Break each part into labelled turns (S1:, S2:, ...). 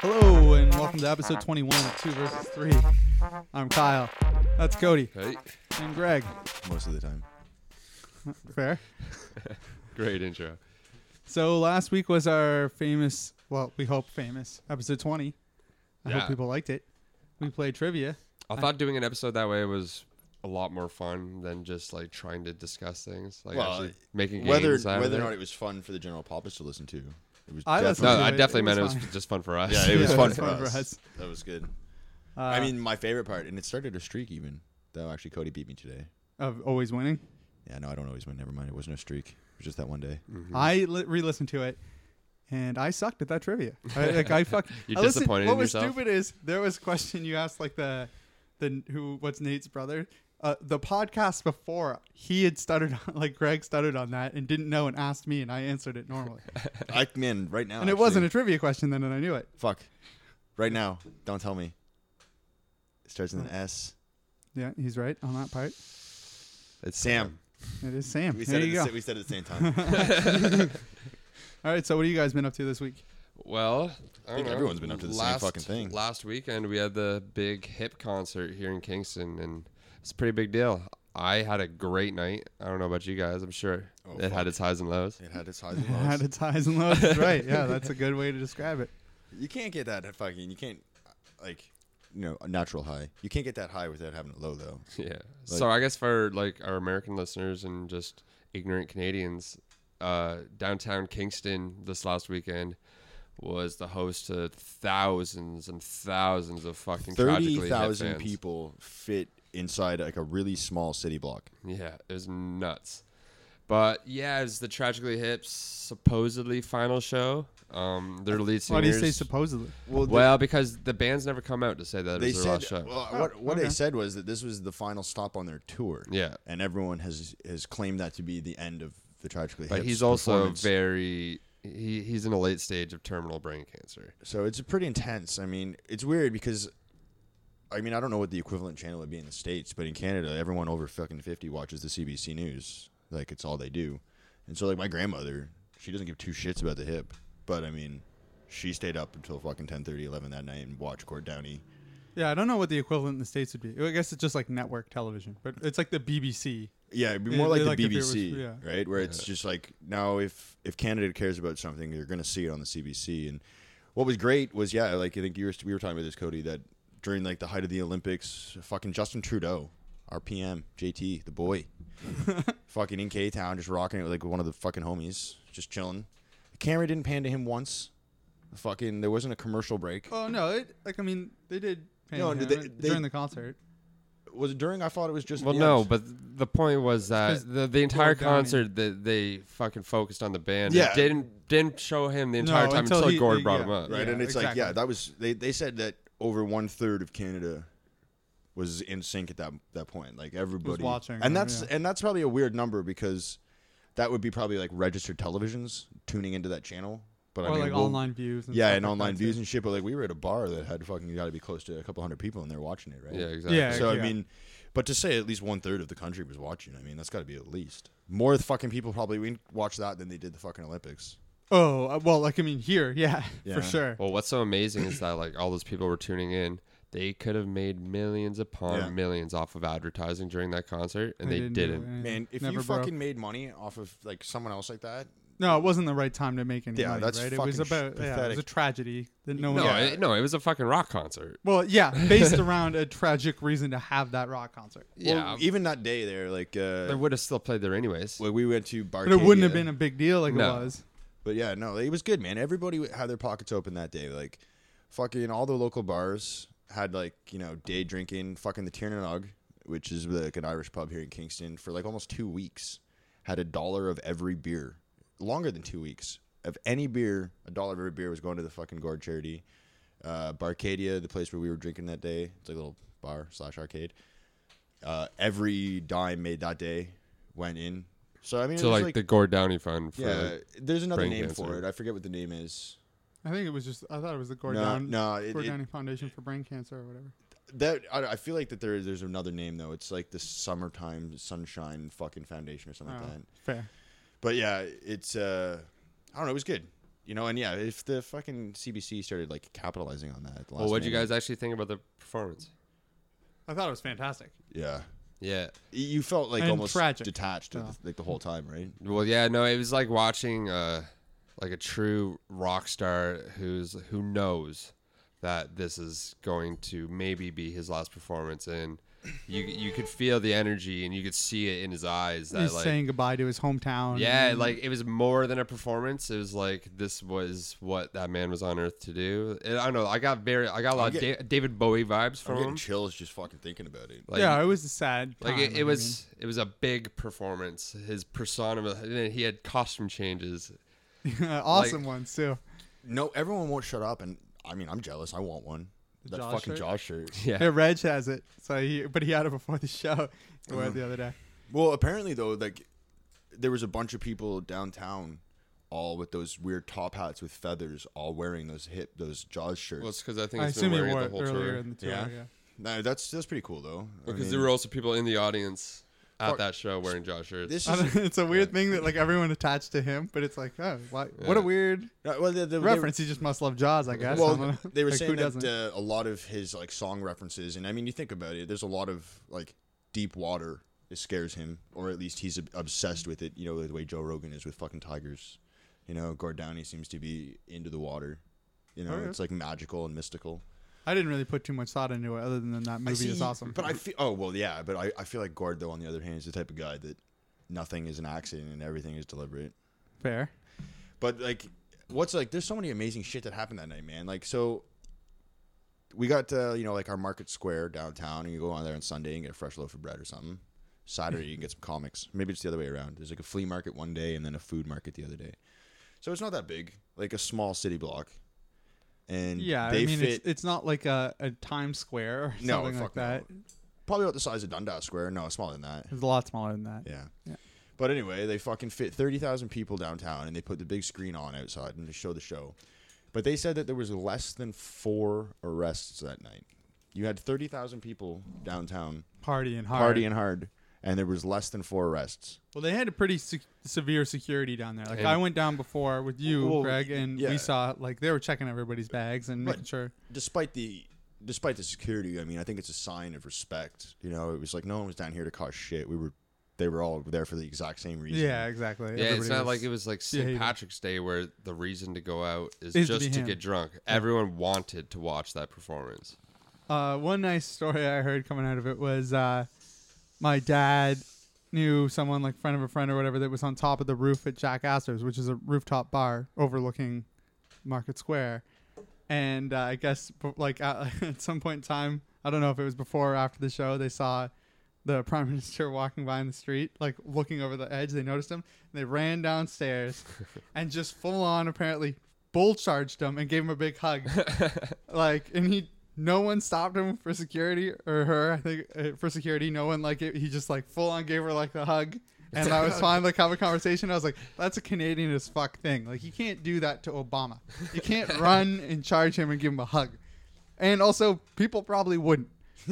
S1: Hello and welcome to episode 21 of Two Versus Three. I'm Kyle. That's Cody
S2: Hey,
S1: and Greg.
S3: most of the time.
S1: Fair.
S2: great intro.
S1: So last week was our famous, well, we hope famous episode 20. I
S2: Yeah.
S1: hope people liked it. We played trivia.
S2: I thought doing an episode that way was a lot more fun than just like trying to discuss things, like
S3: Well, uh,
S2: actually making
S3: Whether
S2: games. out of
S3: whether or
S2: it.
S3: not it was fun for the general public to listen to, it was.
S1: I listened
S2: no,
S1: to
S2: I
S1: it,
S2: definitely
S1: it
S2: meant
S1: was
S2: it
S1: fun.
S2: was just fun for us.
S3: yeah, it was
S1: Yeah,
S3: fun,
S1: it was
S3: for,
S1: fun for
S3: us.
S1: us. Uh,
S3: That was good. I mean, my favorite part, and it started a streak even though actually Cody beat me today.
S1: Of always winning.
S3: Yeah, no, I don't always win. Never mind, it wasn't a streak. It was just that one day.
S2: Mm.
S1: I li- re-listened to it, and I sucked at that trivia. I, like I fuck.
S2: You
S1: I listened-
S2: disappointed
S1: What
S2: in
S1: was
S2: yourself?
S1: stupid is there was a question you asked like the the who what's Nate's brother. Uh, the podcast before he had stuttered on, like Greg stuttered on that and didn't know and asked me and I answered it normally
S3: I man, right now,
S1: and it
S3: actually-
S1: wasn't a trivia question then and I knew it
S3: fuck. Right now, don't tell me. It starts with an S.
S1: yeah he's right on that part
S2: It's
S3: Sam.
S1: it is Sam
S3: We
S1: there
S3: said, it
S1: you go
S3: at the, sa- we said it at the same time. I
S1: all right so what have you guys been up to this week
S2: Well, I,
S3: think
S2: don't know.
S3: everyone's been up to the same
S2: last,
S3: fucking thing.
S2: Last weekend we had the big hip concert here in Kingston, and it's a pretty big deal. I had a great night. I don't know about you guys. I'm sure it
S3: Oh, fuck.
S2: had its highs and lows.
S3: It had its highs and
S1: had
S3: lows.
S1: its highs and lows That's right yeah that's a good way to describe it
S3: You can't get that fucking. You can't like, you know, a natural high. You can't get that high without having a low though.
S2: Yeah. so I guess for like our American listeners and just ignorant Canadians, uh, downtown Kingston this last weekend was the host to thousands and thousands of fucking
S3: Thirty
S2: tragically hit
S3: thousand
S2: fans.
S3: people fit inside like a really small city block.
S2: Yeah, it was nuts. But yeah, it's the tragically hip's supposedly final show. Um, their lead
S1: why
S2: singers.
S1: do you say supposedly
S3: Well,
S2: well, because the band's never come out to say that it
S3: they
S2: was their
S3: said
S2: last show.
S3: uh, well, what what
S1: okay.
S3: they said was that this was the final stop on their tour.
S2: Yeah.
S3: and everyone has has claimed that to be the end of the tragically.
S2: but
S3: Hip's
S2: he's also
S3: performance.
S2: very he, he's in a late stage of terminal brain cancer.
S3: so it's pretty intense. I mean, it's weird because. I mean, I don't know what the equivalent channel would be in the states, but in Canada, everyone over fucking fifty watches the CBC News. Like it's all they do, and so like my grandmother, she doesn't give two shits about the hip, but I mean, she stayed up until fucking 10, 11 that night and watched Court Downey.
S1: Yeah, I don't know what the equivalent in the states would be. I guess it's just like network television, but it's like the BBC.
S3: Yeah, it'd be
S1: Yeah,
S3: more
S1: they
S3: like the
S1: like if it was-
S3: BBC,
S1: yeah.
S3: right? Where it's just like now, if if Canada cares about something, you're going to see it on the CBC. And what was great was, yeah, like I think you were we were talking about this, Cody, that during like the height of the Olympics, fucking Justin Trudeau, our PM, JT, the boy, fucking in K Town, just rocking it with like one of the fucking homies, just chilling. The camera didn't pan to him once. Fucking, there wasn't a commercial break.
S1: Oh no! It, like I mean, they did. Pan
S3: No,
S1: Am
S3: they- they-
S1: during the concert.
S3: Was it during? I thought it was just.
S2: Well,
S3: the
S2: no,
S3: end.
S2: but the point was that
S1: 'cause
S2: the, the entire
S1: Gord Downie-
S2: concert that they fucking focused on the band.
S3: Yeah.
S2: It didn't didn't show him the entire
S1: No,
S2: time
S1: until
S2: until,
S1: he-
S2: Gord
S1: he-
S2: brought
S1: yeah,
S2: him up.
S3: right?
S1: Yeah,
S3: and it's like, yeah,
S1: exactly.
S3: that was they, they said that over one third of Canada was in sync at that that point. Like everybody
S1: watching
S3: and
S1: them,
S3: that's
S1: yeah.
S3: and that's probably a weird number because that would be probably like registered televisions tuning into that channel. But I
S1: or
S3: mean,
S1: like
S3: we'll-
S1: online views. And
S3: yeah,
S1: stuff
S3: and
S1: like
S3: online
S1: that,
S3: views
S1: too.
S3: and shit. But like we were at a bar that had fucking got to be close to a couple hundred people in there watching it, right?
S2: Yeah, exactly.
S1: Yeah.
S3: So I mean, but to say at least one third of the country was watching, I mean that's got to be at least more fucking people probably watched that than they did the fucking Olympics.
S1: Oh uh, well, like I mean, here, yeah,
S3: Yeah.
S1: for sure.
S2: Well, what's so amazing is that like all those people were tuning in. They could have made millions upon
S3: Yeah.
S2: millions off of advertising during that concert, and they,
S1: do
S2: didn't.
S1: anything.
S3: Man, if
S1: Never
S3: you
S1: broke.
S3: fucking made money off of like someone else like that,
S1: no, it wasn't the right time to make any
S3: Yeah,
S1: money.
S3: that's
S1: right? It was
S3: fucking sh-
S1: about yeah, it was
S3: pathetic.
S1: a tragedy that no one.
S2: No,
S1: Yeah.
S2: it, no, it was a fucking rock concert.
S1: well, yeah, based around a tragic reason to have that rock concert,
S2: Yeah,
S1: e-
S3: Well, even that day there, like
S2: they
S3: uh,
S2: would have still played there anyways.
S3: when we went to Barcadia,
S1: but it wouldn't have been a big deal like
S2: No.
S1: it was.
S3: But yeah, no, it was good, man. Everybody had their pockets open that day. Like, fucking all the local bars had like you know day drinking. Fucking the Tiernanog, which is like an Irish pub here in Kingston, for like almost two weeks, had a dollar of every beer. Longer than two weeks of any beer, a dollar of every beer was going to the fucking Gord charity. Uh, Barcadia, the place where we were drinking that day, it's like a little bar slash arcade. Uh, every dime made that day went in. So I mean,
S2: So
S3: it was
S2: like, the Gord Downey Fund for
S3: yeah,
S2: like,
S3: there's another
S2: brain
S3: name for
S2: cancer.
S3: it. I forget what the name is.
S1: I think it was just. I thought it was the
S3: No,
S1: Gordon.
S3: no, it- it-
S1: Gordon Foundation for Brain Cancer or whatever.
S3: That I, I feel like that there is there's another name though. It's like the summertime sunshine fucking foundation or something
S1: Oh,
S3: like that.
S1: fair.
S3: But yeah, it's uh, I don't know. It was good, you know. And yeah, if the fucking CBC started like capitalizing on that, at the
S2: Well,
S3: last
S2: what would you
S3: moment-
S2: guys actually think about the performance?
S1: I thought it was fantastic.
S3: Yeah,
S2: Yeah.
S3: Y- you felt like
S1: And
S3: almost
S1: tragic.
S3: detached
S1: Oh.
S3: like the whole time, right?
S2: Well, yeah, no, it was like watching uh like a true rock star who's who knows that this is going to maybe be his last performance and you you could feel the energy and you could see it in his eyes that
S1: He's
S2: like
S1: saying "Oh, goodbye to his hometown.
S2: yeah, like it was more than a performance. It was like this was what that man was on earth to do. And I don't know. I got very, I got a lot of
S3: get-
S2: da- David Bowie vibes from
S3: I'm
S2: him.
S3: getting chills just fucking thinking about it.
S2: Like,
S1: yeah, it was a sad.
S2: like
S1: time,
S2: it,
S1: I
S2: it was it was a big performance his persona was- and then he had costume changes
S1: mean. awesome
S2: like-
S1: ones too.
S3: No, everyone won't shut up, and I mean, I'm jealous. I want one. That
S1: Jaws
S3: fucking
S1: shirt?
S3: Jaws shirt.
S2: yeah
S1: Yeah, Reg has it. So he, but he had it before the show. He wore it
S2: Mm-hmm.
S1: the other day.
S3: Well, apparently though, like there was a bunch of people downtown, all with those weird top hats with feathers, all wearing those hip those Jaws shirts.
S2: well it's because i think
S1: I
S2: he's
S1: assume
S2: been
S1: he
S2: wearing
S1: wore
S2: it the
S1: it
S2: whole
S1: earlier
S2: tour
S1: in the tour.
S3: Yeah.
S1: Yeah.
S3: no, that's that's pretty cool though. I
S2: because there
S3: mean,
S2: were also people in the audience at
S3: Fuck.
S2: that show wearing Josh shirts
S3: this
S1: I
S3: is
S1: don't- it's a weird thing that like everyone attached to him, but it's like, oh, why, what a
S2: Yeah.
S1: weird
S3: no, well, the, the,
S1: reference. He just must love Jaws, I
S3: They,
S1: guess. I
S3: well,
S1: don't know.
S3: they were
S1: Like,
S3: saying
S1: who doesn't?
S3: that uh, a lot of his like song references, and I mean, you think about it, there's a lot of like deep water. It scares him, or at least he's ob- obsessed with it. You know, the way Joe Rogan is with fucking tigers. You know, Gordani seems to be into the water. You know,
S1: Okay.
S3: it's like magical and mystical.
S1: I didn't really put too much thought into it, other than that
S3: I
S1: movie is
S3: see,
S1: awesome.
S3: But I feel oh well yeah, but I, I feel like Gord though on the other hand is the type of guy that nothing is an accident and everything is deliberate.
S1: fair.
S3: But like what's like there's so many amazing shit that happened that night, man. Like so we got uh, you know like our market square downtown and you go on there on Sunday and get a fresh loaf of bread or something. Saturday you can get some comics. Maybe it's the other way around. There's like a flea market one day and then a food market the other day. So it's not that big. Like a small city block. And
S1: Yeah,
S3: they
S1: I mean,
S3: fit
S1: it's, it's not like a, a Times Square or
S3: No,
S1: something like
S3: fuck no.
S1: that.
S3: probably about the size of Dundas Square. No, smaller than that.
S1: It's a lot smaller than that.
S3: Yeah.
S1: Yeah.
S3: But anyway, they fucking fit 30,000 people downtown and they put the big screen on outside and they show the show. But they said that there was less than four arrests that night. You had 30,000 people downtown
S1: Party and hard.
S3: partying hard and there was less than four arrests.
S1: Well, they had a pretty se- severe security down there. Like
S2: And-
S1: I went down before with you,
S3: Well,
S1: Greg, and
S3: yeah.
S1: we saw like they were checking everybody's bags and
S3: Right.
S1: making sure.
S3: Despite the despite the security, I mean, I think it's a sign of respect. You know, it was like no one was down here to cause shit. We were they were all there for the exact same reason.
S1: Yeah, exactly.
S2: yeah it's
S1: Everybody
S2: not
S1: was-
S2: like it was like st
S1: behaving.
S2: patrick's day where the reason to go out is,
S1: Is to
S2: just
S1: be
S2: to
S1: him.
S2: get drunk everyone wanted to watch that performance
S1: Uh, one nice story I heard coming out of it was uh, my dad knew someone like friend of a friend or whatever that was on top of the roof at Jack Astor's, which is a rooftop bar overlooking Market Square. And uh, I guess b- like at, at some point in time, I don't know if it was before or after the show, they saw the prime minister walking by in the street, like looking over the edge. They noticed him. And they ran downstairs and just full on apparently bull charged him and gave him a big hug. like, and he, no one stopped him for security or her. I think uh, for security, no one like it. He just like full on gave her like the hug. And I was fine, like have a conversation. I was like, "That's a Canadian as fuck thing. Like you can't do that to Obama. You can't run and charge him and give him a hug. And also, people probably wouldn't.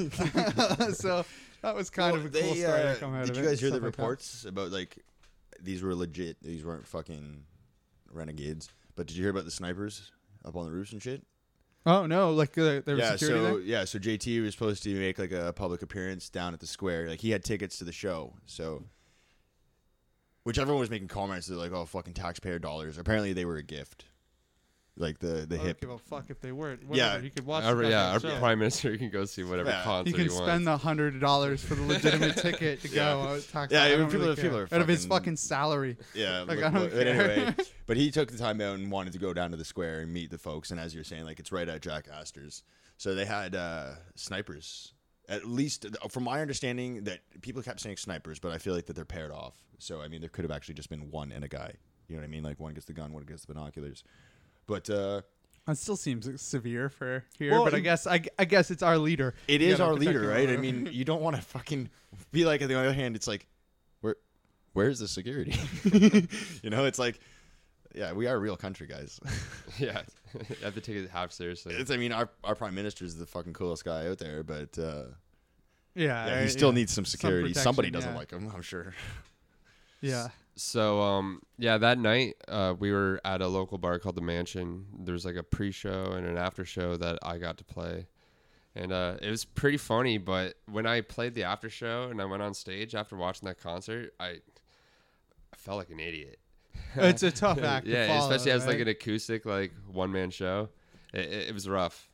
S1: so that was kind
S3: Well,
S1: of a cool
S3: they,
S1: story
S3: uh,
S1: to come out
S3: did
S1: of
S3: you
S1: it,
S3: guys hear the
S1: stuff like that.
S3: reports about like these were legit? These weren't fucking renegades. But did you hear about the snipers up on the roofs and shit?
S1: Oh no! Like uh, there was
S3: yeah.
S1: security
S3: So
S1: there.
S3: yeah. So JT was supposed to make like a public appearance down at the square. Like he had tickets to the show. So. Which everyone was making comments. They're like, "Oh, fucking taxpayer dollars." Apparently, they were a gift. Like the the
S1: I don't
S3: hip.
S1: give a fuck if they weren't.
S3: Yeah.
S1: Whatever. you could watch.
S2: Our-
S1: the
S2: yeah our
S1: goddamn show.
S2: prime minister can go see whatever
S3: Yeah. He
S1: He
S2: concert
S1: can
S2: he wants
S1: spend the hundred dollars for the legitimate ticket to go.
S3: Yeah.
S1: uh, talk
S3: Yeah,
S1: about- I
S3: even
S1: don't
S3: people-
S1: really
S3: people
S1: care.
S3: are
S1: out of his
S3: fucking-
S1: fucking salary.
S3: Yeah,
S1: Like,
S3: look,
S1: I don't
S3: look, but
S1: care.
S3: anyway, but he took the time out and wanted to go down to the square and meet the folks. And as you're saying, like it's right at Jack Astor's, so they had uh, snipers. At least, from my understanding, that people kept saying snipers, but I feel like that they're paired off. So I mean, there could have actually just been one and a guy. You know what I mean? Like one gets the gun, one gets the binoculars. But uh,
S1: That still seems severe for here,
S3: Well,
S1: but I
S3: it-
S1: guess I, I guess it's our leader.
S3: It
S1: You
S3: is
S1: gotta
S3: our
S1: protect
S3: leader,
S1: him.
S3: right? I mean, you don't want to fucking be like. On the other hand, it's like, where, where's the security? you know, it's like, yeah, we are a real country, guys.
S2: Yeah, I have to take it half seriously.
S3: It's, I mean, our our prime minister is the fucking coolest guy out there, but uh,
S1: yeah,
S3: yeah,
S1: I-
S3: he still
S1: yeah.
S3: needs some security. Somebody
S1: protection,
S3: doesn't
S1: yeah.
S3: like him, I'm sure.
S1: Yeah,
S2: So um yeah, that night uh, we were at a local bar called the Mansion. There was like a pre-show and an after-show that I got to play, and uh, it was pretty funny. But when I played the after-show and I went on stage after watching that concert, I I felt like an idiot.
S1: it's a tough act.
S2: yeah,
S1: to follow,
S2: especially as like
S1: right?
S2: an acoustic like one-man show. It, it, it was rough.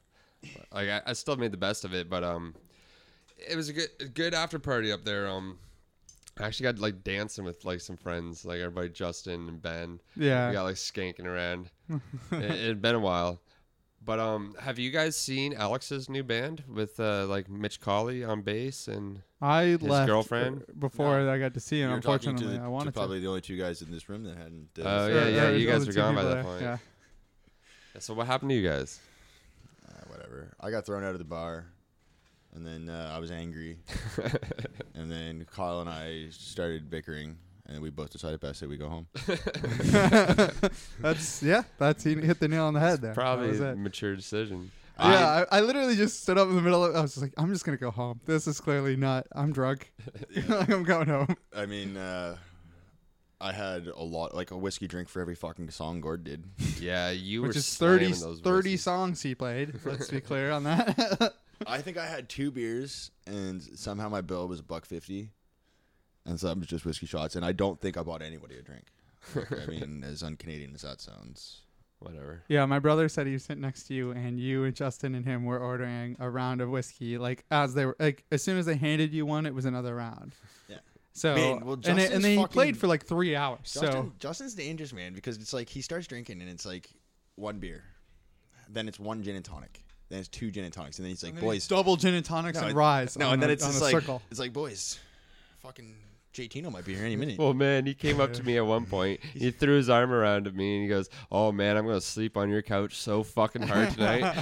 S2: Like I, I still made the best of it, but um, it was a good a good after party up there. Um, I actually got like dancing with like some friends, like everybody, Justin and Ben.
S1: Yeah.
S2: we got like skanking around. it, it had been a while, but um, have you guys seen Alex's new band with uh like Mitch Colley on bass and
S1: I left
S2: girlfriend?
S1: b- before I got to see him.
S3: You're talking
S1: Unfortunately,
S3: the-
S1: I wanted to.
S3: probably the only two guys in this room that hadn't. Uh,
S2: Oh,
S3: said-
S2: yeah,
S1: There-
S2: yeah,
S1: there was
S2: you guys
S1: other
S2: were
S1: two
S2: gone by
S1: people
S2: that
S1: there,
S2: point. so what happened to you guys?
S3: uh, whatever. I got thrown out of the bar, and then uh, I was angry, and then Kyle and I started bickering, and we both decided best that we go home.
S1: Yeah. that's yeah. That's he hit the nail on the head there. That
S2: Probably
S1: was
S2: a
S1: it.
S2: mature decision.
S1: Yeah, I, I literally just stood up in the middle of I was just like, I'm just gonna go home. This is clearly not I'm drunk. like I'm going home.
S3: I mean, uh, I had a lot, like a whiskey drink for every fucking song Gord did.
S2: Yeah, you
S1: Which
S2: were
S1: is 30,
S2: slamming those
S1: 30
S2: whiskeys.
S1: songs he played. Let's be clear on that.
S3: I think I had two beers, and somehow my bill was a buck fifty, and so it was just whiskey shots. And I don't think I bought anybody a drink. Like, I mean, as un-Canadian as that sounds,
S2: Whatever.
S1: yeah, my brother said he was sitting next to you and you and Justin and him were ordering a round of whiskey. Like as they were like as soon as they handed you one, it was another round.
S3: Yeah.
S1: So
S3: Man, well,
S1: and, it-
S3: Justin's
S1: and then he played
S3: fucking-
S1: for like three hours.
S3: Justin,
S1: So
S3: Justin's dangerous, man, because it's like he starts drinking, and it's like one beer, then it's one gin and tonic, then it's two gin and tonics, and then he's like, boys,
S1: double gin and tonics
S3: no,
S1: and
S3: it-
S1: rise.
S3: No,
S1: on
S3: and then
S1: a-
S3: it's
S1: on
S3: just
S1: a
S3: like
S1: circle.
S3: it's like boys, fucking J Tino might be here any minute.
S2: Well, man, he came up to me at one point. He threw his arm around at me and he goes, "Oh man, I'm gonna sleep on your couch so fucking hard tonight."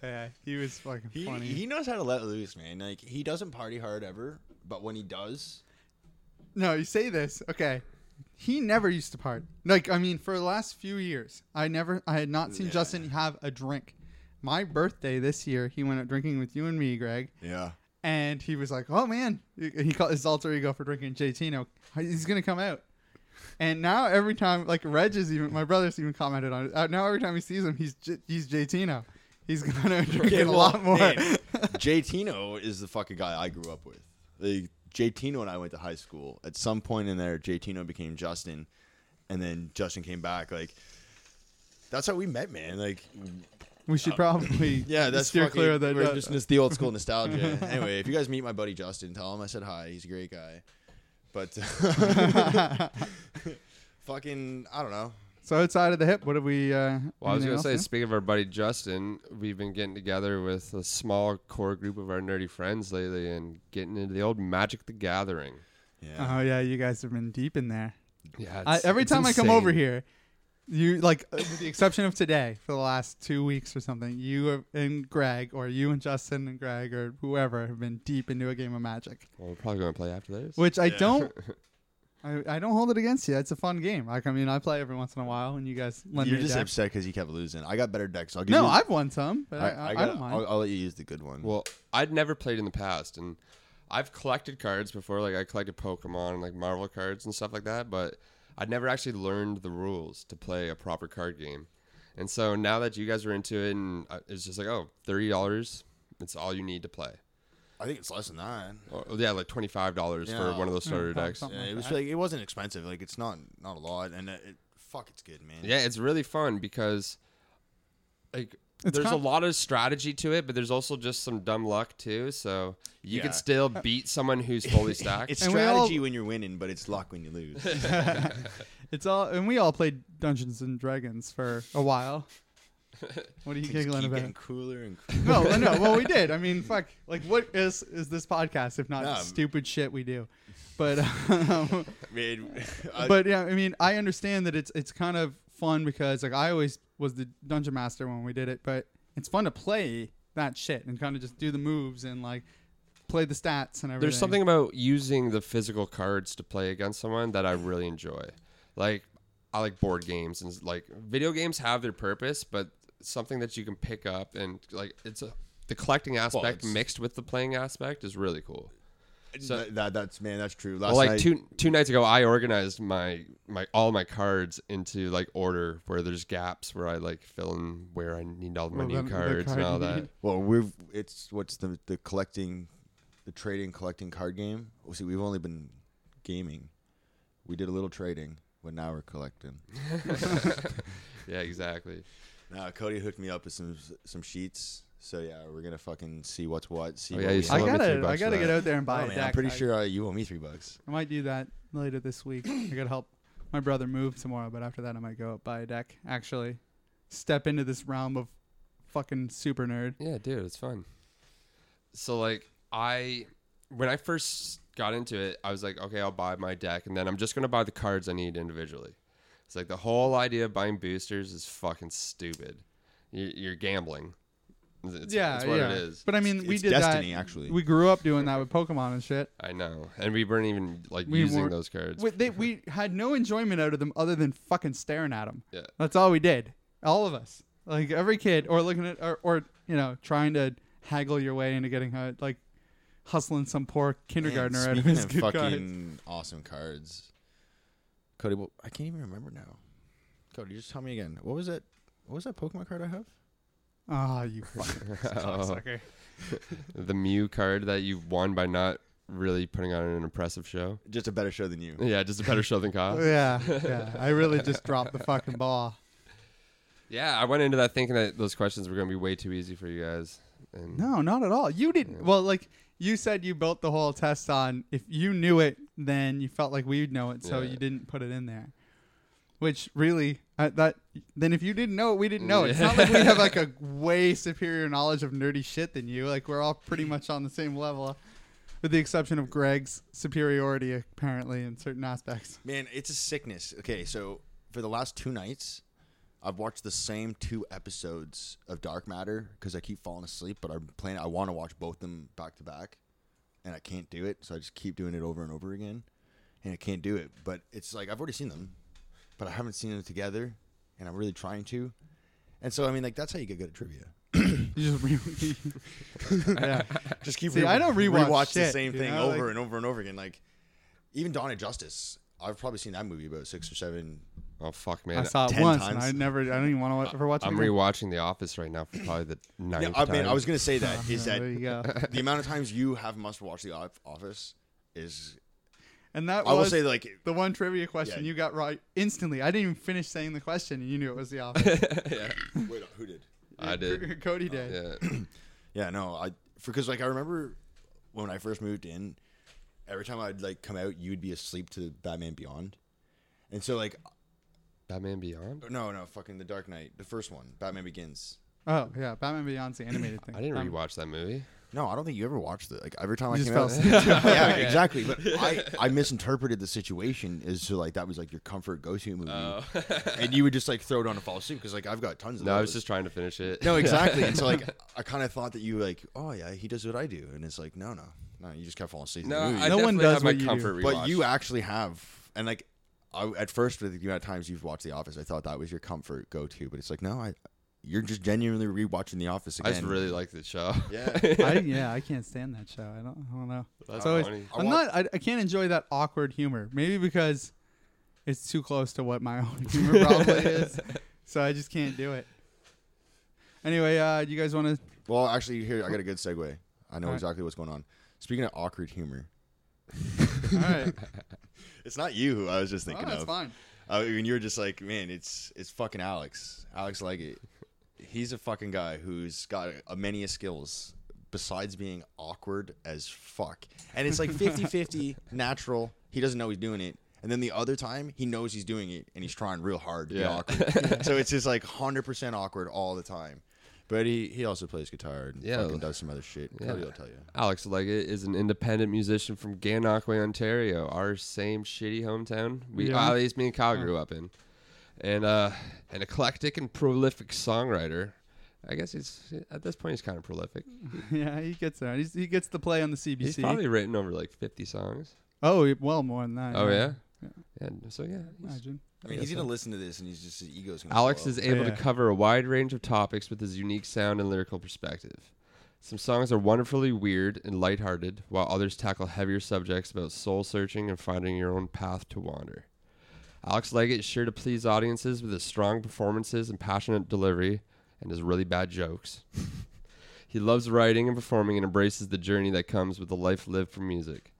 S1: Yeah, he was fucking
S3: He,
S1: funny.
S3: he knows how to let loose, man. Like he doesn't party hard ever, but when he does,
S1: No, you say this. Okay. He never used to part. Like, I mean, for the last few years, I never, I had not seen Justin have a drink. My birthday this year, he went out drinking with you and me, Greg,
S3: yeah,
S1: and he was like, "Oh man," he called his alter ego for drinking Jtino. He's gonna come out. And now every time, like Reg is even, my brother's even commented on it. Uh, now every time he sees him, he's J- he's Jtino. He's gonna drink a lot more.
S3: J Tino is the fucking guy I grew up with. Like J Tino and I went to high school. At some point in there, J Tino became Justin, and then Justin came back. Like that's how we met, man. Like
S1: we should probably
S3: Yeah, that's
S1: steer
S3: fucking,
S1: clear of that.
S3: we're
S1: uh,
S3: just it's the old school nostalgia. anyway, if you guys meet my buddy Justin, tell him I said hi. He's a great guy. But uh, fucking, I don't know.
S1: So outside of the hip, what have we? Uh,
S2: well, I was
S1: anything
S2: gonna
S1: else,
S2: say,
S1: man?
S2: speaking of our buddy Justin, we've been getting together with a small core group of our nerdy friends lately and getting into the old Magic the Gathering.
S3: Yeah,
S1: Oh yeah, you guys have been deep in there.
S2: Yeah,
S1: I,
S2: it's-
S1: every
S2: it's
S1: time I come over
S2: insane.
S1: here, you like, uh, with the exception of today, for the last two weeks or something, you have- and Greg, or you and Justin and Greg, or whoever, have been deep into a game of Magic,
S2: Well, we're probably gonna play after this.
S1: which I don't. I, I don't hold it against you. It's a fun game. Like I mean, I play every once in a while, and you guys lend
S3: you're
S1: me a
S3: just
S1: deck.
S3: upset because you kept losing. I got better decks. I'll give
S1: No,
S3: you,
S1: I've won some, but I, I, I
S3: gotta-
S1: don't mind.
S3: I'll, I'll let you use the good one.
S2: Well, I'd never played in the past, and I've collected cards before. Like I collected Pokemon and like Marvel cards and stuff like that, but I'd never actually learned the rules to play a proper card game. And so now that you guys are into it, and uh, it's just like, oh, thirty dollars. It's all you need to play.
S3: I think it's less than that.
S2: Or, oh, yeah, like twenty five dollars for
S3: Yeah.
S2: one of those starter
S1: probably
S2: decks.
S1: something.
S3: Yeah, it was like it wasn't expensive. Like it's not not a lot, and uh, it, fuck, it's good, man.
S2: Yeah, it's really fun because like
S1: It's
S2: there's
S1: kind-
S2: a lot of strategy to it, but there's also just some dumb luck too. So you
S3: Yeah.
S2: can still beat someone who's fully stacked.
S3: It's
S1: And we all-
S3: strategy when you're winning, but it's luck when you lose.
S1: It's all, and we all played Dungeons and Dragons for a while. What are you
S3: Things
S1: giggling
S3: keep
S1: about?
S3: getting cooler and cooler.
S1: No, no. Well, we did. I mean, fuck. Like, what is is this podcast if not
S3: No.
S1: stupid shit we do? But, um,
S3: Man, I-
S1: but yeah, I mean, I understand that it's it's kind of fun because like I always was the dungeon master when we did it, but it's fun to play that shit and kind of just do the moves and like play the stats and everything.
S2: There's something about using the physical cards to play against someone that I really enjoy. Like I like board games and like video games have their purpose, but something that you can pick up and like it's a the collecting aspect
S3: it's-
S2: mixed with the playing aspect is really cool. So-
S3: Th- that that's man, that's true. Last
S2: Well, like
S3: night,
S2: two two nights ago, I organized my my all my cards into like order where there's gaps where I like fill in where I need all my
S1: Well,
S2: new
S1: the- the
S2: cards
S1: card
S2: and all
S1: you
S2: that.
S1: need.
S3: Well, we've it's what's the the collecting, the trading collecting card game. Oh, see, we've only been gaming. We did a little trading, but now we're collecting.
S2: Yeah, exactly.
S3: Now Cody hooked me up with some some sheets. So yeah, we're gonna fucking see what's what. See
S2: Oh,
S3: what
S2: yeah,
S3: we
S2: you
S3: have.
S2: still
S1: I
S2: Tell me three
S1: gotta I
S2: bucks
S1: gotta
S2: for that.
S1: get out there and buy
S3: Oh,
S1: a
S3: man,
S1: deck.
S3: I'm pretty
S1: I-
S3: sure uh, you owe me three bucks.
S1: I might do that later this week. I gotta help my brother move tomorrow, but after that I might go up buy a deck. Actually, step into this realm of fucking super nerd.
S2: Yeah, dude, it's fun. So like I when I first got into it, I was like, okay, I'll buy my deck and then I'm just gonna buy the cards I need individually. It's like the whole idea of buying boosters is fucking stupid. You're, you're gambling. It's,
S1: yeah,
S2: it's what
S1: yeah.
S2: it is.
S1: But I mean, we
S3: it's
S1: did
S3: destiny,
S1: that.
S3: actually.
S1: We grew up doing that with Pokemon and shit.
S2: I know, and we weren't even like
S1: We
S2: using
S1: weren't-
S2: those cards.
S1: We, they, we had no enjoyment out of them other than fucking staring at them.
S2: Yeah.
S1: That's all we did. All of us. Like every kid, or looking at, or, or you know, trying to haggle your way into getting, a, like, hustling some poor kindergartner out of
S3: speaking
S1: his
S3: of
S1: good
S3: fucking
S1: cards.
S3: awesome cards. Cody, what, I can't even remember now. Cody, just tell me again. What was that? What was that Pokemon card I have?
S1: Ah, you fucking sucker.
S2: The Mew card that you won by not really putting on an impressive show.
S3: Just a better show than you.
S2: Yeah, just a better show than Kyle.
S1: Yeah, yeah. I really just dropped the fucking ball.
S2: Yeah, I went into that thinking that those questions were going to be way too easy for you guys. And
S1: No, not at all. You didn't. Well, like you said, you built the whole test on if you knew it, then you felt like we'd know it, so
S2: Yeah.
S1: you didn't put it in there. Which really, uh, that then if you didn't know it, we didn't know it. It's not like we have like a way superior knowledge of nerdy shit than you. Like we're all pretty much on the same level, with the exception of Greg's superiority apparently in certain aspects.
S3: Man, it's a sickness. Okay, so for the last two nights, I've watched the same two episodes of Dark Matter because I keep falling asleep, but I'm playing. I want to watch both of them back to back, and I can't do it. So I just keep doing it over and over again, and I can't do it. But it's like I've already seen them, but I haven't seen them together, and I'm really trying to. And so I mean, like that's how you get good at trivia.
S1: You just re- yeah.
S3: Just keep.
S1: See, I don't rewatch
S3: the
S1: shit,
S3: same
S1: you
S3: thing
S1: know,
S3: over
S1: like-
S3: and over and over again. Like even Dawn of Justice, I've probably seen that movie about six or seven
S2: Oh fuck, man.
S1: I saw it
S3: 10
S1: once, and
S3: times.
S1: I never, I don't even want to ever watch it.
S2: I'm
S1: again.
S2: rewatching The Office right now for probably the ninth
S3: Yeah, I mean,
S2: time.
S3: I was gonna say that is
S1: Yeah,
S3: that
S1: there you go.
S3: the amount of times you have must watch The Off- Office is.
S1: And that
S3: I will
S1: was
S3: say like
S1: the one trivia question
S3: Yeah.
S1: you got right instantly. I didn't even finish saying the question, and you knew it was the office.
S3: wait, who did?
S2: I did.
S1: Cody did.
S2: Yeah.
S3: Yeah, no, I because like I remember when I first moved in, every time I'd like come out, you'd be asleep to Batman Beyond, and so like
S2: Batman Beyond?
S3: no, no, fucking The Dark Knight, the first one, Batman Begins.
S1: Oh yeah, Batman Beyond's the animated thing.
S2: I didn't
S1: Um,
S2: rewatch that movie.
S3: No, I don't think you ever watched it. Like every time I
S1: You
S3: came out,
S1: just
S3: yeah, exactly. But I, I misinterpreted the situation as to like that was like your comfort go-to movie, and you would just like throw it on and fall asleep because like I've got tons of.
S2: Oh. No, I
S3: those.
S2: was just trying to finish it.
S3: no, exactly. and so like I kind of thought that you like, oh yeah, he does what I do, and it's like no, no, no, you just kept falling asleep. in the
S2: no, I
S3: movie.
S1: No one
S2: definitely
S1: does
S2: have my
S1: what you do.
S2: comfort rewatch.
S3: but you actually have, and like I, at first with the amount of times you've watched The Office, I thought that was your comfort go-to, but it's like no, I, you're just genuinely rewatching The Office
S2: I
S3: again.
S2: just really like the show.
S3: yeah.
S1: I, yeah, I can't stand that show. I don't, I don't know.
S2: That's
S1: It's always,
S2: funny.
S3: I
S1: I'm
S3: want-
S1: not. I, I can't enjoy that awkward humor. Maybe because it's too close to what my own humor probably is. So I just can't do it. Anyway, uh, you guys want to?
S3: Well, actually, here I got a good segue. I know
S1: All right.
S3: exactly what's going on. Speaking of awkward humor,
S1: All right,
S3: it's not you who I was just
S1: oh,
S3: thinking
S1: that's
S3: of.
S1: fine.
S3: I mean, you were just like, man, it's it's fucking Alex. Alex Leggett. He's a fucking guy who's got a many of skills besides being awkward as fuck. And it's like 50-50 natural. He doesn't know he's doing it. And then the other time, he knows he's doing it and he's trying real hard to
S2: Yeah.
S3: be awkward. so it's just like 100% awkward all the time. But he, he also plays guitar and
S2: Yeah.
S3: fucking does some other shit.
S2: Yeah.
S3: Cody will tell you.
S2: Alex Leggett is an independent musician from Gananoque, Ontario, our same shitty hometown. We,
S1: Yeah.
S2: at least me and Kyle grew up in. and uh, an eclectic and prolific songwriter. I guess he's at this point he's kind of prolific.
S1: yeah, he gets there. He's, he gets the play on the CBC.
S2: He's probably written over like 50 songs.
S1: oh, he- well, more than that.
S2: Oh yeah.
S1: Yeah.
S2: And so yeah. he's-
S1: Imagine.
S4: I mean, he's gonna listen to this, and he's just his ego's gonna.
S2: Alex
S4: blow
S2: is
S4: up.
S2: able
S1: Yeah.
S2: to cover a wide range of topics with his unique sound and lyrical perspective. Some songs are wonderfully weird and lighthearted, while others tackle heavier subjects about soul searching and finding your own path to wander. Alex Leggett is sure to please audiences with his strong performances and passionate delivery and his really bad jokes. he loves writing and performing and embraces the journey that comes with the life lived for music.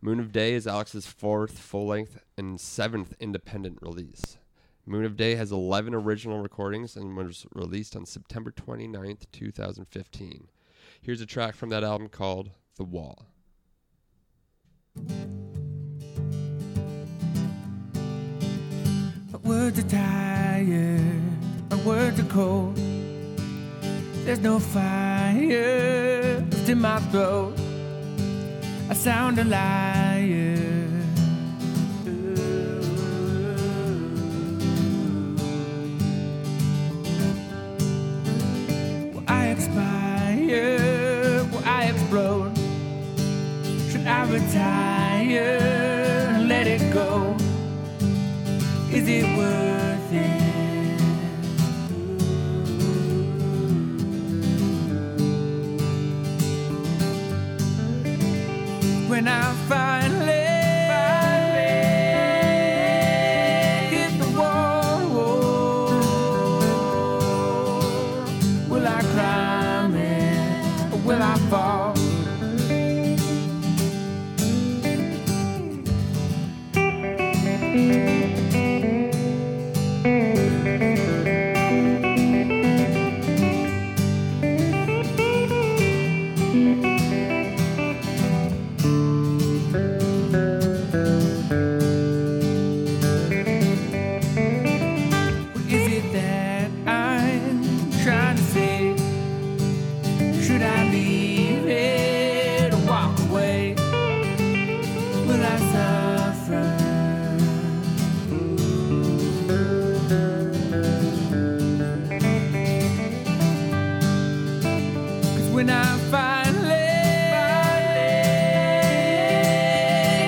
S2: Moon of Day is Alex's fourth full length and seventh independent release. Moon of Day has 11 original recordings and was released on September 29th, 2015. Here's a track from that album called The Wall.
S5: My words are tired, my words are cold. There's no fire left in my throat. I sound a liar. Will I expire? Will I explode? Should I retire? Let it go. Is it worth it? When I finally hit the wall, will I climb it or will I fall? Is it that I'm trying to say? Should I leave it or walk away? Will I suffer? Cause when I finally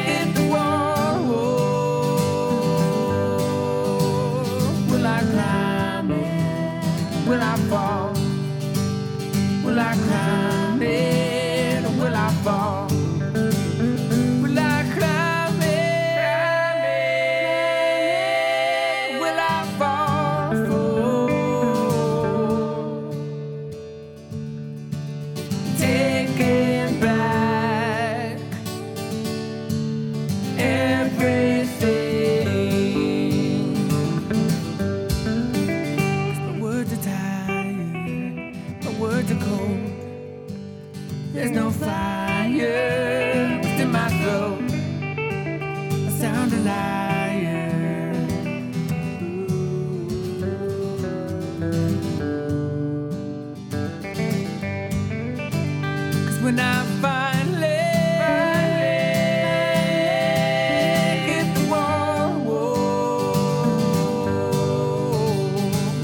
S5: hit the wall, will I climb it? Will I fall? Will I climb it? Or will I fall? Will I climb it? Will I fall for? taking back everything. 'Cause My words are tired, my words are cold. There's no fire within my throat. I sound a liar. Cause when I finally, hit the wall,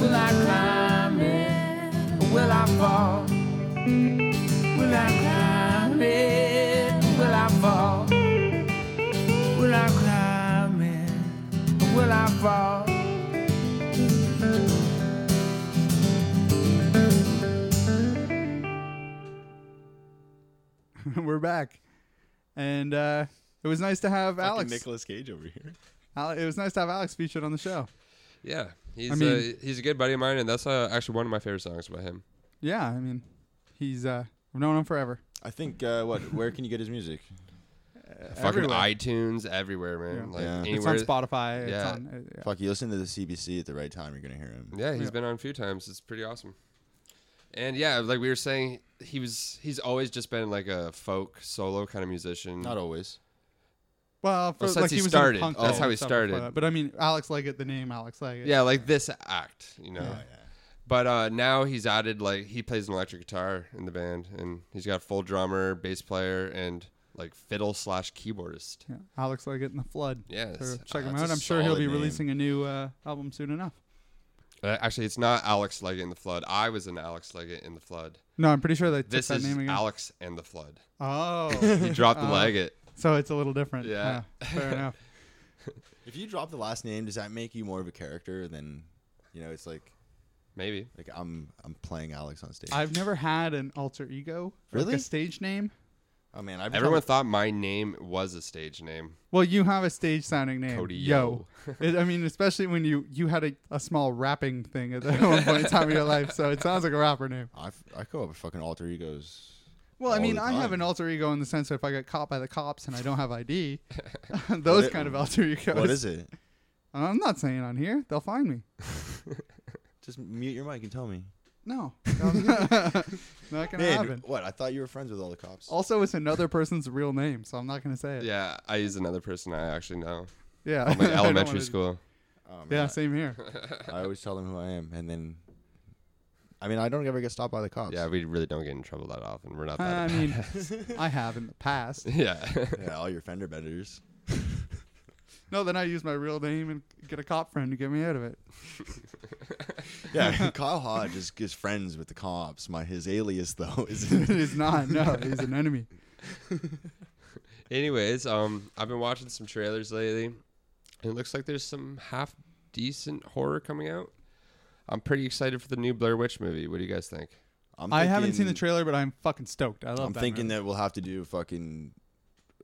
S5: will I climb it or will I fall? Will I climb it? or Will I fall? Will I climb it? or Will I fall?
S1: We're back, and uh, it was nice to have Alex.
S3: Nicholas Cage over here.
S1: Ale- it was nice to have Alex featured on the show.
S2: Yeah, he's
S1: I
S2: uh,
S1: mean-
S2: he's a good buddy of mine, and that's uh, actually one of my favorite songs by him.
S1: Yeah, I mean, he's uh, I've known him forever.
S3: I think uh, what? Where can you get his music?
S2: Fucking
S1: Everywhere.
S2: iTunes everywhere, man.
S1: Yeah.
S2: Like
S3: Yeah. It's
S2: anywhere.
S1: It's on Spotify. It's
S2: yeah.
S1: on, uh, yeah.
S3: Fuck, you listen to the CBC at the right time, you're gonna hear him.
S2: Yeah, he's
S1: Yeah.
S2: been on a few times. It's pretty awesome. And yeah, like we were saying, he was he's always just been like a folk solo kind of musician.
S3: Not always.
S1: Well, for,
S2: since
S1: like
S2: he
S1: was in
S2: started.
S1: punk
S2: That's
S1: band
S2: how
S1: and
S2: he
S1: stuff before
S2: started.
S1: that. But I mean, Alex Leggett, the name Alex Leggett.
S2: yeah, like this act, you know.
S1: Yeah.
S2: But uh, now he's added like he plays an electric guitar in the band, and he's got a full drummer, bass player, and like fiddle slash keyboardist.
S1: Yeah, Alex Leggett in the Flood.
S2: Yes.
S1: So check
S2: Ah,
S1: him
S2: that's
S1: out.
S2: a
S1: I'm sure he'll
S2: solid
S1: be
S2: name.
S1: releasing a new uh, album soon enough.
S2: Uh, actually, it's not Alex Leggett in the Flood. I was in Alex Leggett in the Flood.
S1: No, I'm pretty sure they took
S2: This
S1: that
S2: is
S1: name again.
S2: Alex and the Flood.
S1: Oh,
S2: He dropped the
S1: Oh.
S2: Leggett.
S1: so it's a little different.
S2: Yeah.
S1: fair enough.
S3: If you drop the last name, does that make you more of a character than, you know, it's like
S2: Maybe.
S3: like I'm I'm playing Alex on stage.
S1: I've never had an alter ego, like
S3: Really?
S1: a stage name.
S3: oh man, I've
S2: Everyone thought my name was a stage name.
S1: Well, you have a stage sounding name,
S2: Cody
S1: Yo. It- I mean, especially when you you had a, a small rapping thing at that one point in time in your life, so it sounds like a rapper name.
S3: I've, I come up with fucking alter egos.
S1: Well, I
S3: All
S1: mean,
S3: the
S1: I have
S3: time.
S1: an alter ego in the sense that if I get caught by the cops and I don't have ID, those
S3: it-
S1: kind of alter egos.
S3: What is it?
S1: I'm not saying on here. They'll find me.
S3: Just mute your mic and tell me.
S1: No, not gonna
S3: Man,
S1: happen.
S3: what? I thought you were friends with all the cops.
S1: Also, it's another person's real name, so I'm not gonna say it.
S2: Yeah, I used another person I actually know.
S1: yeah. I
S2: Like
S1: don't
S2: elementary
S1: wanna-
S2: school.
S3: Oh, man,
S1: Yeah, same here.
S3: I always tell them who I am, and then, I mean, I don't ever get stopped by the cops.
S2: Yeah, we really don't get in trouble that often. We're not
S1: I
S2: that.
S1: mean, I have in the past.
S2: yeah.
S3: yeah, all your fender benders.
S1: No, then I use my real name and get a cop friend to get me out of it.
S3: Yeah, Kyle Hodge is, is friends with the cops. My his alias though is
S1: it is not. No, he's an enemy.
S2: Anyways, um, I've been watching some trailers lately, and it looks like there's some half decent horror coming out. I'm pretty excited for the new Blair Witch movie. What do you guys think?
S3: I'm
S1: I haven't seen
S3: thinking-
S1: the trailer, but I'm fucking stoked. I love
S3: I'm
S1: that.
S3: thinking
S1: movie.
S3: that we'll have to do fucking.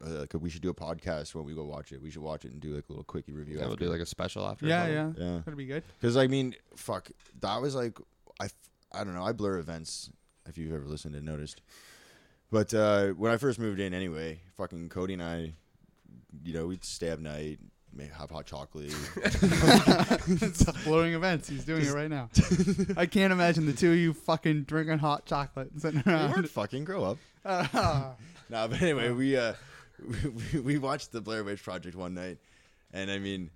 S3: Uh, like we should do a podcast when we go watch it. We should watch it and do like a little quickie review.
S2: Yeah, we'll
S3: after.
S2: do like a special after. or
S1: Yeah,
S2: something.
S1: yeah,
S3: Yeah.
S1: That'd be good.
S3: Because I mean, fuck, that was like I, f- I don't know. I blur events if you've ever listened and noticed. But uh, when I first moved in, anyway, fucking Cody and I, you know, we'd stay up night, may have hot chocolate.
S1: It's blowing events. He's doing it right now. I can't imagine the two of you fucking drinking hot chocolate and sitting
S3: We
S1: around.
S3: weren't fucking grow up. no, Uh, but anyway, we uh, we- we, we watched the Blair Witch Project one night, and I mean,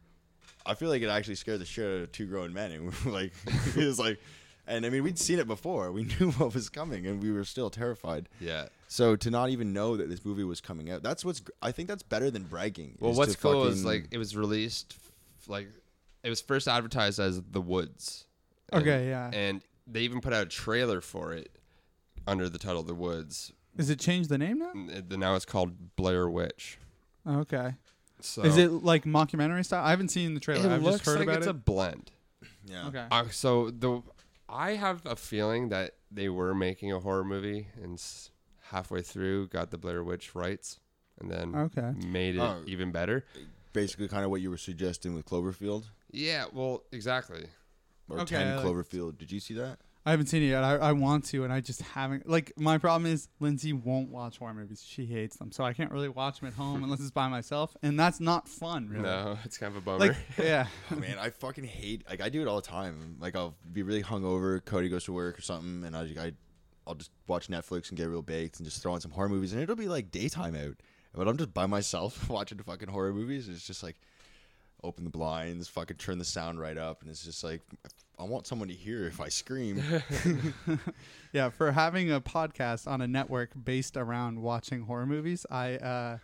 S3: I feel like it actually scared the shit out of two grown men, and we were like, it was like, and I mean, we'd seen it before, we knew what was coming, and we were still terrified.
S2: Yeah.
S3: So to not even know that this movie was coming out, that's what's gr- I think that's better than bragging.
S2: Well,
S3: is
S2: what's
S3: to
S2: cool is
S3: fucking-
S2: like it was released, f- like it was first advertised as The Woods. And-
S1: Okay, yeah.
S2: And they even put out a trailer for it under the title The Woods.
S1: Is it changed the name now? Oh,
S2: And it- now it's called Blair Witch.
S1: Okay.
S2: So
S1: Is it like mockumentary style? I haven't seen the
S2: It
S1: trailer. I've
S2: looks
S1: just heard
S2: like
S1: about
S2: it's
S1: it.
S2: a blend.
S3: yeah.
S1: okay.
S2: Uh, so the I have a feeling that they were making a horror movie and s- halfway through got the Blair Witch rights and then
S1: Okay.
S2: made it
S3: Oh.
S2: even better.
S3: basically kind of what you were suggesting with Cloverfield
S2: Yeah, well, exactly.
S3: or
S1: Okay, I
S3: Ten
S1: like-
S3: Cloverfield. Did you see that?
S1: I haven't seen it yet. I, I want to, and I just haven't. Like my problem is Lindsay won't watch horror movies. She hates them, so I can't really watch them at home unless it's by myself, and that's not fun, really.
S2: No, it's kind of a bummer.
S1: Like yeah,
S3: Man, I fucking hate. Like I do it all the time. Like I'll be really hungover. Cody goes to work or something, and I, I I'll just watch Netflix and get real baked and just throw on some horror movies, and it'll be like daytime out. But I'm just by myself watching fucking horror movies. It's just like open the blinds, fucking turn the sound right up, and it's just like I want someone to hear if I scream.
S1: yeah. For having a podcast on a network based around watching horror movies, I uh,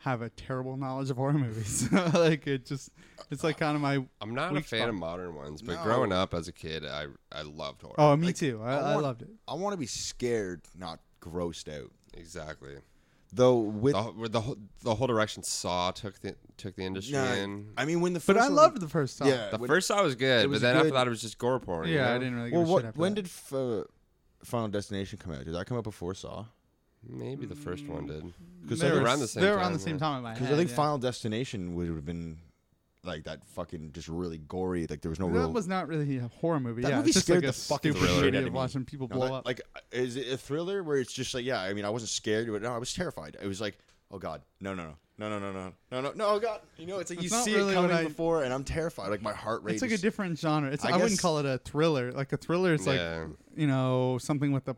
S1: have a terrible knowledge of horror movies. like it just, it's like kind of my.
S2: I'm not a
S1: Weak
S2: fan
S1: spot.
S2: of modern ones, but
S3: No.
S2: growing up as a kid, I I loved horror.
S1: Oh, me
S3: Like,
S1: too. I, I,
S3: want-
S1: loved it.
S3: I want to be scared, not grossed out.
S2: Exactly.
S3: Though with
S2: The, whole- the whole the whole direction Saw took the took the industry
S3: Nah,
S2: in.
S3: I mean when the
S1: But
S3: first
S1: I
S3: one-
S1: loved the first time.
S3: yeah
S2: The
S3: when-
S2: first Saw was good,
S3: was
S2: but then after
S3: good.
S2: that it was just gore porn. you
S1: yeah. I
S2: know?
S1: didn't really. Give
S3: Well,
S1: a shit
S3: what,
S1: after
S3: when
S1: that.
S3: did F- uh, Final Destination come out? Did that come out before Saw?
S2: Maybe the first one did.
S3: Because
S1: Mm, They
S3: I,
S2: were
S1: were
S2: around the
S1: s-
S2: same
S1: They were around
S2: time,
S1: the same
S2: yeah.
S1: time in my head.
S3: think
S1: yeah.
S3: Final Destination would have been like that fucking just really gory. Like there was no
S1: That
S3: real.
S1: was not really a horror movie.
S3: That
S1: yeah,
S3: movie
S1: it's just
S3: scared
S1: like a
S3: the fucking
S1: stupid
S2: shit
S1: idea
S3: out of
S1: of
S3: me.
S1: watching people
S3: no,
S1: blow
S3: that-
S1: up.
S3: Like, uh, is it a thriller where it's just like, yeah? I mean, I wasn't scared, but no, I was terrified. It was like, oh god, no, no, no, no, no, no, no, no, no, no, oh god. You know, it's like
S1: It's
S3: you
S1: not
S3: see
S1: really
S3: it
S1: what
S3: coming
S1: I-
S3: before, and I'm terrified. Like my heart rate.
S1: it's like a
S3: is-
S1: different genre. It's, I,
S3: I
S1: wouldn't
S3: guess-
S1: call it a thriller. Like a thriller is
S2: Yeah.
S1: like you know something with the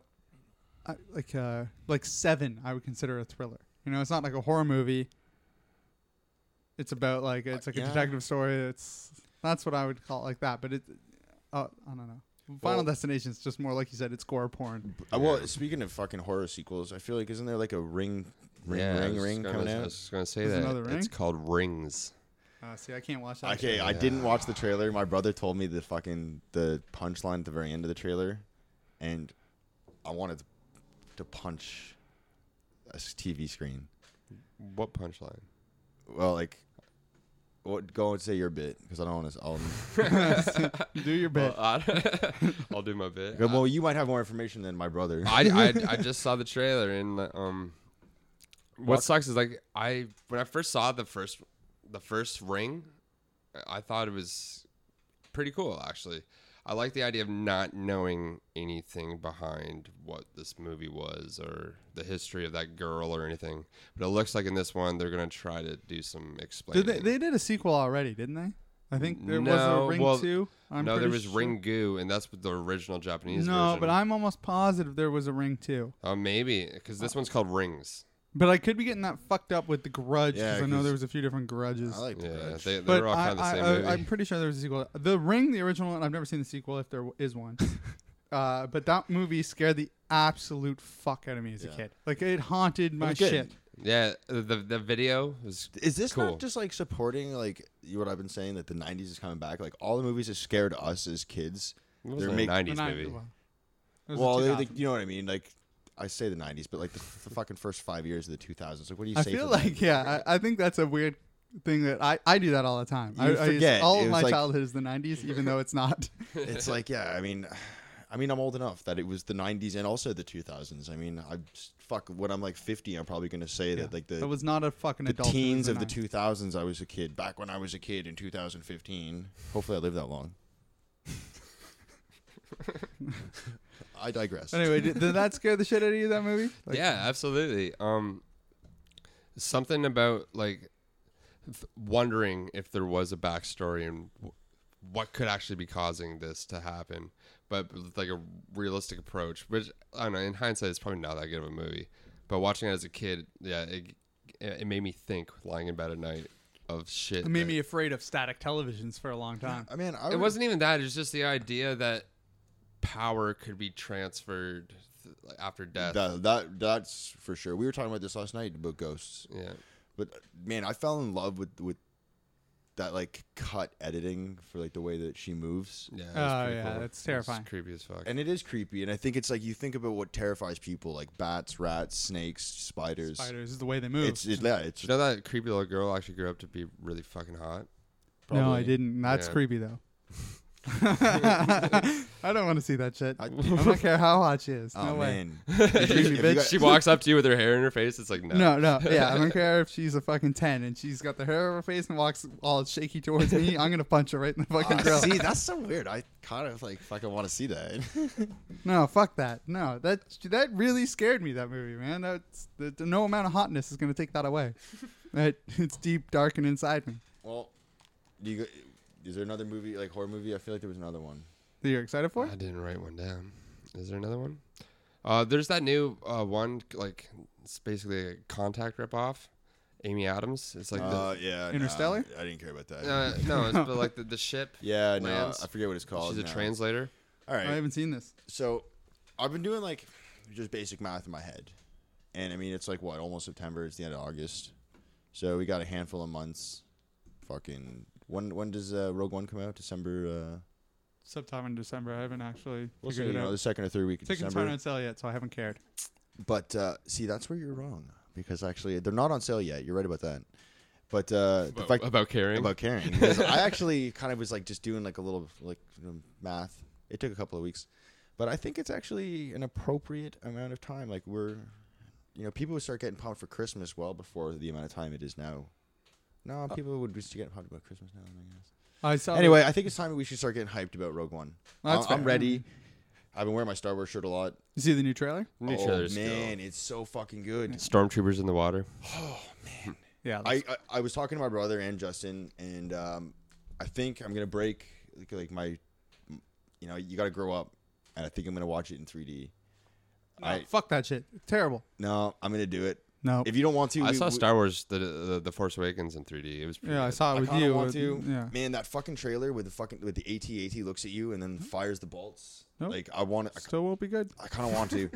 S1: I- like uh like Seven. I would consider a thriller. You know, it's not like a horror movie. It's about like it's like a
S3: Uh, yeah.
S1: detective story. It's that's what I would call it like that. But it, uh, I don't know. Final
S3: Well-
S1: Destination is just more like you said. It's gore porn.
S3: Uh, well, speaking of fucking horror sequels, I feel like isn't there like a Ring Ring,
S2: yeah, I
S3: ring,
S2: was just
S3: ring
S2: gonna-
S3: coming
S2: I
S3: out.
S2: was just gonna say
S1: There's
S2: that
S1: another ring?
S2: it's called Rings.
S1: Uh, see, I can't watch that.
S3: Okay, I didn't watch the trailer. My brother told me the fucking the punchline at the very end of the trailer, and I wanted to, to punch a s- TV screen.
S2: What punchline?
S3: Well, like, what? Go and say your bit because I don't want to. I'll,
S1: Do your bit.
S2: Well, I- I'll do my bit. I-
S3: well, you might have more information than my brother.
S2: I, I I just saw the trailer and um, what sucks is like I when I first saw the first the first ring, I thought it was pretty cool actually. I like the idea of not knowing anything behind what this movie was or the history of that girl or anything. But it looks like in this one they're gonna try to do some explaining.
S1: Did they, they did a sequel already, didn't they? I think there was
S2: No,
S1: a Ring
S2: well,
S1: 2. I'm
S2: no, there
S1: pretty
S2: was
S1: sure.
S2: Ring Goo, and that's the original Japanese
S1: No,
S2: version.
S1: but I'm almost positive there was a Ring 2.
S2: Oh, maybe because this one's called Rings.
S1: But I could be getting that fucked up with the Grudge because
S3: Yeah,
S1: I know
S3: 'cause-
S1: there was a few different Grudges.
S3: I like the
S2: Yeah,
S3: Grudge.
S2: they,
S1: but
S2: they're all
S1: I,
S2: kind of the same
S1: I,
S2: movie.
S1: I, am pretty sure there was a sequel. The Ring, the original one. I've never seen the sequel if there is one. uh, but that movie scared the absolute fuck out of me as a
S3: Yeah.
S1: kid. Like it haunted my
S3: was good.
S1: shit.
S2: yeah, the the video was
S3: Is this
S2: Cool.
S3: not just like supporting like you- what I've been saying that the '90s is coming back? Like all the movies that scared us as kids,
S2: it was
S3: they're
S2: a
S3: making.
S2: nineties
S1: When I-
S2: movie.
S1: well, it was
S3: Well,
S1: the
S3: they,
S1: 2000s.
S3: like, you know what I mean. Like I say the '90s, but like the, the fucking first five years of the 2000s. Like what do you
S1: I
S3: say?
S1: feel
S3: for that?
S1: like yeah, I, I think that's a weird thing that I, I do that all the time. I,
S3: You
S1: I just-
S3: forget.
S1: all of
S3: It was
S1: my
S3: like-
S1: childhood is the '90s, even though it's not.
S3: it's like yeah. I mean, I mean, I'm old enough that it was the '90s and also the 2000s. I mean, I just- fuck when I'm like 50, I'm probably gonna say that like
S1: That
S3: the.
S1: was not a fucking
S3: The
S1: adult. it was
S3: teens of the
S1: 90s.
S3: 2000s, I was a kid. Back when I was a kid in 2015. Hopefully, I live that long. I digress.
S1: Anyway, did, did that scare the shit out of you? That movie? Like,
S2: yeah, absolutely. Um, something about like th- wondering if there was a backstory and w- what could actually be causing this to happen, but with, like a realistic approach. Which I don't know. In hindsight, it's probably not that good of a movie, but watching it as a kid, yeah, it it it made me think lying in bed at night of shit.
S1: It made
S2: that-
S1: me afraid of static televisions for a long time.
S3: I mean, I
S2: it
S3: would-
S2: wasn't even that. It was just the idea that power could be transferred th- like, after death.
S3: That, that that's for sure. We were talking about this last night about ghosts,
S2: yeah,
S3: but man, I fell in love with with that like cut editing for like the way that she moves,
S2: yeah.
S1: Oh yeah, that's terrifying.
S2: It's creepy as fuck.
S3: and it is creepy. And I think it's like you think about what terrifies people, like bats, rats, snakes, spiders.
S1: Spiders is the way they move.
S3: It's, it's yeah, it's
S2: you know that creepy little girl actually grew up to be really fucking hot.
S1: no, I
S3: probably-
S1: didn't. That's
S2: Yeah.
S1: creepy though. I don't want to see that shit. I,
S3: I-
S1: don't care how hot she is.
S3: Oh
S1: no way.
S3: man,
S1: Excuse me,
S3: If you
S1: bitch.
S3: got-
S2: She walks up to you with her hair in her face. It's like no.
S1: No, no, yeah, I don't care if she's a fucking ten and she's got the hair over her face and walks all shaky towards me. I'm gonna punch her right in the fucking
S3: Ah,
S1: grill.
S3: see, that's so weird. I kind of like fucking want to see that.
S1: No, fuck that. No, that that really scared me. That movie, man. That's the, no amount of hotness is gonna take that away. That it's deep, dark, and inside me.
S3: well, do you, go- is there another movie like horror movie? I feel like there was another one.
S1: That you're excited for?
S2: I didn't write one down. Is there another one? Uh, there's that new uh, one like it's basically a contact ripoff. Amy Adams. It's like
S3: Uh, yeah, nah,
S1: Interstellar?
S3: I didn't care about that.
S2: the uh, no, it's but like the, the ship.
S3: Yeah, no,
S2: lands.
S3: I forget what it's called.
S2: She's a
S3: now.
S2: translator.
S3: All
S1: I
S3: right,
S1: haven't seen this.
S3: so I've been doing like just basic math in my head, and I mean it's like what almost September. It's the end of August, so we got a handful of months. Fucking when when does uh, Rogue One come out? December. Uh,
S1: Sometime in December. I haven't actually
S3: we'll say, you know, the second or third week of
S1: Tickets
S3: December.
S1: aren't on sale yet, so I haven't cared.
S3: But uh, see, that's where you're wrong because actually they're not on sale yet. You're right about that. But uh, the
S2: About,
S3: fact
S2: about caring.
S3: about caring, because I actually kind of was like just doing like a little like you know, math. It took a couple of weeks, but I think it's actually an appropriate amount of time. Like we're, you know, people would start getting pumped for Christmas well before the amount of time it is now. No, people would just get pumped about Christmas now. I guess.
S1: I saw.
S3: Anyway, I think it's time we should start getting hyped about Rogue One.
S1: That's
S3: I- I'm
S1: fair.
S3: ready. I've been wearing my Star Wars shirt a lot.
S1: you see the new trailer?
S2: New
S3: oh
S2: trailer's still.
S3: man, it's so fucking good.
S2: Stormtroopers in the water.
S1: Yeah.
S3: I, I I was talking to my brother and Justin, and um, I think I'm gonna break like, like my, you know, you gotta grow up, and I think I'm gonna watch it in 3D. I
S1: fuck that shit. Terrible.
S3: no, I'm gonna do it.
S1: No.
S3: If you don't want to,
S2: I
S3: we-
S2: saw
S3: we-
S2: Star Wars the, the the Force Awakens in 3D. It was pretty
S1: Yeah, I
S2: good.
S1: saw it
S3: I
S1: with
S3: kinda
S1: you.
S3: want
S1: with-
S3: to.
S1: Yeah.
S3: Man, that fucking trailer with the fucking with the AT-AT looks at you and then fires the bolts.
S1: Mm-hmm. Nope.
S3: Like I want I,
S1: Still won't be good.
S3: I kind of want to.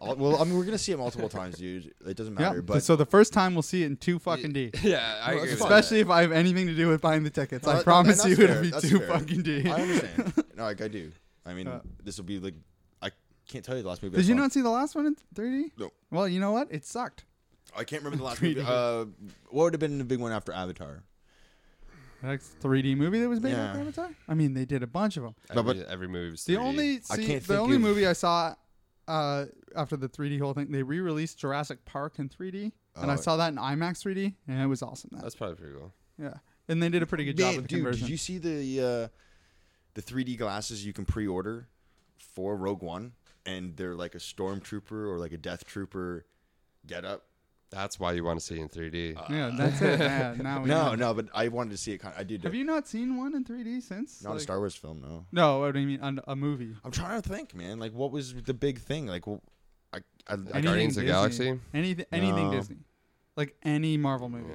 S3: I'll- well, I mean, we're gonna see it multiple times, dude. It doesn't matter.
S1: yeah.
S3: But
S1: so the first time we'll see it in two fucking D.
S2: Yeah, I
S3: Well,
S2: agree.
S3: it's
S2: with
S3: fun.
S2: that.
S1: Especially if I have anything to do with buying the tickets.
S3: No,
S1: I
S3: that-
S1: promise
S3: and
S1: you
S3: that's
S1: it'll
S3: fair,
S1: be
S3: that's
S1: two
S3: fair.
S1: fucking D.
S3: I understand. no, like I do. I mean,
S1: Uh,
S3: this will be like I can't tell you the last movie. I
S1: Did you
S3: saw.
S1: not see the last one in 3D?
S3: No.
S1: Well, you know what? It sucked.
S3: I can't remember the last
S1: 3D.
S3: movie. Uh, what would have been the big one after Avatar?
S1: The next 3D movie that was made
S3: Yeah.
S1: after Avatar. I mean, they did a bunch of them.
S2: Every,
S3: but-
S2: every movie was 3D.
S1: The only
S3: I
S1: see,
S3: can't
S1: the
S3: think
S1: only
S3: of-
S1: movie I saw uh, after the 3D whole thing, they re-released Jurassic Park in 3D, and I
S3: Oh.
S1: saw that in IMAX 3D, and it was awesome. That
S2: that's probably pretty cool.
S1: yeah, and they did a pretty good job
S3: Man,
S1: with the
S3: dude,
S1: conversion.
S3: did you see the uh, the 3D glasses you can pre-order for Rogue One, and they're like a stormtrooper or like a death trooper getup?
S2: That's why you want to see it in 3D.
S1: yeah, that's it. Oh, Yeah, now we
S3: No,
S1: know.
S3: no, but I wanted to see it. Kind of, I did.
S1: Have you not seen one in 3D since?
S3: not a
S1: Like-
S3: Star Wars film? No.
S1: No, I mean on a movie.
S3: I'm trying to think, man. Like, what was the big thing? Like, wh- I, I, I
S2: Any- Guardians of
S1: Disney.
S2: the Galaxy?
S1: Anything, anything
S3: No.
S1: Disney, like any Marvel movie.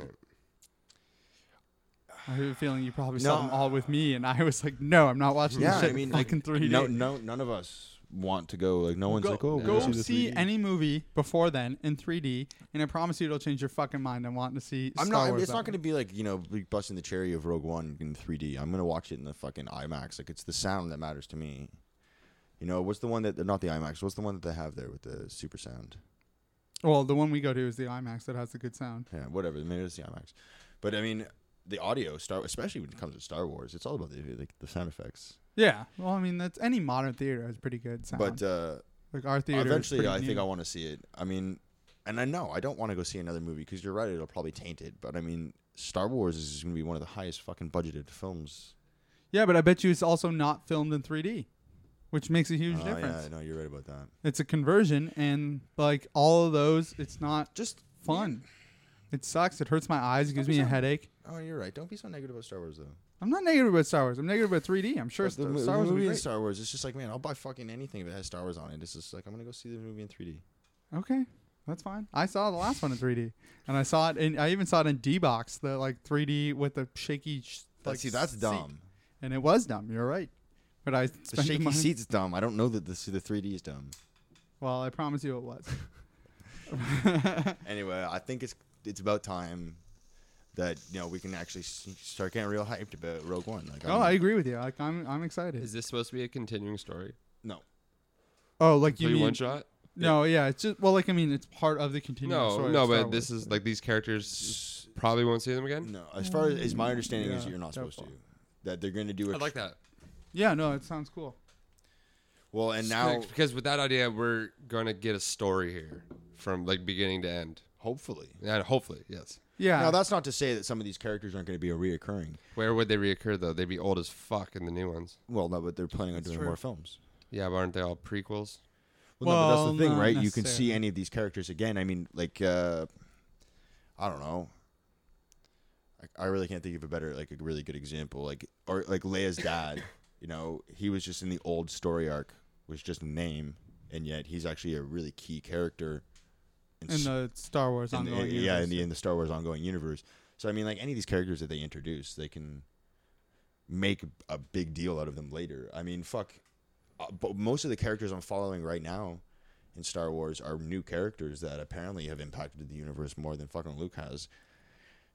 S1: I have a feeling you probably saw
S3: No.
S1: them all with me, and I was like, "No, I'm not watching
S3: yeah,
S1: this shit."
S3: I mean,
S1: in
S3: like,
S1: fucking 3D.
S3: no, no, none of us want to go. Like, no one's
S1: go,
S3: like, oh,
S1: go
S3: we'll
S1: see,
S3: the 3D.
S1: any movie before then in 3D, and I promise you it'll change your fucking mind. I'm wanting to see.
S3: I'm
S1: Star
S3: not.
S1: Wars
S3: it's not
S1: that
S3: going to be like you know, be busting the cherry of Rogue One in 3D. I'm going to watch it in the fucking IMAX. Like, it's the sound that matters to me. You know, what's the one that not the IMAX? What's the one that they have there with the super sound?
S1: way. Well, the one we go to is the IMAX that has the good sound.
S3: Yeah, whatever. Maybe it's the IMAX. But I mean, the audio, Star, especially when it comes to Star Wars, it's all about the like the sound effects.
S1: Yeah. Well, I mean, that's any modern theater has pretty good sound.
S3: But uh,
S1: like our theater, is
S3: eventually,
S1: pretty
S3: I think
S1: new.
S3: I want to see it. I mean, and I know I don't want to go see another movie because you're right; it'll probably taint it. But I mean, Star Wars is going to be one of the highest fucking budgeted films.
S1: yeah, but I bet you it's also not filmed in 3D, which makes a huge
S3: Oh,
S1: difference.
S3: Yeah, no, you're right about that.
S1: It's a conversion, and like all of those, it's not
S3: Just
S1: fun. It sucks. It hurts my eyes. It gives me a headache.
S3: oh, you're right. Don't be so negative about Star Wars though.
S1: I'm not negative about Star Wars. I'm negative about 3D. I'm sure
S3: But
S1: Star,
S3: mo-
S1: Star Wars would
S3: movie
S1: be
S3: in
S1: great.
S3: Star Wars. It's just like, man, I'll buy fucking anything if it has Star Wars on it. It's just like I'm gonna go see the movie in 3D.
S1: Okay, that's fine. I saw the last one in 3D, and I saw it, in I even saw it in D box, the like 3D with the shaky. sh- Like,
S3: Like, see, that's
S1: seat.
S3: dumb.
S1: And it was dumb. You're right. But I
S3: The
S1: spent the,
S3: shaky
S1: money.
S3: seat's dumb. I don't know that the the 3D is dumb.
S1: Well, I promise you, it was.
S3: Anyway, I think it's it's about time that you know we can actually s- start getting real hyped about Rogue One. Like,
S1: oh,
S3: I'm-
S1: I agree with you. Like, I'm, I'm excited.
S2: Is this supposed to be a continuing story?
S3: no.
S1: oh, like you
S2: Complete
S1: mean?
S2: one shot?
S1: No, yeah. It's just well, like I mean, it's part of the continuing
S2: No,
S1: story.
S2: no,
S1: of Star
S2: but this
S1: Wars.
S2: is like these characters probably won't see them again.
S3: No, as far as, as my understanding is,
S1: Mm, yeah,
S3: you're not supposed
S1: doubtful.
S3: to. That they're going to do
S2: I
S3: it.
S2: like that.
S1: Yeah, no, it sounds cool.
S3: well, and now
S2: because with that idea, we're gonna get a story here from like beginning to end,
S3: hopefully.
S2: and hopefully, yes.
S1: Yeah.
S3: Now that's not to say that some of these characters aren't going to be reoccurring.
S2: Where would they reoccur though? They'd be old as fuck in the new ones.
S3: Well, no, but they're planning on doing more films.
S2: Yeah, but aren't they all prequels?
S3: Well, no, but
S1: Well,
S3: that's the thing,
S1: not
S3: right? You can
S1: necessarily.
S3: see any of these characters again. I mean, like, uh, I don't know. I, I really can't think of a better, like, a really good example. Like, or like Leia's dad. you know, he was just in the old story arc, was just a name, and yet he's actually a really key character.
S1: in
S3: s-
S1: the Star Wars
S3: in the-
S1: ongoing.
S3: yeah, in
S1: universe.
S3: the in the Star Wars ongoing universe. So I mean, like any of these characters that they introduce, they can make a big deal out of them later. I mean, fuck, uh, but most of the characters I'm following right now in Star Wars are new characters that apparently have impacted the universe more than fucking Luke has.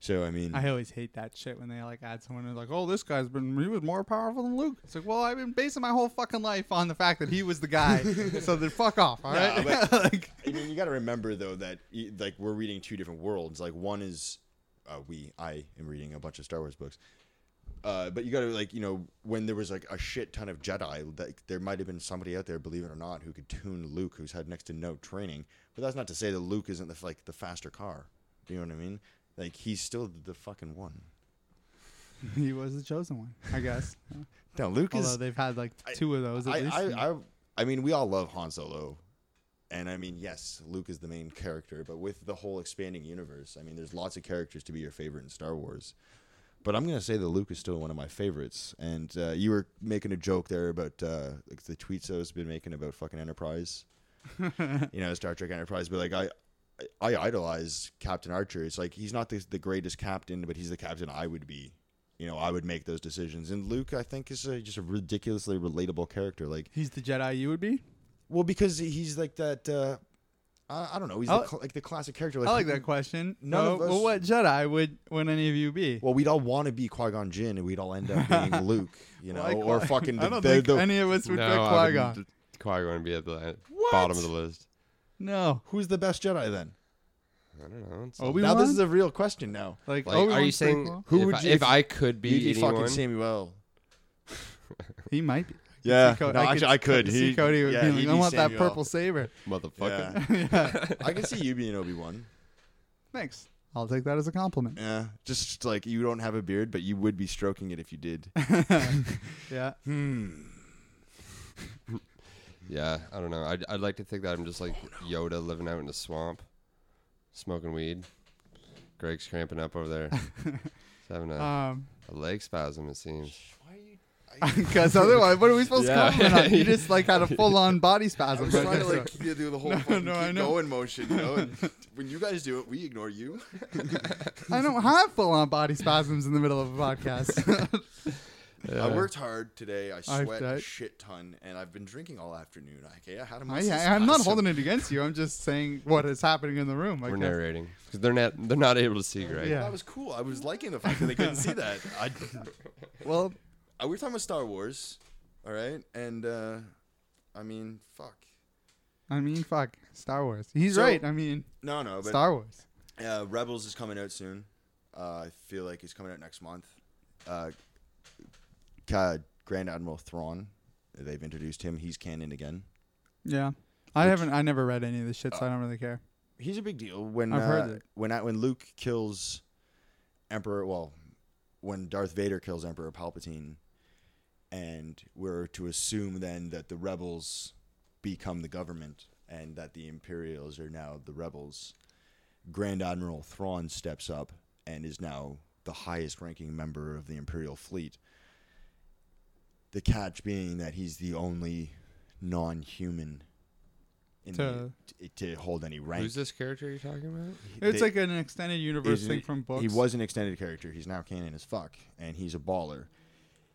S3: So I mean,
S1: I always hate that shit when they like add someone who's like, "Oh, this guy's been he was more powerful than Luke." It's like, well, I've been basing my whole fucking life on the fact that he was the guy, so then fuck off, all right? like,
S3: I mean, you got to remember though that y- like we're reading two different worlds. Like one is uh, we I am reading a bunch of Star Wars books. Uh, but you got to like you know when there was like a shit ton of Jedi, like there might have been somebody out there, believe it or not, who could tune Luke, who's had next to no training. But that's not to say that Luke isn't the, f- like the faster car. Do you know what I mean? Like he's still the fucking one.
S1: he was the chosen one, I guess.
S3: No, Luke
S1: Although
S3: is.
S1: they've had like
S3: I-
S1: two of those at
S3: I,
S1: least.
S3: I, I, I mean, we all love Han Solo. And I mean, yes, Luke is the main character, but with the whole expanding universe, I mean, there's lots of characters to be your favorite in Star Wars. But I'm going to say that Luke is still one of my favorites. And uh, you were making a joke there about uh, like the tweets I was been making about fucking Enterprise, you know, Star Trek Enterprise. But like, I, I idolize Captain Archer. It's like he's not the, the greatest captain, but he's the captain I would be. You know, I would make those decisions. And Luke, I think, is a, just a ridiculously relatable character. Like,
S1: He's the Jedi you would be.
S3: well, because he's like that. Uh, I, I don't know. He's
S1: I
S3: the
S1: li-
S3: cl- like the classic character. Like,
S1: I like that question.
S3: None
S1: No,
S3: of us-
S1: well, what Jedi would would any of you be?
S3: Well, we'd all want to be Qui Gon Jinn, and we'd all end up being Luke. You know,
S1: Like,
S3: or
S1: Qui-
S3: fucking. The,
S1: I don't
S3: the-
S1: think
S3: the-
S1: any of us would
S2: no,
S1: pick
S2: I
S1: Qui Gon.
S2: wouldn't- Qui-Gon would be at the bottom of the list.
S1: No,
S3: who's the best Jedi then?
S2: I don't know. It's
S1: Obi
S3: Now
S1: Wan.
S3: this is a real question. Now
S1: like,
S2: like,
S1: Obi
S2: are you
S1: Wan's pretty
S2: saying
S1: cool.
S3: Who
S2: if
S3: would
S2: I-
S3: you-
S2: if I could
S3: you'd
S2: be anyone?
S3: fucking Samuel.
S1: he might be?
S3: Yeah,
S1: See Co-
S3: no, actually, I could.
S1: see
S3: He-
S1: Cody would
S3: yeah,
S1: be
S3: he'd
S1: like, I
S3: be
S1: want that
S3: Samuel.
S1: purple saber.
S2: Motherfucker.
S3: Yeah.
S1: yeah.
S3: I can see you being Obi Wan.
S1: Thanks. I'll take that as a compliment.
S3: Yeah, just like you don't have a beard, but you would be stroking it if you did.
S1: Yeah.
S3: Hmm.
S1: Hmm.
S2: Yeah, I don't know. I'd, I'd like to think that I'm just like Yoda living out in the swamp, smoking weed. Greg's cramping up over there. He's having a,
S1: Um,
S2: a leg spasm, it seems.
S1: because otherwise, what are we supposed
S2: Yeah.
S1: to compliment on? You just like had a full on body
S4: I
S1: spasm.
S4: was trying to like yeah, do the whole fucking
S1: no,
S4: keep
S1: I know.
S4: going motion, you know. And when you guys do it, we ignore you.
S1: I don't have full on body spasms in the middle of a podcast.
S4: I worked hard today. I sweat
S1: I-
S4: a shit ton, and I've been drinking all afternoon. Okay, I had a
S1: I,
S4: muscle
S1: I'm not
S4: spasm.
S1: holding it against you. I'm just saying what is happening in the room. I
S2: We're
S1: guess.
S2: narrating. 'Cause they're not, they're not able to see Greg.
S1: Yeah.
S4: That was cool. I was liking the fact that they couldn't see that. I,
S1: Well,
S4: I- we were talking about Star Wars, all right, and uh, I mean, fuck.
S1: I mean, fuck, Star Wars. He's
S4: So-
S1: right. I mean,
S4: No, no, but
S1: Star Wars.
S4: Uh, Rebels is coming out soon. Uh, I feel like it's coming out next month.
S3: Uh, Ca- Grand Admiral Thrawn, they've introduced him. He's canon again.
S1: Yeah. I haven't. I never read any of this shit, so I don't really care.
S3: He's a big deal. When
S1: I've
S3: uh,
S1: heard it.
S3: when when Luke kills Emperor, well, when Darth Vader kills Emperor Palpatine, and we're to assume then that the rebels become the government and that the Imperials are now the rebels. Grand Admiral Thrawn steps up and is now the highest ranking member of the Imperial fleet. The catch being that he's the only non human
S1: To-
S3: to hold any rank.
S2: Who's this character you're talking about?
S1: It's
S3: They-
S1: like an extended universe
S3: He's
S1: thing
S3: an-
S1: from books.
S3: He was an extended character. He's now canon as fuck, and he's a baller.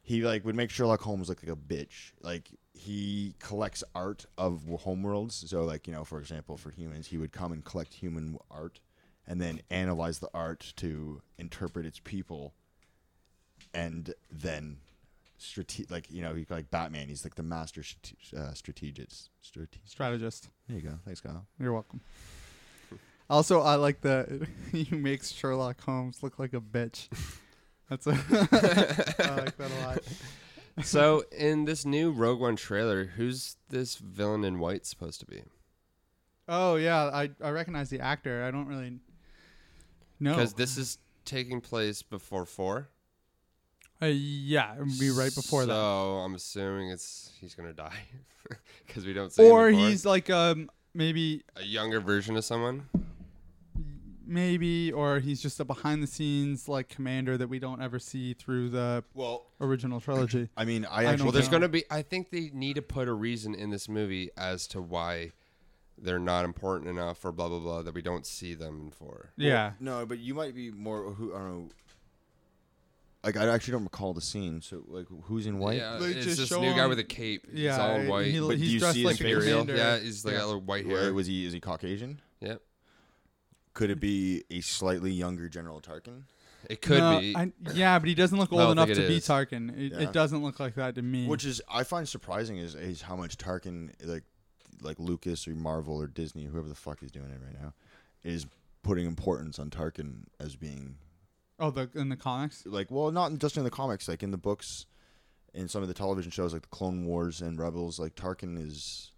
S3: He like would make Sherlock Holmes look like a bitch. Like he collects art of w- homeworlds. So like you know, for example, for humans, he would come and collect human art, and then analyze the art to interpret its people, and then strate- like you know, he, like Batman, he's like the master strate- uh, strategist. Strategist.
S1: strategist.
S3: There you go. Thanks, Kyle.
S1: You're welcome. Also, I like the he makes Sherlock Holmes look like a bitch. That's a, I like that a lot.
S2: so, in this new Rogue One trailer, who's this villain in white supposed to be?
S1: Oh yeah, I I recognize the actor. I don't really know.
S2: Because this is taking place before four.
S1: Uh, yeah, it would be right before
S2: so
S1: that.
S2: I'm assuming it's he's gonna die because we don't. See him
S1: Or
S2: before.
S1: he's like um maybe
S2: a younger version of someone.
S1: maybe or he's just a behind the scenes like commander that we don't ever see through the
S4: Well,
S1: original trilogy.
S3: I mean, I
S1: I
S3: actually
S1: don't
S2: Well, there's
S1: know.
S2: going to be. I think they need to put a reason in this movie as to why they're not important enough, or blah blah blah, that we don't see them for.
S1: yeah.
S4: no, but you might be more. Who I don't know.
S3: like I actually don't recall the scene. So like, who's in white?
S2: Yeah,
S1: They
S2: it's
S1: just
S2: this
S1: show
S2: new guy
S1: him-
S2: with a cape. Yeah,
S1: Yeah.
S2: he's all white.
S1: He,
S3: But
S1: he's
S3: do you
S1: dressed
S3: see
S1: like
S3: his
S1: a
S3: face?
S2: Imperial.
S1: commander.
S2: Yeah, he's like
S1: Yeah.
S2: got a little white
S3: Where
S2: hair.
S3: was he? Is he Caucasian?
S2: Yep,
S3: Could it be a slightly younger General Tarkin?
S2: it could
S1: No,
S2: be.
S1: I- yeah, but he doesn't look
S2: I don't
S1: old enough
S2: think it
S1: to be
S2: is.
S1: Tarkin. It,
S3: Yeah.
S1: it doesn't look like that to me.
S3: Which is I find surprising is is how much Tarkin like like Lucas or Marvel or Disney whoever the fuck is doing it right now is putting importance on Tarkin as being
S1: oh, the in the comics.
S3: like well not in- just in the comics like in the books in some of the television shows like the Clone Wars and Rebels like Tarkin is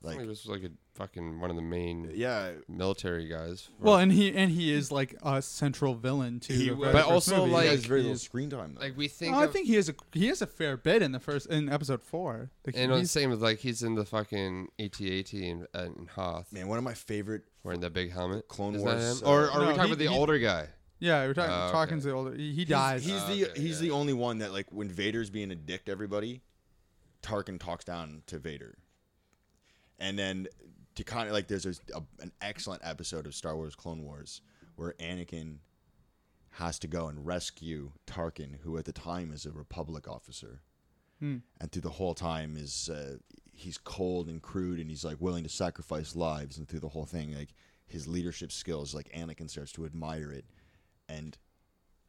S2: like,
S3: like
S2: this was like a fucking one of the main
S3: yeah
S2: military guys. for-
S1: Well, and he and he is like a central villain to
S3: He
S1: the
S3: was-
S1: very
S2: But
S1: first
S2: also,
S1: movie.
S2: like-
S3: he has very
S1: he
S3: little
S1: is-
S3: screen time though.
S2: like we think.
S1: Oh, I
S2: of-
S1: think he is a he is a fair bit in the first in episode four. Like,
S2: And it's
S1: he's-
S2: the same with like he's in the fucking E AT-AT and, and Hoth
S3: Man, one of my favorite
S2: wearing that big helmet.
S3: Clone
S2: Isn't that
S3: Wars,
S2: him? Or are
S1: No,
S2: we talking
S1: he-
S2: about the
S1: he-
S2: older guy?
S1: yeah, we're talking.
S2: Oh, okay.
S1: Tarkin's the older. He, he dies.
S3: He's
S2: Oh,
S3: the
S2: okay,
S3: he's
S2: yeah.
S3: the only one that like when Vader's being a dick to everybody, Tarkin talks down to Vader, and then to kind of like there's a, a- an excellent episode of Star Wars Clone Wars where Anakin has to go and rescue Tarkin, who at the time is a Republic officer, and through the whole time is uh, he's cold and crude, and he's like willing to sacrifice lives, and through the whole thing, like his leadership skills, like Anakin starts to admire it, and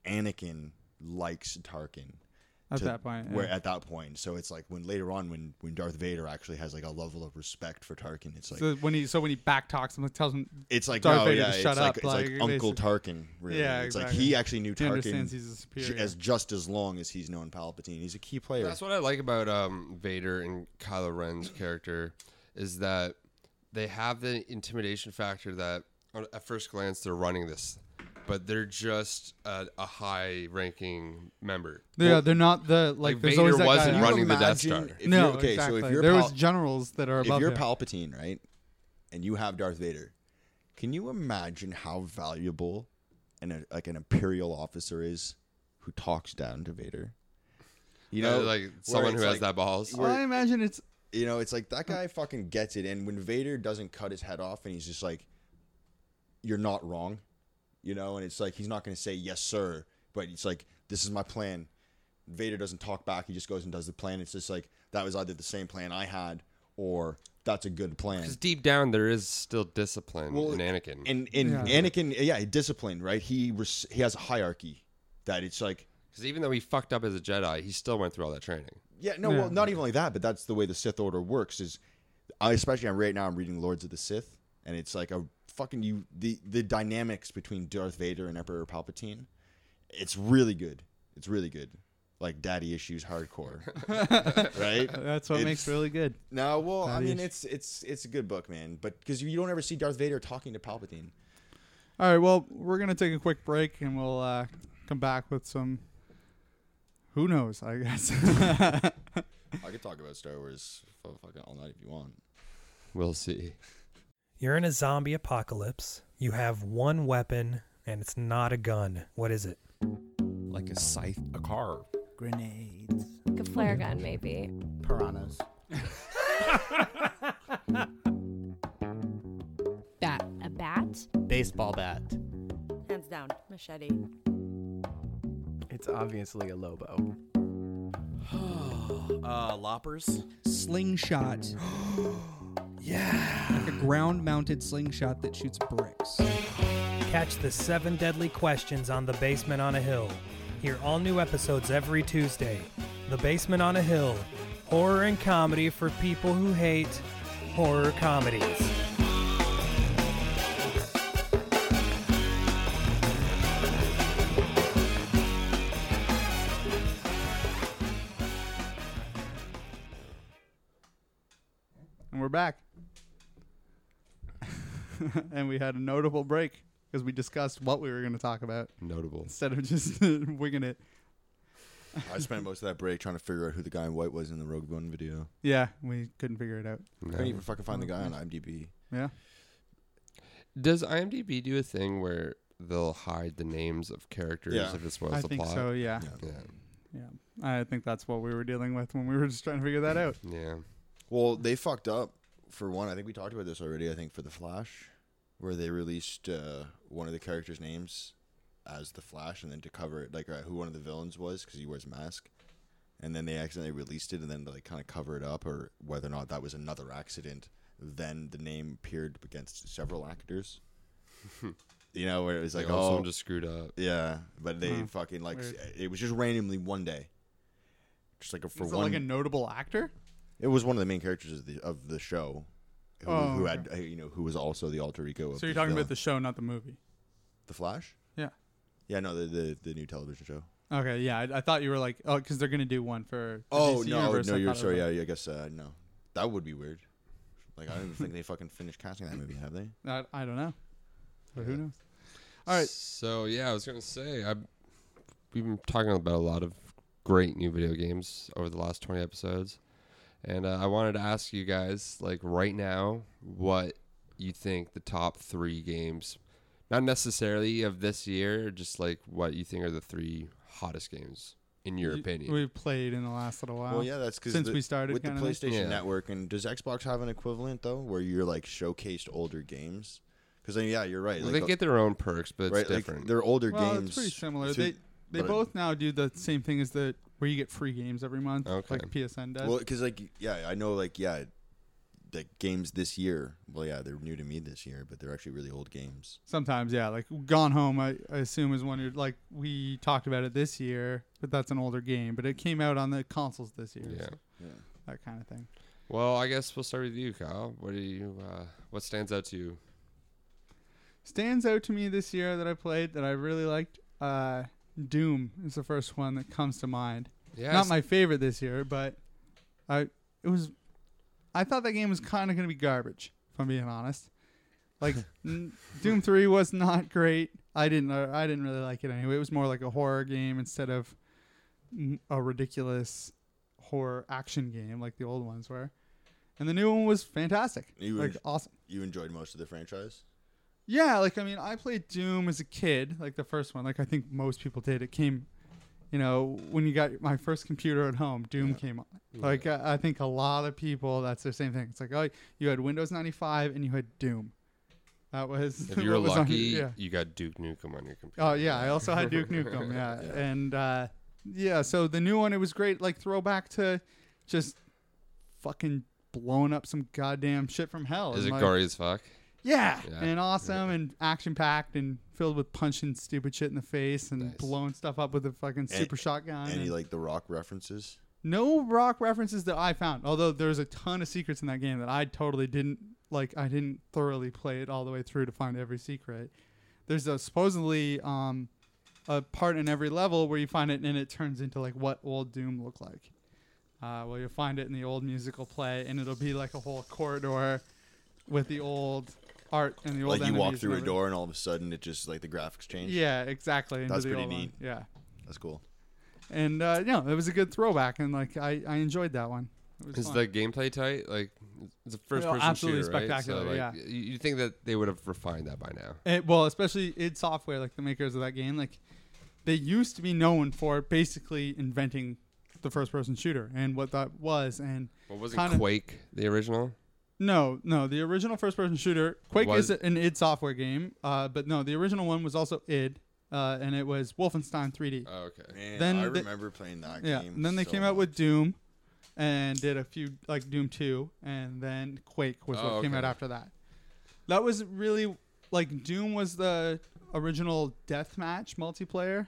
S3: Anakin likes Tarkin
S1: at
S3: to
S1: that point.
S3: Where
S1: yeah.
S3: at that point, so it's like when later on, when when Darth Vader actually has like a level of respect for Tarkin, it's like
S1: so when he so when he back talks him, like, tells him
S3: it's like
S1: Darth
S3: oh
S1: Vader
S3: yeah,
S1: to
S3: it's
S1: shut
S3: like
S1: up,
S3: it's like,
S1: like,
S3: Uncle Tarkin. Really.
S1: Yeah,
S3: it's like
S1: exactly.
S3: he actually knew
S1: he understands
S3: Tarkin
S1: he's a
S3: j-
S1: superior.
S3: as just as long as he's known Palpatine. He's a key player.
S2: That's what I like about um, Vader and Kylo Ren's character is that they have the intimidation factor that on- at first glance they're running this, but they're just a, a high-ranking member.
S1: yeah, they're not the like.
S2: like,
S1: there's
S2: Vader
S1: always that guy-
S2: wasn't
S3: Can you
S2: running the Death
S3: imagine
S2: Star.
S3: if
S1: No,
S3: you're- okay,
S1: exactly.
S3: so if you're
S1: there
S3: Pal-
S1: was generals that are
S3: if
S1: above
S3: you're
S1: him.
S3: Palpatine, right, and you have Darth Vader, can you imagine how valuable an like an imperial officer is who talks down to Vader? You
S2: You
S3: know,
S2: know, Uh, like
S3: where
S2: someone
S3: it's
S2: who has
S3: like-
S2: that balls.
S1: well, I imagine it's
S3: You know, it's like that guy fucking gets it. And when Vader doesn't cut his head off and he's just like, you're not wrong, you know, and it's like he's not going to say, yes, sir, but it's like, this is my plan. Vader doesn't talk back. He just goes and does the plan. It's just like, that was either the same plan I had or that's a good plan.
S2: Because deep down, there is still discipline
S3: Well,
S2: in Anakin.
S3: And, and
S1: Yeah.
S3: Anakin, yeah, discipline, right? He, res- he has a hierarchy that it's like,
S2: Because even though he fucked up as a Jedi, he still went through all that training.
S3: Yeah, no, well, not even like that, but that's the way the Sith Order works. Is I especially I'm right now I'm reading Lords of the Sith, and it's like a fucking you the the dynamics between Darth Vader and Emperor Palpatine. It's really good. It's really good. Like daddy issues hardcore, right?
S1: that's what makes
S3: It's-
S1: really good.
S3: No, well, I
S1: Daddy
S3: mean,
S1: issues.
S3: it's it's it's a good book, man. But because you don't ever see Darth Vader talking to Palpatine.
S1: All right, well, we're gonna take a quick break and we'll uh, come back with some. Who knows? I guess.
S3: I could talk about Star Wars fucking all night if you want.
S2: We'll see.
S6: You're in a zombie apocalypse. You have one weapon, and it's not a gun. What is it?
S7: like a scythe, a car.
S5: Grenades.
S8: Like a flare gun, maybe.
S5: Piranhas.
S9: Bat.
S8: A bat?
S5: Baseball bat.
S9: Hands down. Machete.
S10: It's obviously a Lobo.
S7: Uh, loppers.
S11: Slingshot. yeah. Like a ground mounted slingshot that shoots bricks.
S6: Catch the seven deadly questions on The Basement on a Hill. Hear all new episodes every Tuesday. The Basement on a Hill. Horror and comedy for people who hate horror comedies.
S1: and we're back. and we had a notable break because we discussed what we were going to talk about
S2: Notable.
S1: instead of just winging it.
S3: I spent most of that break trying to figure out who the guy in white was in the Rogue One video.
S1: Yeah, we couldn't figure it out.
S3: Couldn't even fucking find the guy on IMDb.
S1: Yeah.
S2: Does IMDb do a thing where they'll hide the names of characters
S3: Yeah.
S2: if it's what's
S1: I
S2: the
S1: think
S2: plot?
S1: so. Yeah.
S2: Yeah.
S1: yeah, I think that's what we were dealing with when we were just trying to figure that out.
S2: Yeah.
S3: Well, they fucked up for one. I think we talked about this already. I think for the Flash, where they released uh, one of the characters' names as the Flash, and then to cover it, like uh, who one of the villains was because he wears a mask, and then they accidentally released it, and then to, like kind of cover it up, or whether or not that was another accident. Then the name appeared against several actors. you know, where it was
S2: Like,
S3: like,
S2: oh,
S3: oh,
S2: someone just screwed up.
S3: yeah, but they
S1: Huh.
S3: fucking like
S1: Weird.
S3: s- it was just randomly one day. Just like a, for
S1: Is it
S3: one,
S1: like a notable actor?
S3: it was one of the main characters of the of the show, who,
S1: Oh,
S3: who
S1: okay.
S3: had uh, you know who was also the alter ego. Of
S1: So you're talking
S3: villain.
S1: about the show, not the movie.
S3: the Flash?
S1: Yeah.
S3: Yeah, no, the the, the new television show.
S1: Okay. Yeah, I, I thought you were like, oh, because they're gonna do one for. the
S3: Oh
S1: DC
S3: no,
S1: Universe,
S3: no,
S1: I
S3: you're
S1: thought it
S3: sorry.
S1: was-
S3: Yeah, yeah, I guess uh, no, that would be weird. Like I don't even think they fucking finished casting that movie, have they?
S1: I, I don't know, but who knows? All right.
S2: So yeah, I was gonna say I we've been talking about a lot of great new video games over the last 20 episodes, and uh, I wanted to ask you guys like right now what you think the top three games, not necessarily of this year, just like what you think are the three hottest games in in your
S1: Y-
S2: opinion.
S1: We've played in the last little while.
S3: Well, yeah, that's because
S1: since we started
S3: with the
S1: kinda thing.
S3: PlayStation Network. And does Xbox have an equivalent though, where you're like showcased older games? Because then, yeah, you're right.
S2: Well,
S3: like,
S2: they get their own perks, but it's
S3: right, like,
S2: different.
S3: they're older
S1: well,
S3: games.
S1: it's pretty similar.
S3: through-
S1: They they
S3: but-
S1: both now do the same thing as the where you get free games every month,
S2: Okay.
S1: like PSN does.
S3: Well, because like yeah, I know like yeah, the games this year. Well, yeah, they're new to me this year, but they're actually really old games.
S1: Sometimes, yeah, like Gone Home, I, I assume is one you're like we talked about it this year, but that's an older game, but it came out on the consoles this year.
S2: Yeah.
S1: so that kind of thing.
S2: Well, I guess we'll start with you, Kyle. What do you? Uh, what stands out to you?
S1: stands out to me this year that I played that I really liked. Uh, Doom is the first one that comes to mind.
S2: Yeah,
S1: not
S2: it's-
S1: my favorite this year, but I it was. I thought that game was kind of going to be garbage, if I'm being honest. Like n- Doom Three was not great. I didn't. Uh, I didn't really like it anyway. It was more like a horror game instead of n- a ridiculous horror action game like the old ones were. And the new one was fantastic.
S3: You
S1: like
S3: en-
S1: awesome.
S3: You enjoyed most of the franchise.
S1: Yeah, like I mean, I played Doom as a kid, like the first one. Like I think most people did. It came, you know, when you got my first computer at home, Doom came on. Like I, I think a lot of people, that's the same thing. It's like, oh, you had Windows ninety five and you had Doom. That was.
S2: If you were
S1: what was on-
S2: lucky,
S1: yeah.
S2: you got Duke Nukem on your computer.
S1: Oh yeah, I also had Duke Nukem. Yeah, and uh, yeah, so the new one it was great. Like throwback to just fucking blowing up some goddamn shit from hell.
S2: Is
S1: And,
S2: it
S1: like,
S2: gory as fuck?
S1: yeah,
S2: Yeah.
S1: and awesome and action packed and filled with punching stupid shit in the face and blowing stuff up with a fucking super shotgun.
S3: Any
S1: and-
S3: like the rock references?
S1: no rock references that I found. Although there's a ton of secrets in that game that I totally didn't like. I didn't thoroughly play it all the way through to find every secret. There's a supposedly um, a part in every level where you find it and it turns into like what old Doom looked like. Uh, well, you'll find it in the old musical play, and it'll be like a whole corridor with the old art and the old.
S3: like you walk
S1: enemies and
S3: through a
S1: everything.
S3: door and all of a sudden it just like the graphics change.
S1: Yeah, exactly. into
S3: That's
S1: the
S3: pretty
S1: old one.
S3: neat.
S1: Yeah,
S3: That's cool.
S1: and uh, yeah, it was a good throwback, and like I, I enjoyed that one. It was
S2: Is
S1: fun.
S2: the gameplay tight? Like it's a first person
S1: absolutely
S2: shooter, right?
S1: spectacular,
S2: So, like,
S1: yeah.
S2: y- You think that they would have refined that by now?
S1: It, well, especially id Software, like the makers of that game, like they used to be known for basically inventing the first-person shooter and what that was, and
S2: Well, wasn't Quake the original?
S1: No, no, the original first-person shooter Quake
S2: Was-
S1: is an id Software game, uh, but no, the original one was also id, uh, and it was Wolfenstein 3D.
S2: Oh, okay.
S3: Man,
S1: Then
S3: I
S1: they-
S3: remember playing that
S1: yeah,
S3: game
S1: and then they
S3: so
S1: came out with Doom, and did a few like Doom 2, and then Quake was what
S2: Oh,
S1: came out
S2: okay.
S1: after that. That was really like Doom was the original deathmatch multiplayer,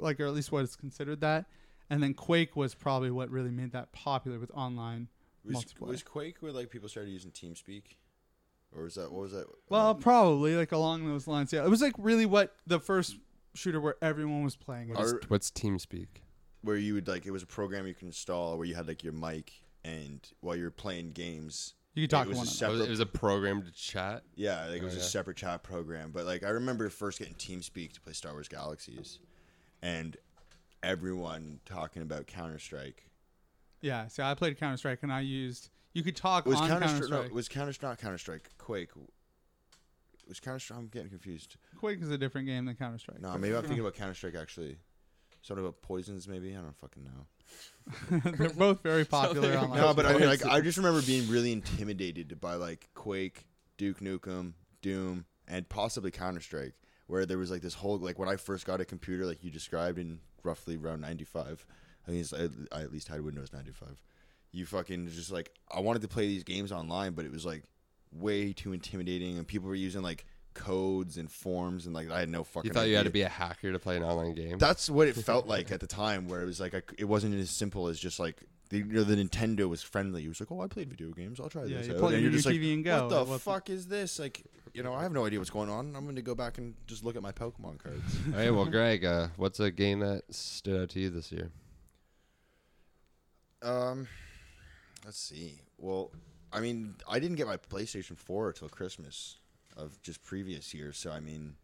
S1: like or at least what is considered that, and then Quake was probably what really made that popular with online
S3: Was,
S1: multiplayer.
S3: was Quake where like people started using TeamSpeak, or was that what was that?
S1: well, probably like along those lines. Yeah, it was like really what the first shooter where everyone was playing. it.
S2: What's, what's TeamSpeak? Oh,
S3: where you would like it was a program you could install where you had like your mic and while you're playing games
S1: You could talk
S3: it
S1: to
S3: was
S1: one
S3: a
S2: Oh,
S3: separate
S2: It was a program to chat.
S3: yeah like it was
S2: Oh,
S3: a
S2: yeah.
S3: separate chat program but like i remember first getting teamspeak to play star wars galaxies and everyone talking about counter-strike
S1: Yeah, see, I played Counter Strike and I used you could talk
S3: was
S1: on
S3: counter
S1: Counter
S3: strike no,
S1: Strike.
S3: was counter not counter-strike quake was counter-strike i'm getting confused
S1: Quake is a different game than Counter Strike.
S3: no maybe i'm thinking about counter-strike actually something about poisons maybe i don't fucking know
S1: They're both very popular online.
S3: No, but I mean, like, I just remember being really intimidated by like Quake, Duke Nukem, Doom, and possibly Counter Strike, where there was like this whole like when I first got a computer, like you described in roughly around '95. I mean, it's- I, I at least had Windows '95. You fucking just like I wanted to play these games online, but it was like way too intimidating, and people were using like codes and forms, and like I had no fucking.
S2: You thought you had to
S3: idea.
S2: be a hacker to play an online game?
S3: That's what it felt like at the time, where it was like I c it wasn't as simple as just like the, you know, the Nintendo was friendly. It was like, oh, I played video games. I'll try
S1: Yeah,
S3: this.
S1: you
S3: out.
S1: plug
S3: and
S1: in
S3: you're
S1: your
S3: just like,
S1: TV and go.
S3: What the
S1: What's-
S3: fuck is this? Like, you know, I have no idea what's going on. I'm going to go back and just look at my Pokemon cards.
S2: All right, well, Greg, uh, what's a game that stood out to you this year?
S3: um, let's see. Well, I mean, I didn't get my PlayStation 4 till Christmas of just previous year, so I mean,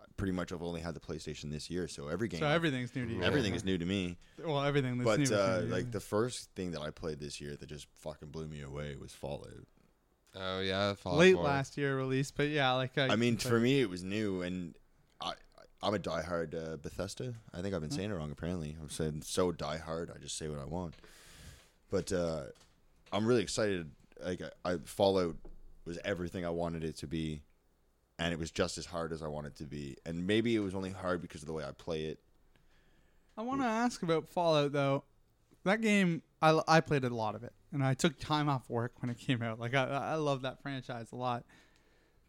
S3: I pretty much I've only had the PlayStation this year, so every game,
S1: So everything's new to you.
S3: everything is new to me.
S1: Well, everything that's
S3: but
S1: new. is
S3: uh,
S1: new,
S3: like
S1: yeah.
S3: the first thing that I played this year that just fucking blew me away was Fallout.
S2: Oh yeah, Fallout
S1: late
S2: 4.
S1: last year release, but yeah, like I,
S3: I mean,
S1: but
S3: for me, it was new, and I I'm a diehard uh, Bethesda. I think
S1: Mm-hmm.
S3: I've been
S4: Hmm.
S3: saying it wrong. Apparently, I'm saying so diehard. I just say what I want. But uh, I'm really excited. Like I, I Fallout was everything I wanted it to be, and it was just as hard as I wanted it to be. And maybe it was only hard because of the way I play it.
S1: I want to ask about Fallout though. That game, I, I played a lot of it, and I took time off work when it came out. Like I, I love that franchise a lot,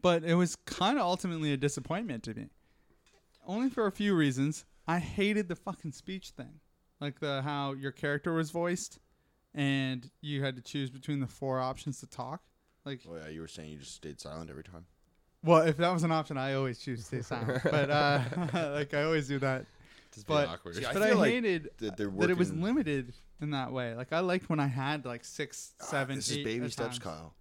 S1: but it was kind of ultimately a disappointment to me. Only for a few reasons. I hated the fucking speech thing, like the how your character was voiced, and you had to choose between the four options to talk. Like,
S3: oh yeah, you were saying you just stayed silent every time.
S1: Well, if that was an option, I always choose to stay silent. but uh, like I always do that.
S2: Just be
S1: but
S2: awkward.
S3: See, I
S1: but I,
S3: feel like
S1: hated
S3: that they're
S1: it was
S3: working-
S1: limited in that way. Like I liked when I had like six, seven,
S3: Ah, This is
S1: eight
S3: baby
S1: at times.
S3: steps, Kyle.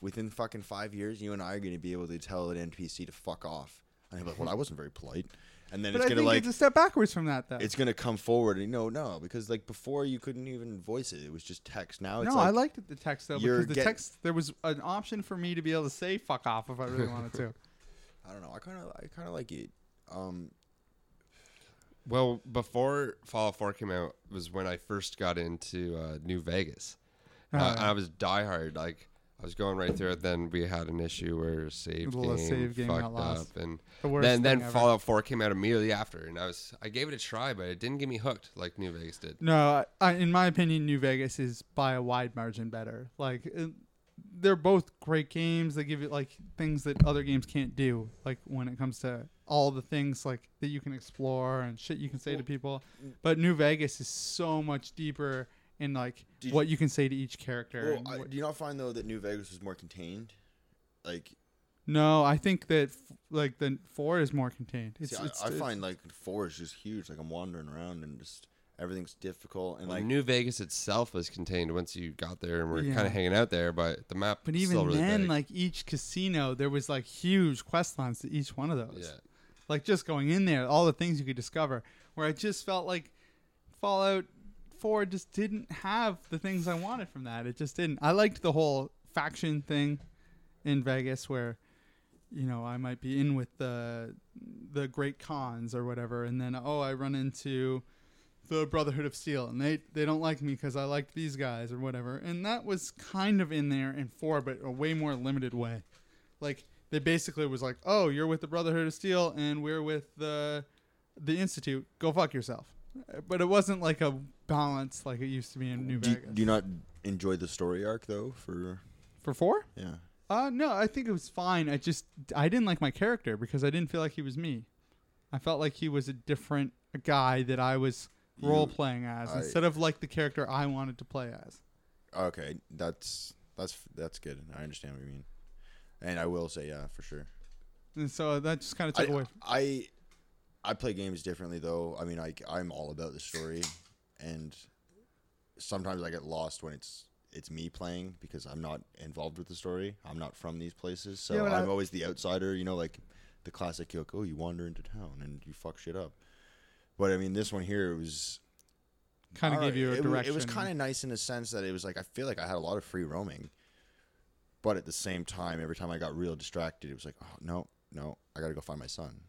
S3: Within fucking five years, you and I are going to be able to tell an NPC to fuck off. And I'm like, well, I wasn't very polite. And then
S1: But I
S3: it's going
S1: think
S3: to like
S1: it's a step backwards from that though.
S3: it's gonna come forward. And no, no, because like before you couldn't even voice it; it was just text. Now it's
S1: no,
S3: like,
S1: I liked it, the text though
S3: you're
S1: because the
S3: get-
S1: text there was an option for me to be able to say fuck off if I really wanted to.
S3: I don't know. I kind of, I kind of like it. Um,
S2: Well, before Fallout 4 came out was when I first got into uh, New Vegas.
S1: Oh,
S2: Uh,
S1: yeah.
S2: I was diehard. Like I was going right through it. Then we had an issue where save
S1: The
S2: game,
S1: little save game got
S2: fucked
S1: lost.
S2: up, and
S1: The worst
S2: then then
S1: thing ever.
S2: Fallout 4 came out immediately after, and I was I gave it a try, but it didn't get me hooked like New Vegas did.
S1: No, I, I, in my opinion, New Vegas is by a wide margin better. Like, uh, they're both great games. They give you like things that other games can't do. Like when it comes to all the things like that you can explore and shit you can say to people.
S3: mm,
S1: But New Vegas is so much deeper in like
S3: Did-
S1: what you can say to each character.
S3: well,
S1: and
S3: I,
S1: what-
S3: do you not find though that New Vegas was more contained? Like,
S1: no, I think that f- like the four is more contained. It's,
S3: see,
S1: it's,
S3: I, I
S1: it's-
S3: find like four is just huge. Like I'm wandering around and just everything's difficult. And
S2: Well,
S3: like
S2: New Vegas itself was contained once you got there and we're
S1: Yeah.
S2: kind of hanging out there, but the map.
S1: But
S2: is
S1: even
S2: still really
S1: then,
S2: big.
S1: like each casino, there was like huge quest lines to each one of those.
S2: Yeah.
S1: Like just going in there, all the things you could discover. Where I just felt like Fallout Four just didn't have the things I wanted from that. It just didn't. I liked the whole faction thing in Vegas, where you know I might be in with the the Great Cons or whatever, and then oh I run into the Brotherhood of Steel, and they they don't like me because I liked these guys or whatever. And that was kind of in there in four, but a way more limited way. Like they basically was like, oh, you're with the Brotherhood of Steel, and we're with the the Institute. Go fuck yourself. But it wasn't like a balance like it used to be in New
S3: do, you-
S1: Vegas.
S3: do you not enjoy the story arc though? For
S1: For four?
S3: yeah,
S1: Uh, no, I think it was fine. I just I didn't like my character because I didn't feel like he was me. I felt like he was a different guy that I was
S3: You-
S1: role playing as
S3: I-
S1: instead of like the character I wanted to play as.
S3: okay, that's that's that's good. I understand what you mean. And I will say, yeah, for sure.
S1: And so that just kind of
S3: I,
S1: took away.
S3: I I play games differently though. I mean, I I'm all about the story, and sometimes I get lost when it's it's me playing because I'm not involved with the story. I'm not from these places, so
S1: Yeah, but I-
S3: I'm always the outsider. You know, like the classic like, oh, you wander into town and you fuck shit up. But I mean, this one here it was
S1: Kind of
S3: all
S1: gave
S3: right,
S1: you
S3: it
S1: a
S3: wa-
S1: direction.
S3: It was kind of nice in a sense that it was like I feel like I had a lot of free roaming, but at the same time, every time I got real distracted, it was like, oh no, no, I gotta go find my son.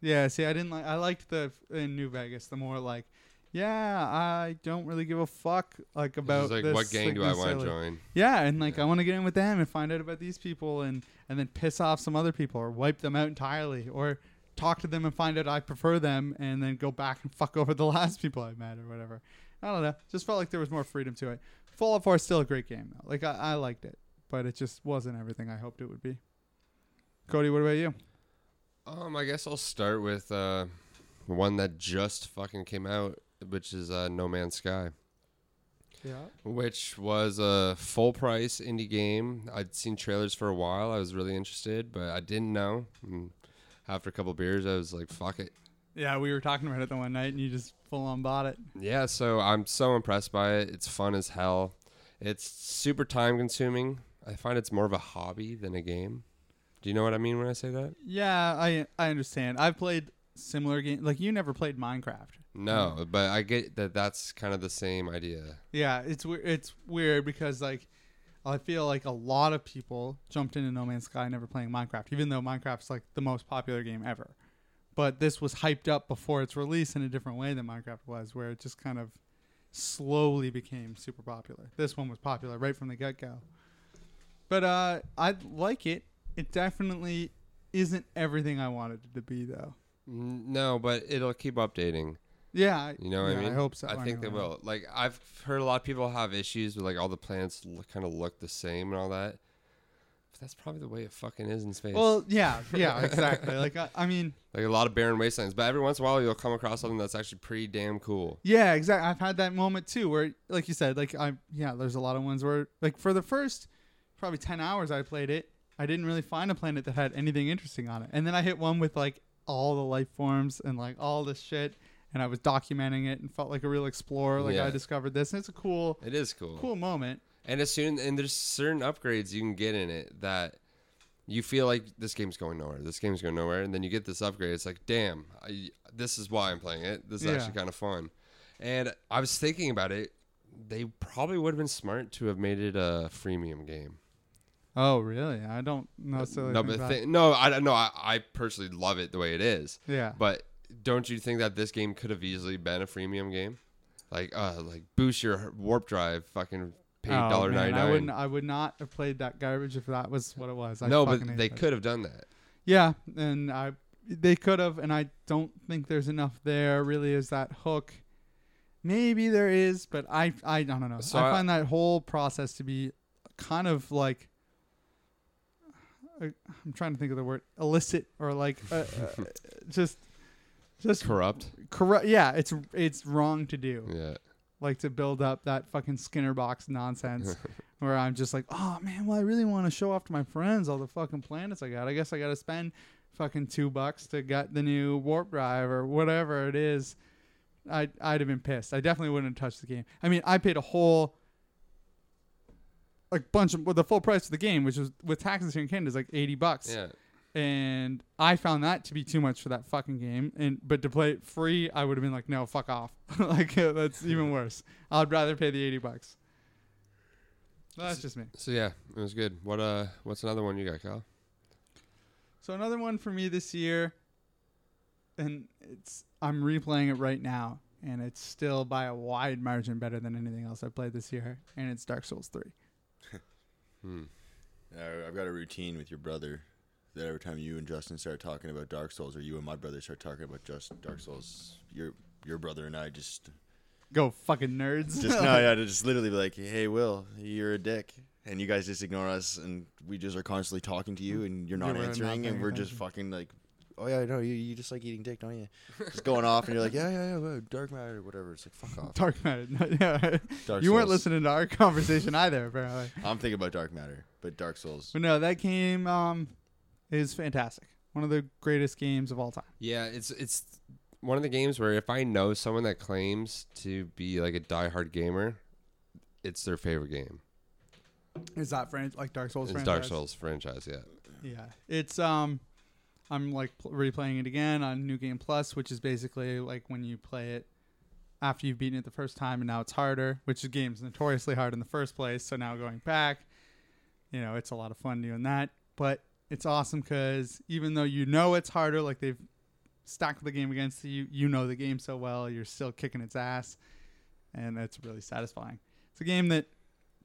S1: Yeah, see, I didn't like. I liked the in New Vegas the more like, yeah, I don't really give a fuck like about
S2: like,
S1: this,
S2: what gang do I wanna
S1: necessarily.
S2: join?
S1: Yeah, and like I want to get in with them and find out about these people and and then piss off some other people or wipe them out entirely or talk to them and find out I prefer them and then go back and fuck over the last people I met or whatever. I don't know. Just felt like there was more freedom to it. Fallout 4 is still a great game though. Like I, I liked it, but it just wasn't everything I hoped it would be. Cody, what about you?
S2: Um, I guess I'll start with uh, one that just fucking came out, which is uh, No Man's Sky.
S1: Yeah.
S2: Which was a full price indie game. I'd seen trailers for a while. I was really interested, but I didn't know. And after a couple beers, I was like, fuck it.
S1: Yeah, we were talking about it the one night and you just full on bought it.
S2: Yeah, so I'm so impressed by it. It's fun as hell. It's super time consuming. I find it's more of a hobby than a game. Do you know what I mean when I say that?
S1: Yeah, I I understand. I've played similar games. Like you never played Minecraft.
S2: No, but I get that that's kind of the same idea.
S1: Yeah, it's weir- it's weird because like I feel like a lot of people jumped into No Man's Sky never playing Minecraft, even though Minecraft's like the most popular game ever. but this was hyped up before its release in a different way than Minecraft was, where it just kind of slowly became super popular. This one was popular right from the get go. But uh, I like it. It definitely isn't everything I wanted it to be, though.
S2: N- No, but it'll keep updating.
S1: Yeah, I-
S2: you know what
S1: yeah,
S2: I
S1: I
S2: mean.
S1: hope so.
S2: I
S1: I
S2: think they
S1: know.
S2: will. Like I've heard a lot of people have issues with like all the planets look, kind of look the same and all that. But that's probably the way it fucking is in space.
S1: Well, yeah, yeah, exactly. Like, I- I mean-
S2: like a lot of barren wastelands. But every once in a while, you'll come across something that's actually pretty damn cool.
S1: Yeah, exactly. I've had that moment too, where, like you said, like I, yeah, there's a lot of ones where, like, for the first probably ten hours I played it, I didn't really find a planet that had anything interesting on it, and then I hit one with like all the life forms and like all this shit, and I was documenting it and felt like a real explorer, like
S2: Yeah.
S1: I discovered this, and it's a cool,
S2: It is cool.
S1: cool moment.
S2: And as soon and there's certain upgrades you can get in it that you feel like this game's going nowhere. This game's going nowhere, and then you get this upgrade. It's like, damn, I, this is why I'm playing it. This is
S1: Yeah.
S2: actually kind of fun. And I was thinking about it. They probably would have been smart to have made it a freemium game.
S1: Oh, really? I don't necessarily.
S2: no,
S1: think
S2: but
S1: that-
S2: thi- no, I don't know. I, I personally love it the way it is.
S1: Yeah.
S2: But don't you think that this game could have easily been a freemium game? Like, uh, like boost your warp drive, fucking pay
S1: Oh,
S2: dollar
S1: man,
S2: ninety
S1: I wouldn't.
S2: nine.
S1: I would not have played that garbage if that was what it was. I
S2: No,
S1: fucking
S2: but
S1: hate
S2: they
S1: that.
S2: could have done that.
S1: Yeah, and I they could have, and I don't think there's enough there. Really, is that hook? Maybe there is, but I I don't know.
S2: So
S1: I
S2: I-
S1: find that whole process to be kind of like I- I'm trying to think of the word illicit or like uh, uh, just just
S2: corrupt.
S1: Corrupt. Yeah, it's it's wrong to do.
S2: Yeah.
S1: Like to build up that fucking Skinner box nonsense where I'm just like, oh man, well I really want to show off to my friends all the fucking planets I got. I guess I got to spend fucking two bucks to get the new warp drive or whatever it is. I I'd have been pissed. I definitely wouldn't have touched the game. I mean, I paid a whole like bunch of well, the full price of the game, which was with taxes here in Canada is like eighty bucks.
S2: Yeah.
S1: And I found that to be too much for that fucking game. And but to play it free, I would have been like, no, fuck off. like uh, that's even worse. I'd rather pay the eighty bucks. Well, that's just me.
S2: So yeah, it was good. What uh, what's another one you got, Kyle?
S1: So another one for me this year, and it's I'm replaying it right now, and it's still by a wide margin better than anything else I played this year, and it's Dark Souls three.
S3: Yeah, I've got a routine with your brother that every time you and Justin start talking about Dark Souls, or you and my brother start talking about just Dark Souls, your your brother and I just
S1: Go fucking nerds.
S3: just no, yeah, to just literally be like, "Hey, Will, you're a dick," and you guys just ignore us, and we just are constantly talking to you, and
S4: You're
S3: you're not
S4: really not
S3: answering,
S4: paying
S3: and we're just fucking like, "Oh yeah, no, you you just like eating dick, don't you?" Just going off, and you're like, "Yeah, yeah, yeah, well, dark matter, whatever." It's like, fuck off.
S1: Dark Matter. No, yeah.
S3: Dark
S1: you weren't
S3: Souls.
S1: listening to our conversation either, apparently.
S3: I'm thinking about dark matter, but Dark Souls.
S1: But no, that game um, is fantastic. One of the greatest games of all time.
S2: Yeah, it's it's one of the games where if I know someone that claims to be like a diehard gamer, it's their favorite game.
S1: Is that fran- like Dark Souls?
S2: It's
S1: franchise?
S2: Dark Souls franchise, yeah.
S1: Yeah, it's um, I'm like pl- replaying it again on New Game Plus, which is basically like when you play it after you've beaten it the first time, and now it's harder, which the game's notoriously hard in the first place. So now going back, you know, it's a lot of fun doing that. But it's awesome because even though you know it's harder, like they've stacked the game against you, you know the game so well, you're still kicking its ass, and that's really satisfying. It's a game that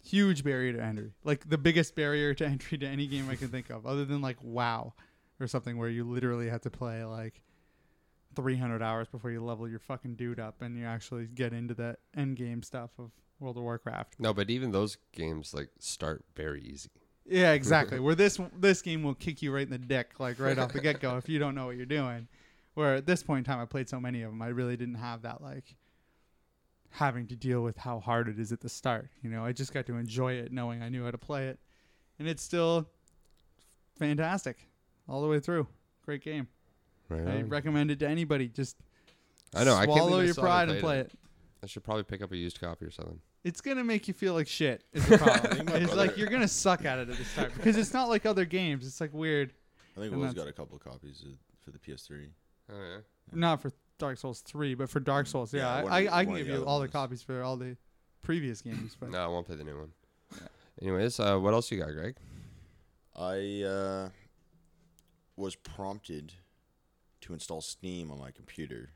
S1: huge barrier to entry, like the biggest barrier to entry to any game I can think of, other than like WoW or something where you literally have to play like 300 hours before you level your fucking dude up and you actually get into the end game stuff of World of Warcraft.
S2: No, but even those games like start very easy.
S1: Yeah, exactly. Where this this game will kick you right in the dick, like right off the get go, if you don't know what you're doing. Where at this point in time, I played so many of them, I really didn't have that like having to deal with how hard it is at the start. You know, I just got to enjoy it, knowing I knew how to play it, and it's still fantastic all the way through. Great game.
S2: Right
S1: I
S2: on.
S1: recommend it to anybody. Just
S2: I know. I can't
S1: swallow
S2: believe I
S1: your
S2: saw
S1: pride and
S2: played
S1: play it.
S2: I should probably pick up a used copy or something.
S1: It's gonna make you feel like shit. Is the problem.
S3: think my
S1: it's like
S3: brother-
S1: you're gonna suck at it at the start because it's not like other games. It's like weird.
S3: I think
S1: And
S3: Will's
S1: that's-
S3: got a couple of copies of, for the PS3.
S2: Oh yeah.
S1: not for Dark Souls three, but for Dark Souls, yeah,
S3: Mm, Yeah, one
S1: I,
S3: of the-
S1: I, I can
S3: one of
S1: give
S3: the
S1: you
S3: other
S1: all the
S3: ones.
S1: copies for all the previous games. But
S2: No, I won't play the new one. Anyways, uh, what else you got, Greg?
S3: I uh, was prompted to install Steam on my computer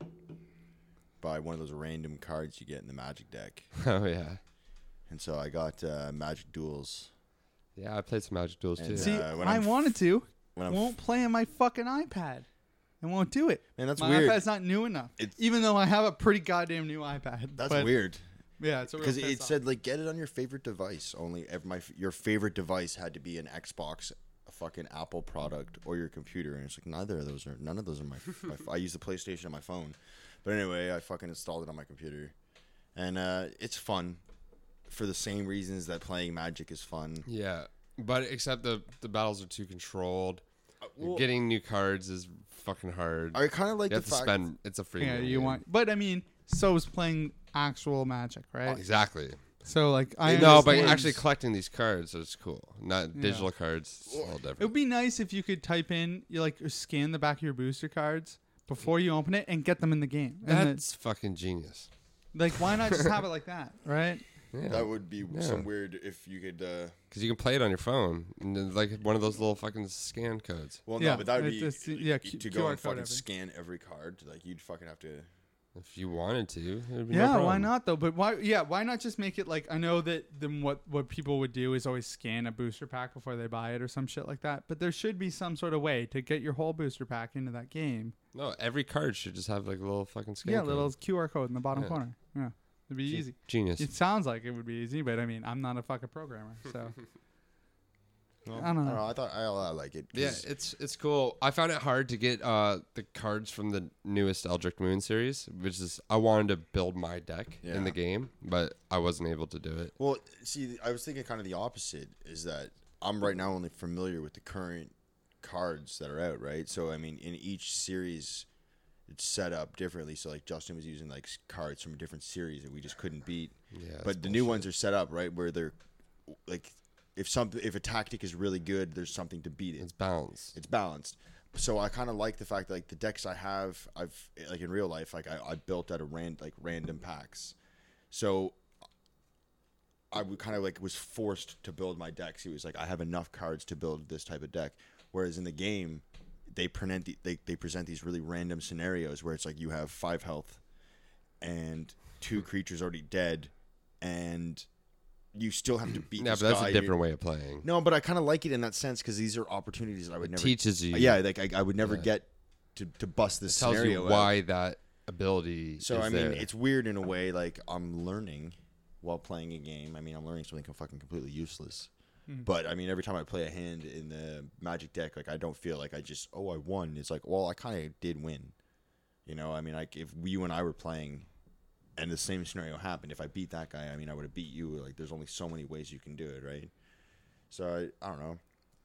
S3: by one of those random cards you get in the Magic deck.
S2: Oh, yeah.
S3: And so I got uh, Magic Duels.
S2: Yeah, I played some Magic Duels too.
S1: See,
S3: uh, when
S1: I
S3: I'm f-
S1: wanted to.
S3: when I'm
S1: won't play on my fucking iPad. I won't do it.
S3: Man, that's
S1: my
S3: weird.
S1: iPad's not new enough. even though I have a pretty goddamn new iPad.
S3: That's
S1: but-
S3: weird.
S1: Yeah, it's a real
S3: because it
S1: piss-off.
S3: said like get it on your favorite device. Only if my your favorite device had to be an Xbox, a fucking Apple product, or your computer. And it's like neither of those are none of those are my. my I use the PlayStation on my phone, but anyway, I fucking installed it on my computer, and uh, it's fun for the same reasons that playing Magic is fun.
S2: Yeah, but except the the battles are too controlled.
S3: Uh, well-
S2: Getting new cards is fucking hard.
S3: I kinda like
S2: you
S3: the
S2: have
S3: fact-
S2: to spend. It's a free.
S1: Yeah, you want. But I mean, so is playing actual Magic, right?
S2: exactly.
S1: So like, I
S2: no, but
S1: understand-
S2: actually collecting these cards is cool. Not
S1: Yeah.
S2: digital cards. It's a little
S1: It
S2: different.
S1: would be nice if you could type in, you like scan the back of your booster cards before you open it and get them in the game. And
S2: That's fucking genius.
S1: the- like, why not just have it like that, right?
S2: Yeah.
S3: That would be
S2: Yeah.
S3: some weird if you could. Uh,
S2: Because you can play it on your phone, and then, like one of those little fucking scan codes.
S3: well, no,
S1: Yeah,
S3: but that would be
S1: it's- it's- yeah, Q-
S3: to go
S1: QR
S3: and
S1: code
S3: fucking
S1: everything.
S3: scan every card. Like you'd fucking have to.
S2: If you wanted to, it would be no
S1: Yeah, why
S2: problem.
S1: not though? But why? Yeah, why not just make it like I know that then what what people would do is always scan a booster pack before they buy it or some shit like that. But there should be some sort of way to get your whole booster pack into that game.
S2: No, every card should just have like a little fucking scan.
S1: yeah,
S2: code.
S1: little QR code in the bottom
S2: Yeah.
S1: corner. Yeah, it'd be
S2: Ge-
S1: easy.
S2: genius.
S1: It sounds like it would be easy, but I mean, I'm not a fucking programmer, so
S3: Well,
S1: I don't know.
S3: I thought I, I like it. 'cause-
S2: Yeah, it's it's cool. I found it hard to get uh, the cards from the newest Eldritch Moon series, which is I wanted to build my deck in
S3: Yeah.
S2: the game, but I wasn't able to do it.
S3: Well, see, I was thinking kind of the opposite is that I'm right now only familiar with the current cards that are out, right? So, I mean, in each series, it's set up differently. So, like, Justin was using like s- cards from a different series that we just couldn't beat.
S2: Yeah, that's
S3: but the new ones are set up, right? Where they're like, if something, if a tactic is really good, there's something to beat it
S2: It's balanced.
S3: it's balanced. So I kind of like the fact that like the decks I have, I've like in real life, like I, I built out of ran like random packs. So I would kind of like was forced to build my decks. It was like I have enough cards to build this type of deck. Whereas in the game, they present the, they they present these really random scenarios where it's like you have five health and two creatures already dead, and you still have to beat.
S2: Yeah,
S3: this
S2: but that's
S3: guy.
S2: a
S3: You're-
S2: different way of playing.
S3: no, but I kind of like it in that sense because these are opportunities that I would never
S2: teaches you.
S3: Yeah, like I, I would never
S2: Yeah.
S3: get to, to bust
S2: It
S3: this
S2: tells
S3: scenario.
S2: you
S3: out.
S2: why that ability.
S3: So
S2: is
S3: I mean,
S2: there.
S3: it's weird in a way. Like I'm learning while playing a game. I mean, I'm learning something fucking completely useless. But I mean, every time I play a hand in the Magic deck, like I don't feel like I just oh I won. It's like well I kind of did win. You know, I mean, like if you and I were playing, and the same scenario happened, if I beat that guy, I mean, I would have beat you. Like there's only so many ways you can do it, right? So I, I don't know.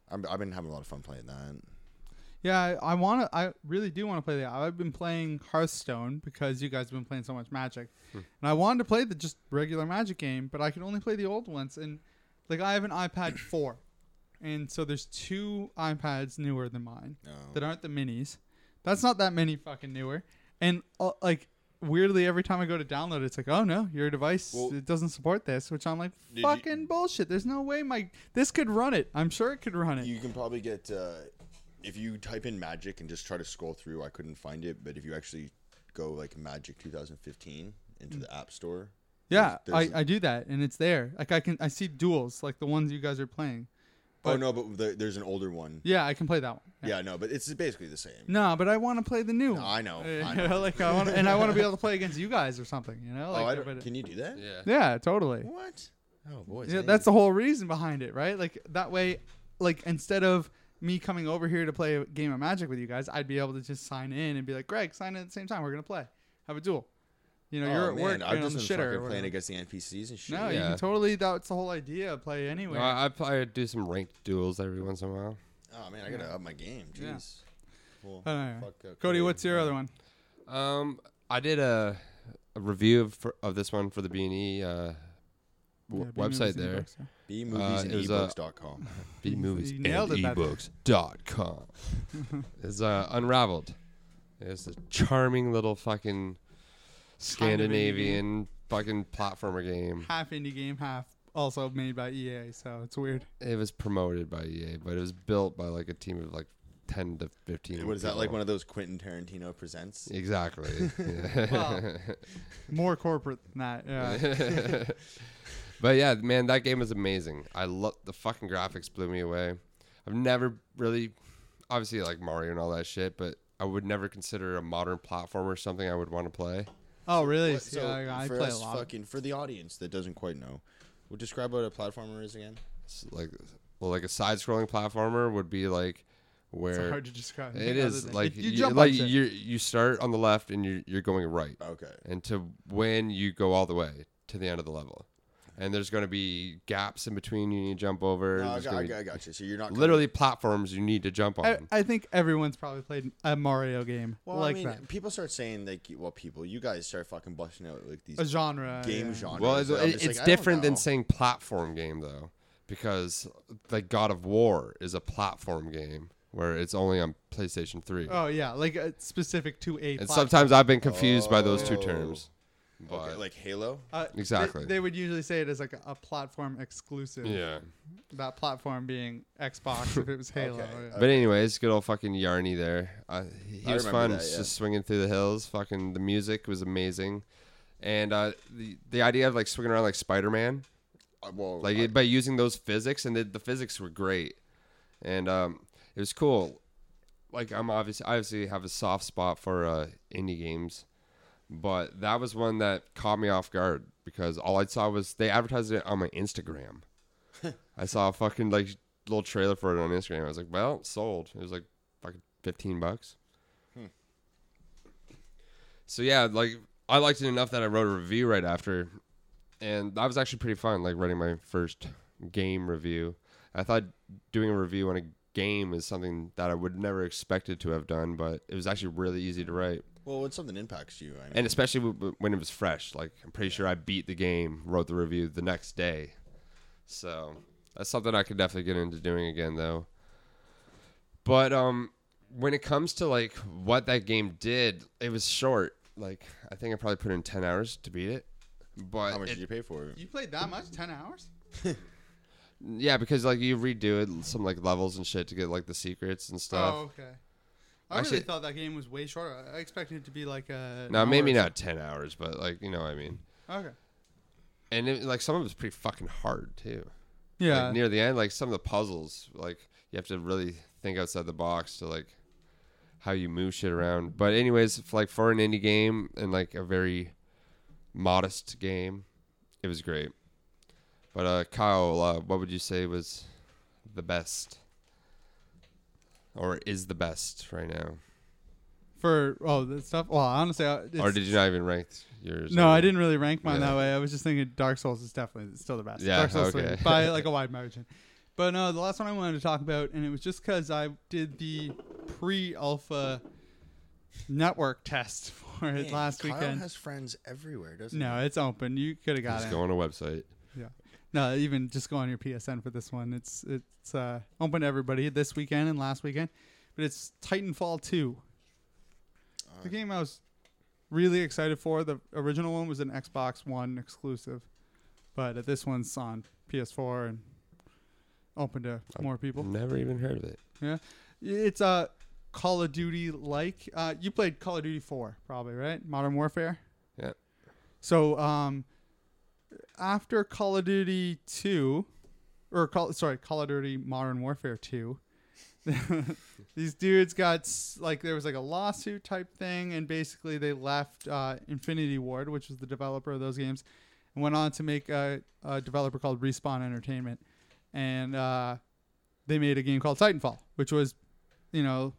S3: I'm, I've been having a lot of fun playing that.
S1: Yeah, I, I want to. I really do want to play that. I've been playing Hearthstone because you guys have been playing so much Magic,
S3: Hmm.
S1: and I wanted to play the just regular Magic game, but I could only play the old ones. And like, I have an iPad four, and so there's two iPads newer than mine
S3: Oh.
S1: that aren't the minis. That's not that many fucking newer. And uh, like, weirdly, every time I go to download, it, it's like, oh no, your device
S3: Well-
S1: it doesn't support this, which I'm like,
S3: you-
S1: fucking bullshit. There's no way my this could run it. I'm sure it could run it.
S3: You can probably get uh, if you type in magic and just try to scroll through. I couldn't find it, but if you actually go like Magic 2015 into the App Store,
S1: Yeah,
S3: there's-
S1: I, I do that, and it's there. Like I can I see duels like the ones you guys are playing.
S3: oh no, but the, there's an older one.
S1: Yeah, I can play that one.
S3: Yeah, no, but it's basically the same.
S1: No, but I want to play the new. one.
S3: I know, I
S1: You
S3: know.
S1: like I want and I want to be able to play against you guys or something. You know,
S3: Oh,
S1: like
S3: I
S1: but-
S3: don't, can you do that?
S2: yeah.
S1: yeah, totally.
S3: What? Oh boy,
S1: Yeah, that's the whole reason behind it, right? Like that way, like instead of me coming over here to play a game of Magic with you guys, I'd be able to just sign in and be like, Greg, sign in at the same time. We're gonna play, have a duel. You know, you're at work.
S3: I've
S1: you're on
S3: Oh, just
S1: the
S3: been
S1: shitter. or
S3: fucking playing
S1: whatever.
S3: against the NPCs and shit.
S1: No, you
S2: Yeah.
S1: can totally. That's the whole idea. Play anywhere.
S2: No, I, I probably do some ranked duels every once in a while.
S3: Oh man, I gotta up my game.
S1: Yeah.
S3: Jeez. Well,
S1: I don't know.
S3: fuck, uh,
S1: Cody, what's your other one?
S2: Um, I did a, a review of, for, of this one for the B and E uh,
S1: E
S2: w- website there.
S3: B
S2: Uh,
S3: movies and
S2: it was, uh,
S3: ebooks.com.
S2: B movies
S1: You
S2: and
S1: nailed it that time.
S2: ebooks.com. It's uh, Unraveled. It's a charming little fucking Scandinavian fucking platformer game.
S1: Half indie game, half also made by EA, so it's weird.
S2: E It was promoted by EA, but it was built by like a team of like ten to fifteen.
S3: What is that like?
S2: people.
S3: One of those Quentin Tarantino presents?
S2: Exactly. Yeah.
S1: Well, more corporate than that. Yeah.
S2: but yeah, man, that game was amazing. I love the fucking graphics blew me away. I've never really, obviously, like Mario and all that shit, but I would never consider a modern platformer something I would want to play.
S1: oh, really?
S3: What- so
S1: yeah, I
S3: for
S1: play a
S3: us
S1: lot.
S3: Fucking for the audience that doesn't quite know, well, describe what a platformer is again.
S2: It's like, well, like a side-scrolling platformer would be like where
S1: hard to describe
S2: It
S1: other
S2: is
S1: than-
S2: like
S1: You
S2: you,
S1: jump on
S2: like
S1: shit.
S2: you you start on the left and you're you're going right.
S3: Okay.
S2: And to when you go all the way to the end of the level, and there's going to be gaps in between you need to jump over.
S3: No, I
S2: There's
S3: got-
S2: gonna
S3: I
S2: be
S3: got- I got you. So you're not gonna-
S2: literally platforms you need to jump on.
S1: I, I think everyone's probably played a Mario game
S3: Well,
S1: like
S3: I mean,
S1: that.
S3: people start saying like, well, people, you guys start fucking busting out like these
S1: A genre,
S3: game
S1: yeah.
S3: genres.
S2: Well, it's,
S3: and I'm
S2: it-
S3: just
S2: it's
S3: like, I don't
S2: different than
S3: know.
S2: saying platform game though, because like God of War is a platform game where it's only on PlayStation Three.
S1: Oh yeah, like uh, specific to a.
S2: and
S1: platform.
S2: sometimes I've been confused by those two
S3: Oh.
S2: terms. But
S3: Okay, like Halo.
S1: Uh, they-
S2: Exactly.
S1: They, would usually say it as like a, a platform exclusive.
S2: Yeah.
S1: That platform being Xbox if it was Halo. yeah.
S2: But anyways, good old fucking Yarny there. Uh, he
S3: I
S2: was
S3: remember
S2: fun,
S3: that, yeah.
S2: just swinging through the hills. Fucking the music was amazing, and uh, the the idea of like swinging around like Spider Man,
S3: Uh, well,
S2: like it, by using those physics, and the, the physics were great, and um, it was cool. Like I'm obviously I obviously have a soft spot for uh, indie games, but that was one that caught me off guard because all I saw was they advertised it on my Instagram. I saw a fucking like little trailer for it on Instagram. I was like, well, sold. It was like fucking fifteen bucks. So yeah, like I liked it enough that I wrote a review right after, and that was actually pretty fun. Like writing my first game review. I thought doing a review on a game is something that I would never expected to have done, but it was actually really easy to write
S3: well, when something impacts you, I mean,
S2: and especially w- w- when it was fresh. Like I'm pretty sure I beat the game, wrote the review the next day. So that's something I could definitely get into doing again, though. But um, when it comes to like what that game did, it was short. Like I think I probably put in ten hours to beat it. But
S3: how much
S2: it-
S3: did you pay for it?
S1: You played that much? Ten hours?
S2: yeah, because like you redo it some like levels and shit to get like the secrets and stuff.
S1: Oh okay. I
S2: Actually-
S1: really thought that game was way shorter. I- I expected it to be like a.
S2: now
S1: an
S2: maybe
S1: hour or
S2: not ten hours, but like you know what I mean.
S1: so- Okay.
S2: And it, like some of it was pretty fucking hard too.
S1: Yeah.
S2: like, near the end like some of the puzzles like you have to really think outside the box to like how you move shit around but anyways f- like for an indie game and like a very modest game it was great but uh kyle uh, what would you say was the best or is the best right now
S1: For oh that stuff. Well, honestly, I, it's,
S2: or did you not even rank yours
S1: No,
S2: or-
S1: I didn't really rank mine
S2: Yeah.
S1: that way. I was just thinking Dark Souls is definitely still the best.
S2: Yeah,
S1: Dark Souls
S2: okay.
S1: 3 by like a wide margin. But no, the last one I wanted to talk about, and it was just because I did the pre-alpha network test for it
S3: Man,
S1: last
S3: Kyle
S1: weekend.
S3: has friends everywhere, doesn't
S1: no, it's open. You could have got
S2: just
S1: it.
S2: go on a website
S1: Yeah. No, even just go on your PSN for this one. It's it's uh, open to everybody this weekend and last weekend, but it's Titanfall two. the game I was really excited for. The original one was an Xbox One exclusive, but uh, this one's on PS4 and open to more people.
S2: never even heard of it
S1: Yeah, it's a uh, Call of Duty like. Uh, you played Call of Duty Four, probably right? Modern Warfare.
S2: Yeah.
S1: So um, after Call of Duty Two, or call sorry, Call of Duty Modern Warfare Two, these dudes got s- like there was like a lawsuit type thing, and basically they left uh, Infinity Ward, which was the developer of those games, and went on to make a, a developer called Respawn Entertainment, and uh, they made a game called Titanfall, which was, you know,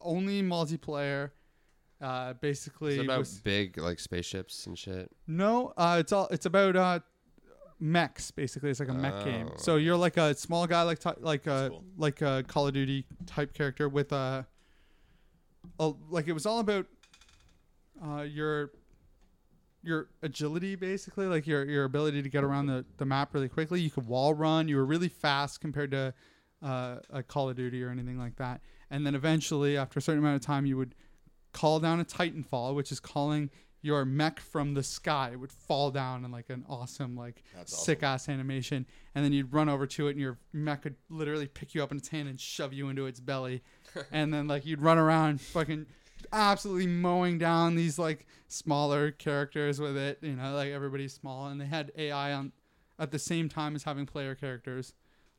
S1: only multiplayer. Uh, basically,
S2: is it about
S1: was-
S2: big like spaceships and shit
S1: no, uh, it's all it's about uh, mechs basically. It's like a mech game. So you're like a small guy, like ti- like a like a Call of Duty type character with a, a like it was all about uh, your your agility basically, like your your ability to get around the the map really quickly. You could wall run. You were really fast compared to uh, a Call of Duty or anything like that. And then eventually, after a certain amount of time, you would call down a Titanfall, which is calling your mech from the sky would fall down in like an awesome like
S5: That's awesome.
S1: sick ass animation and then you'd run over to it and your mech could literally pick you up in its hand and shove you into its belly and then like you'd run around fucking absolutely mowing down these like smaller characters with it you know like everybody's small and they had ai on at the same time as having player characters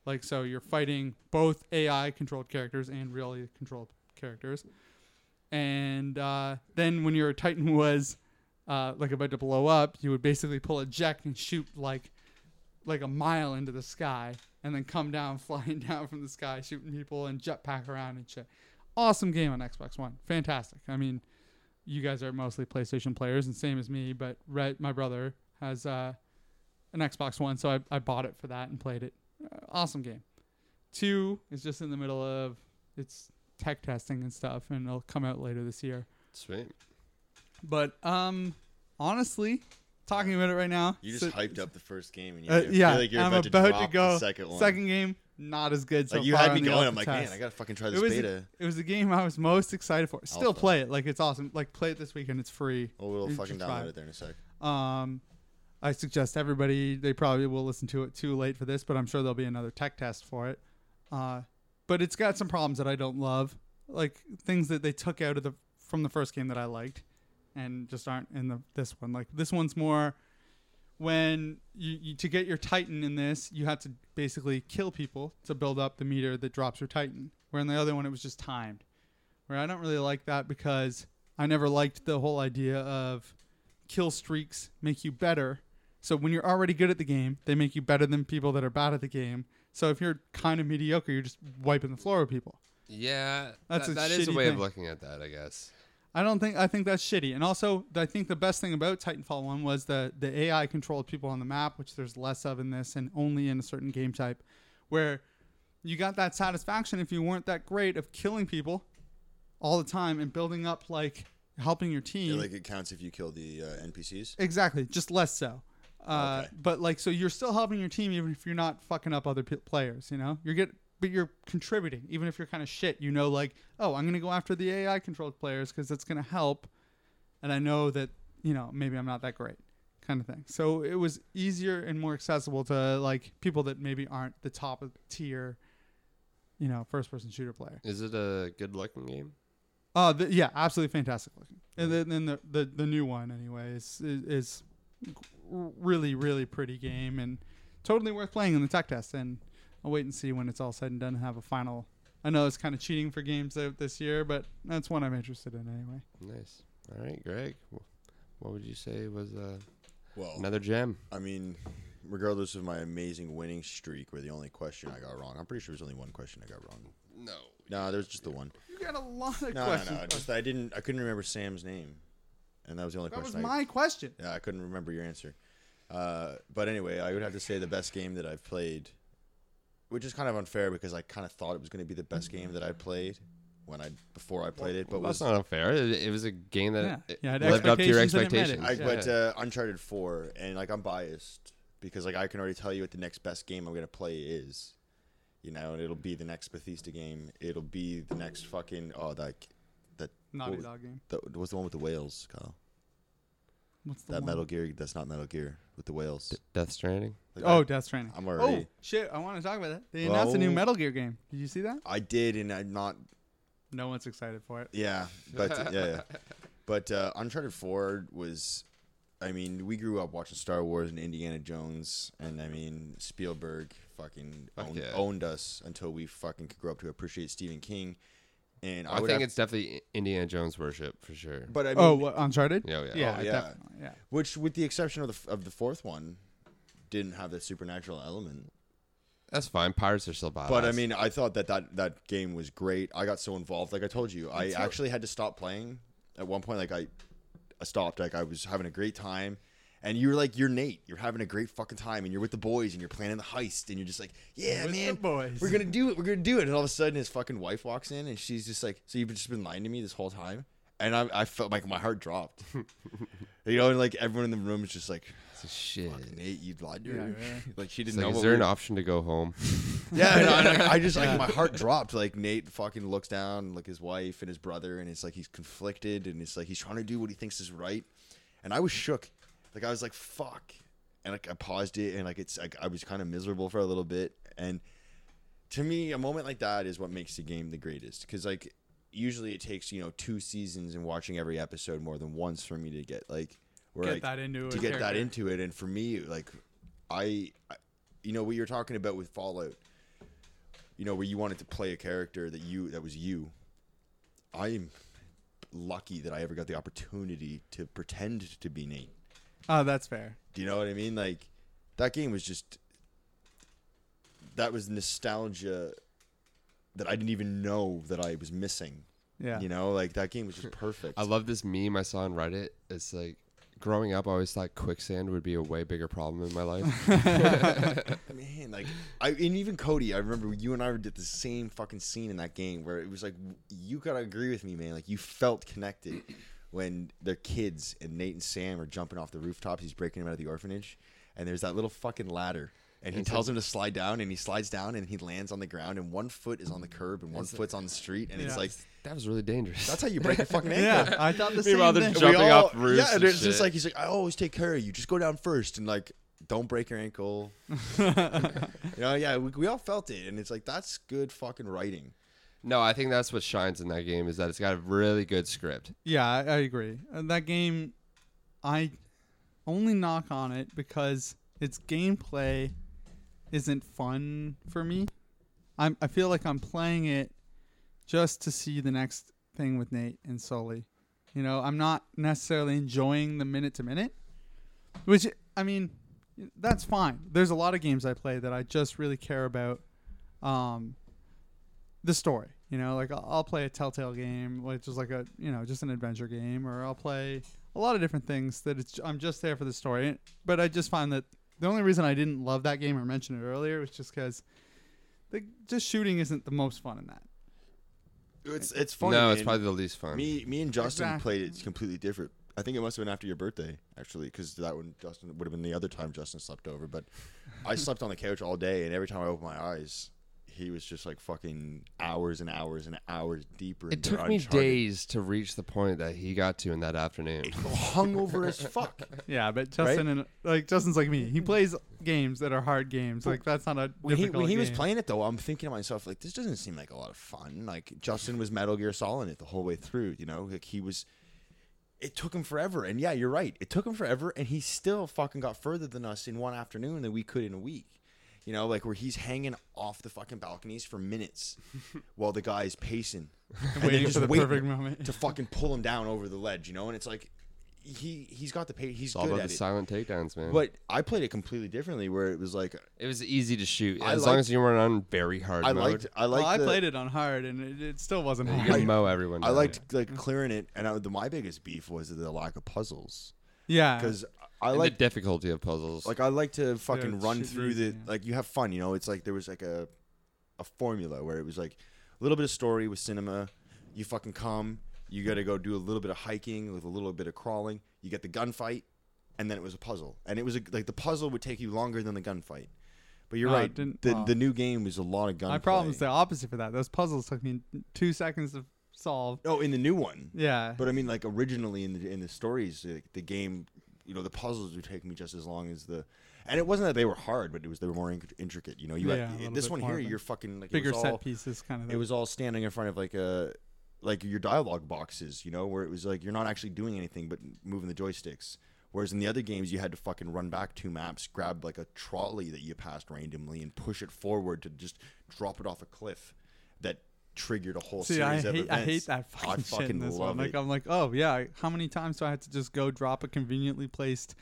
S1: like so you're fighting both ai controlled characters and really controlled characters and uh, then when your titan was uh, like about to blow up you would basically pull a jack and shoot like like a mile into the sky and then come down flying down from the sky shooting people and jetpack around and shit awesome game on xbox one fantastic i mean you guys are mostly playstation players and same as me but Red, my brother has uh, an xbox one so I, I bought it for that and played it Uh, awesome game two is just in the middle of its tech testing and stuff and it'll come out later this year
S2: Sweet.
S1: but um honestly talking about it right now
S3: You just
S1: so-
S3: hyped up the first game, and you
S1: uh,
S3: feel
S1: yeah,
S3: like you're
S1: I'm
S3: about,
S1: about,
S3: to, drop
S1: go.
S3: the second one.
S1: game, not as good. So
S3: Like, you
S1: far
S3: had me
S1: on the
S3: going,
S1: alpha
S3: I'm like, man,
S1: test.
S3: I gotta fucking try this
S1: it was
S3: beta.
S1: The, it was the game I was most excited for. Still
S3: Alpha.
S1: play it, like it's awesome. Like play it this weekend. It's free.
S3: Oh, we'll
S1: You
S3: fucking
S1: should
S3: download
S1: try
S3: it there in a sec.
S1: Um, I suggest everybody. They probably will listen to it too late for this, but I'm sure there'll be another tech test for it. Uh, but it's got some problems that I don't love, like things that they took out of the from the first game that I liked, and just aren't in the this one. Like this one's more when you, you to get your titan in this you have to basically kill people to build up the meter that drops your titan where in the other one it was just timed where i don't really like that because i never liked the whole idea of kill streaks make you better so when you're already good at the game they make you better than people that are bad at the game so if you're kind of mediocre you're just wiping the floor with people
S2: Yeah,
S1: That's
S2: that's
S1: a
S2: that is a
S1: shitty
S2: way
S1: thing.
S2: of looking at that, I guess.
S1: I don't think I think that's shitty. And also, I think the best thing about Titanfall One was the the AI controlled people on the map, which there's less of in this, and only in a certain game type, where you got that satisfaction if you weren't that great of killing people all the time and building up like helping your
S3: Yeah,
S1: team.
S3: like it counts if you kill the uh, NPCs.
S1: Exactly, just less so. Uh, But like, so you're still helping your team even if you're not fucking up other p- players. You know, you're get, but you're contributing even if you're kind of shit. You know, like, oh, I'm gonna go after the AI controlled players because that's gonna help, and I know that you know maybe I'm not that great, kind of thing. So it was easier and more accessible to like people that maybe aren't the top of tier, you know, first person shooter player.
S2: Is it a good looking game?
S1: Uh, the, yeah, absolutely fantastic looking. And then, then the, the the new one anyway is, is is really really pretty game and totally worth playing in the tech test. And I'll wait and see when it's all said and done and have a final. I know it's kind of cheating for games out this year, but that's one I'm interested in anyway.
S2: Nice. All right, Greg. wh- What would you say was uh,
S3: Well,
S2: another gem?
S3: I mean, regardless of my amazing winning streak, where the only question I got wrong, I'm pretty sure there's only one question I got wrong.
S2: No.
S3: No, there's just the one.
S1: You got a lot
S3: No,
S1: of
S3: no,
S1: questions.
S3: no. Just I didn't. I couldn't remember Sam's name, and that was the only
S1: that was
S3: question. I,
S1: my question.
S3: Yeah, I couldn't remember your answer. Uh, but anyway, I would have to say the best game that I've played, which is kind of unfair because I kind of thought it was going to be the best game that I played when I before I played it, but
S2: Well,
S3: was
S2: that's not unfair. It, it was a game that
S1: Yeah.
S2: it
S1: Yeah, it had
S2: lived up to your
S1: expectations and
S2: expectations.
S1: it
S3: I,
S1: met
S3: But uh, Uncharted Four, and like I'm biased because like I can already tell you what the next best game I'm gonna play is, you know, and it'll be the next Bethesda game. It'll be the next fucking oh that that
S1: Naughty
S3: what was-
S1: Dog game.
S3: That was the one with the whales, Kyle.
S1: What's the
S3: that
S1: one?
S3: Metal Gear. That's not Metal Gear with the whales.
S2: Death Stranding.
S3: Like,
S1: Oh,
S3: I-
S1: Death Stranding.
S3: I'm already.
S1: Oh shit! I want to talk about that. They announced a new
S3: Well-
S1: Metal Gear game. Did you see that?
S3: I did, and I'm not.
S1: No one's excited for it.
S3: Yeah, but yeah, yeah. But uh, Uncharted Four was. I mean, we grew up watching Star Wars and Indiana Jones, and I mean Spielberg fucking
S2: Fuck
S3: owned,
S2: yeah.
S3: owned us until we fucking could grow up to appreciate Stephen King. And I,
S2: I
S3: would
S2: think
S3: have-
S2: it's definitely Indiana Jones worship for sure.
S3: but I mean,
S1: oh, what, Uncharted.
S2: Yeah, yeah.
S1: yeah,
S3: oh, yeah.
S1: definitely, yeah.
S3: Which, with the exception of the f- of the fourth one, didn't have that supernatural element.
S2: that's fine. Pirates are still
S1: Uh,
S2: badass.
S3: But I mean, I thought that, that that game was great. I got so involved. Like I told you, I
S1: too.
S3: actually had to stop playing at one point. Like I, I stopped. Like I was having a great time, and you're like, you're Nate. You're having a great fucking time, and you're with the boys, and you're planning the heist, and you're just like, yeah,
S1: With the
S3: man,
S1: boys."
S3: we're gonna do it. We're gonna do it. And all of a sudden, his fucking wife walks in, and she's just like, so you've just been lying to me this whole time. And I, I felt like my heart dropped. you know, and like everyone in the room is just like,
S2: It's a shit.
S3: "Fucking Nate, you lied to her.
S1: Yeah, really.
S3: like she
S2: It's like,
S3: didn't know.
S2: is
S3: what
S2: there
S3: we
S2: an
S3: were-
S2: option to go home?
S3: yeah, and I, and I- I just like my heart dropped. Like Nate fucking looks down, like his wife and his brother, and it's like he's conflicted, and it's like he's trying to do what he thinks is right, and I was shook. Like I was like, fuck. And like I paused it and like it's like I was kind of miserable for a little bit. And to me, a moment like that is what makes the game the greatest. Cause like usually it takes, you know, two seasons and watching every episode more than once for me to get like where
S1: Get
S3: like,
S1: that into
S3: to
S1: a
S3: get that
S1: character.
S3: into it. And for me, like I, I you know, what you're talking about with Fallout, you know, where you wanted to play a character that you that was you. I'm lucky that I ever got the opportunity to pretend to be Nate.
S1: Oh, that's fair.
S3: Do you know what I mean? Like that game was just that was nostalgia that I didn't even know that I was missing.
S2: Yeah.
S3: You know, like that game was just perfect.
S2: I love this meme I saw on Reddit. It's like growing up, I always thought quicksand would be a way bigger problem in my life.
S3: Man, like I and even Cody, I remember you and I did the same fucking scene in that game where it was like you gotta agree with me, man. Like you felt connected when their kids and Nate and Sam are jumping off the rooftops. He's breaking them out of the orphanage, and there's that little fucking ladder. And he
S2: It's
S3: tells
S2: like-
S3: him to slide down, and he slides down, and he lands on the ground, and one foot is on the curb, and one
S2: It's like-
S3: foot's on the street, and it's
S2: Yeah.
S3: like
S2: that was really dangerous.
S3: That's how you break a fucking ankle.
S1: Yeah, I thought the
S2: Meanwhile,
S1: same
S2: they're
S1: thing.
S3: We
S2: jumping
S3: all-
S2: off roofs.
S3: Yeah,
S2: and
S3: and it's
S2: shit.
S3: just like he's like, I always take care of you. Just go down first and like, don't break your ankle. you know, yeah, we, we all felt it, and it's like that's good fucking writing.
S2: No, I think that's what shines in that game is that it's got a really good script.
S1: Yeah, I, I agree. And that game, I only knock on it because its gameplay isn't fun for me. I'm I feel like I'm playing it just to see the next thing with Nate and Sully. You know, I'm not necessarily enjoying the minute to minute, which I mean, that's fine. There's a lot of games I play that I just really care about. Um, the story. You know, like I'll, I'll play a Telltale game, which is like a you know just an adventure game, or I'll play a lot of different things that it's I'm just there for the story. But I just find that the only reason I didn't love that game or mention it earlier was just because the just shooting isn't the most fun in that.
S3: It's it's fun.
S2: No, it's
S3: man.
S2: probably the least fun.
S3: Me, me and Justin
S1: Exactly.
S3: played it completely different. I think it must have been after your birthday, actually, because that one Justin would have been the other time Justin slept over. But I slept on the couch all day, and every time I opened my eyes, he was just like fucking hours and hours and hours deeper.
S2: It
S3: into
S2: took me
S3: Uncharted.
S2: days to reach the point that he got to in that afternoon.
S3: hungover as fuck.
S1: Yeah, but Justin and like Justin's like me. He plays games that are hard games. Like that's not a
S3: when he,
S1: difficult
S3: when he was
S1: game.
S3: playing it though, I'm thinking to myself like, this doesn't seem like a lot of fun. Like Justin was Metal Gear Solid it the whole way through. You know, like he was. It took him forever, and yeah, you're right. It took him forever, and he still fucking got further than us in one afternoon than we could in a week. You know, like where he's hanging off the fucking balconies for minutes while the guy's pacing, and then
S1: waiting
S3: just
S1: for the
S3: waiting
S1: perfect moment.
S3: to fucking pull him down over the ledge. You know, and it's like he he's got the pace. He's
S2: It's all
S3: good
S2: about
S3: at
S2: the
S3: it.
S2: silent takedowns, man.
S3: But I played it completely differently, where it was like
S2: It was easy to shoot
S3: I
S2: as long
S3: liked-
S2: as you weren't on very hard.
S3: I
S2: mode.
S3: liked I liked
S1: well, I
S3: the-
S1: played it on hard, and it, it still wasn't
S2: You
S1: hard.
S2: can mow everyone.
S3: I
S2: down.
S3: liked like clearing it, and I, the, my biggest beef was the lack of puzzles.
S1: yeah,
S3: Because I
S2: And
S3: like
S2: the difficulty of puzzles.
S3: like I like to fucking
S1: it's
S3: run
S1: shit
S3: through the
S1: easy, yeah.
S3: like you have fun, you know. It's like there was like a a formula where it was like a little bit of story with cinema. You fucking come. You got to go do a little bit of hiking with a little bit of crawling. You get the gunfight, and then it was a puzzle. And it was a, like the puzzle would take you longer than the gunfight. But you're
S1: No, it
S3: right.
S1: Uh, didn't-
S3: the
S1: well,
S3: the new game was a lot of gunplay.
S1: my problem's the opposite for that. Those puzzles took me two seconds to solve.
S3: Oh, in the new one.
S1: Yeah,
S3: But I mean, like originally in the in the stories, the, the game, you know, the puzzles would take me just as long as the, and it wasn't that they were hard, but it was they were more inc- intricate. You know, you
S1: Yeah, a
S3: had,
S1: little
S3: this
S1: bit
S3: one
S1: more
S3: here,
S1: of a
S3: you're fucking like
S1: bigger
S3: it was
S1: set
S3: all,
S1: pieces, kind of.
S3: It was all standing in front of like a, like your dialogue boxes, you know, where it was like you're not actually doing anything but moving the joysticks. Whereas in the other games, you had to fucking run back two maps, grab like a trolley that you passed randomly, and push it forward to just drop it off a cliff. That triggered a whole
S1: See,
S3: series
S1: I
S3: of
S1: hate,
S3: events.
S1: I hate that fucking,
S3: I
S1: shit in
S3: fucking
S1: this
S3: love
S1: one. Like,
S3: it.
S1: I'm like, oh yeah, how many times do I have to just go drop a conveniently placed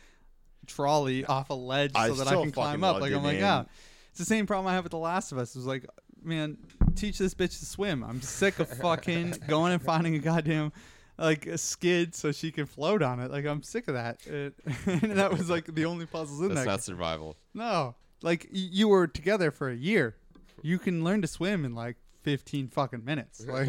S1: trolley off a ledge
S3: I
S1: so that I
S3: still
S1: can
S3: fucking
S1: climb up?
S3: loved
S1: Like,
S3: it,
S1: I'm like, yeah.
S3: man.
S1: It's the same problem I have with The Last of Us. It was like, man, teach this bitch to swim. I'm sick of fucking going and finding a goddamn like a skid so she can float on it. Like, I'm sick of that. It, and that was like the only puzzles in
S2: that's
S1: that.
S2: not survival.
S1: no, like y- you were together for a year. You can learn to swim in like 15 fucking minutes. Like,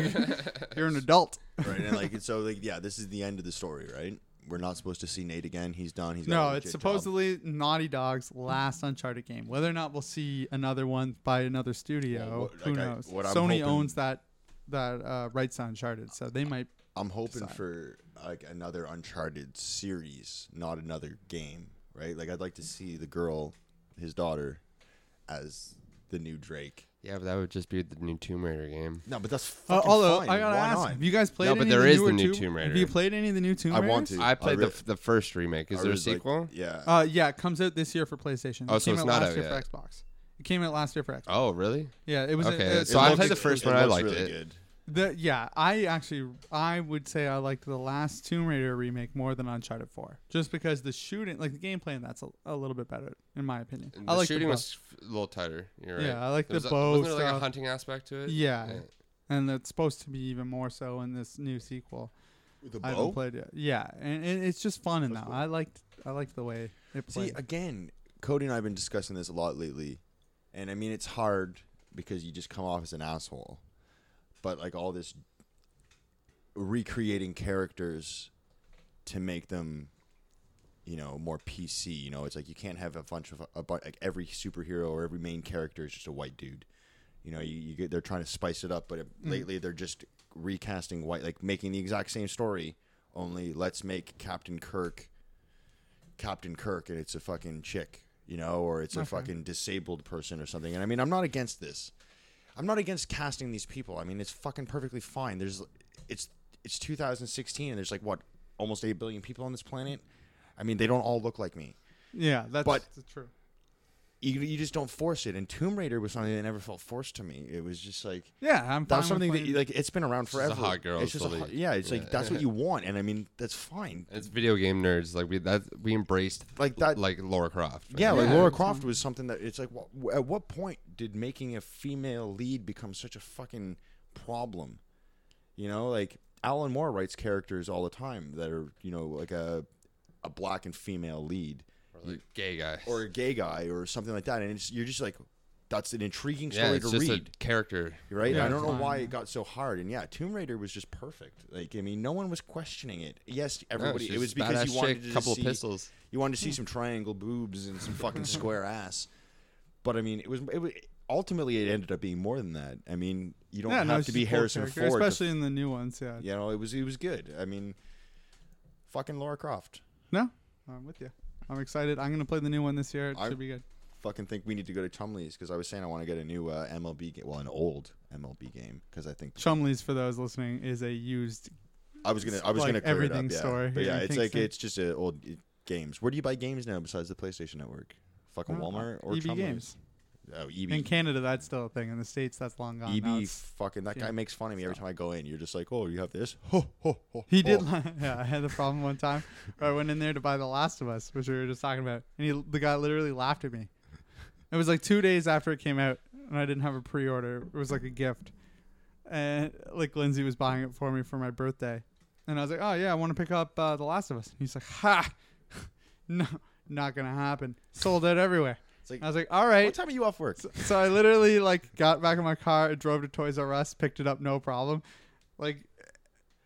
S1: you're an adult.
S3: right? And like, so like, yeah, this is the end of the story, right? We're not supposed to see Nate again. He's done. He's got a
S1: No,
S3: legit
S1: it's supposedly Naughty Dog's last Uncharted game. Whether or not we'll see another one by another studio,
S3: Well, what-
S1: who
S3: like I-
S1: knows?
S3: what I'm
S1: Sony
S3: hoping-
S1: owns that that uh, rights to Uncharted, so they might.
S3: job. I'm hoping
S1: Sorry.
S3: for uh, like another Uncharted series, not another game, right? Like I'd like to see the girl, his daughter, as the new Drake.
S2: Yeah, but that would just be the new Tomb Raider game.
S3: No, but that's
S1: Uh,
S3: fucking
S1: although
S3: fine.
S1: I gotta
S3: Why
S1: ask,
S3: not?
S1: have you guys played?
S2: No, but
S1: any
S2: there
S1: of the
S2: is the
S1: newer
S2: new
S1: Tomb-
S2: Tomb
S1: Have you
S2: Raider.
S1: played any of the new Tomb
S3: I
S1: Raiders?
S3: want to.
S2: I played
S3: really-
S2: the f- the first remake. Is
S3: I
S2: there a
S3: really like-
S2: sequel?
S3: yeah.
S1: Uh, yeah, it comes out this year for PlayStation.
S2: Oh,
S1: it
S2: so
S1: came
S2: it's
S1: out
S2: not
S1: last
S2: out
S1: year
S2: yet.
S1: for Xbox. It came out last year for Xbox.
S2: Oh, really?
S1: Yeah, it was a-
S2: okay.
S1: a-
S2: so
S1: It
S2: I
S1: looks-
S2: played the first
S3: it
S2: one. I
S3: looks
S2: liked
S3: really
S2: it.
S3: good.
S1: The, yeah, I actually I would say I liked the last Tomb Raider remake more than Uncharted Four, just because the shooting, like the gameplay, in that's a, a little bit better in my opinion.
S2: And
S1: I
S2: the
S1: like
S2: shooting
S1: the bow.
S2: was f- a little tighter. You're right.
S1: Yeah, I like
S2: There
S1: the
S2: was a-
S1: bow
S2: Wasn't there like a
S1: stuff.
S2: hunting aspect to it?
S1: Yeah. and it's supposed to be even more so in this new sequel.
S3: With a
S1: I
S3: bow?
S1: haven't played it. Yeah, and, and it's just fun in that. I liked I liked the way it
S3: See,
S1: played.
S3: again, Cody and I have been discussing this a lot lately. And I mean, it's hard because you just come off as an asshole. But like all this recreating characters to make them, you know, more PC, you know, it's like you can't have a bunch of a, bu- like every superhero or every main character is just a white dude. You know, you, you get, they're trying to spice it up, but it,
S1: Mhm.
S3: lately they're just recasting white, like making the exact same story, only let's make Captain Kirk Captain Kirk and it's a fucking chick, you know, or it's a
S1: Okay.
S3: fucking disabled person or something. And I mean, I'm not against this. I'm not against casting these people. I mean, it's fucking perfectly fine. There's it's it's 2016 and there's like what almost 8 billion people on this planet. I mean, they don't all look like me.
S1: yeah, that's,
S3: but-
S1: that's true.
S3: You, you just don't force it. And Tomb Raider was something that never felt forced to me. It was just like
S1: Yeah, I'm fine
S3: that's
S1: with
S3: something that
S1: playing-
S3: you- like it's been around
S2: just a
S3: forever.
S2: hot girl
S3: It's just a
S2: bully.
S3: hot- yeah. It's
S2: Yeah.
S3: like that's what you want, and I mean that's fine.
S2: It's video game nerds. Like we that we embraced
S3: Like that-
S2: like Laura Croft.
S3: Yeah, like
S1: Yeah.
S3: Laura Croft was something that it's like, wha- w- at what point did making a female lead become such a fucking problem? You know, like Alan Moore writes characters all the time that are, you know, like a a black and female lead
S2: Or, like gay guy.
S3: or a gay guy or something like that, and it's, you're just like, that's an intriguing
S2: yeah,
S3: story
S2: it's
S3: to
S2: just
S3: read,
S2: a character.
S3: right?
S1: Yeah,
S3: I don't
S1: it's
S3: know why
S1: fine.
S3: it got so hard, and yeah, Tomb Raider was just perfect. Like, I mean, no one was questioning it. Yes,
S2: No,
S3: everybody.
S2: it's
S3: it was
S2: just
S3: because
S2: badass
S3: you wanted
S2: chick,
S3: to just
S2: couple
S3: see,
S2: of pistols.
S3: you wanted to
S1: Hmm.
S3: see some triangle boobs and some fucking square ass. But I mean, it was it was, ultimately it ended up being more than that. I mean, you don't
S1: yeah, no,
S3: have
S1: it's
S3: to
S1: just
S3: be
S1: a cool
S3: Harrison
S1: character,
S3: Ford, to-
S1: especially in the new ones. Yeah,
S3: you know, it was it was good. I mean, fucking Laura Croft.
S1: no, I'm with you. I'm excited. I'm gonna play the new one this year. It
S3: I'm-
S1: should be good.
S3: Fucking think we need to go to Chumley's because I was saying I want to get a new uh, MLB game, well, an old MLB game because I think
S1: Chumley's for those listening is a used.
S3: I was gonna I was
S1: Like
S3: gonna clear
S1: everything
S3: it up, yeah.
S1: store
S3: But
S1: here
S3: yeah,
S1: in
S3: it's like
S1: Kingston.
S3: it's just uh old uh, games. Where do you buy games now besides the PlayStation Network? Fucking
S1: Uh,
S3: Walmart or
S1: EB
S3: Chumley's?
S1: Games.
S3: Oh, EB.
S1: In Canada, that's still a thing. In the states, that's long gone. Now
S3: EB
S1: it's-
S3: fucking that
S1: yeah.
S3: guy makes fun of me every time I go in. You're just like, oh, you have this. Ho, ho, ho,
S1: He did.
S3: ho.
S1: li- yeah, I had the problem one time where I went in there to buy The Last of Us, which we were just talking about, and he, the guy literally laughed at me. It was like two days after it came out, and I didn't have a pre-order. It was like a gift, and like Lindsay was buying it for me for my birthday, and I was like, "Oh yeah, I want to pick up uh, The Last of Us." And he's like, "Ha, no, not gonna happen. Sold out everywhere."
S3: It's like,
S1: I was like, "All right."
S3: what time are you off work?
S1: so I literally like got back in my car, and drove to Toys R Us, picked it up, no problem. Like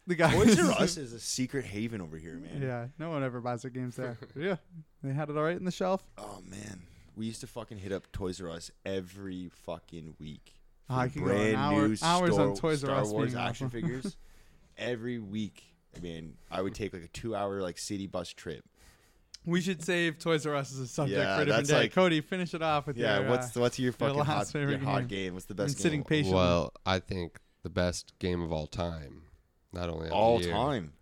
S1: the guy.
S3: Toys R Us is a secret haven over here, man.
S1: Yeah, no one ever buys their games there. yeah, they had it all right in the shelf.
S3: Oh man, we used to fucking hit up Toys R Us every fucking week. for
S1: Oh, I could go an hour- hours on Toys R
S3: Star
S1: Us
S3: Wars
S1: being
S3: action
S1: awesome.
S3: figures every week. I mean, I would take like a two-hour like city bus trip.
S1: We should save Toys R Us as a subject
S3: Yeah,
S1: for a different
S3: that's
S1: day.
S3: like-
S1: Cody, finish it off with
S3: Yeah,
S1: your.
S3: what's
S1: uh,
S3: what's your fucking hot,
S1: last
S3: your
S1: favorite game.
S3: hot game? What's the
S1: I'm
S3: best
S1: sitting
S3: game of
S1: patiently.
S2: Well, I think the best game of all time, not only of the
S3: all
S2: year.
S3: time?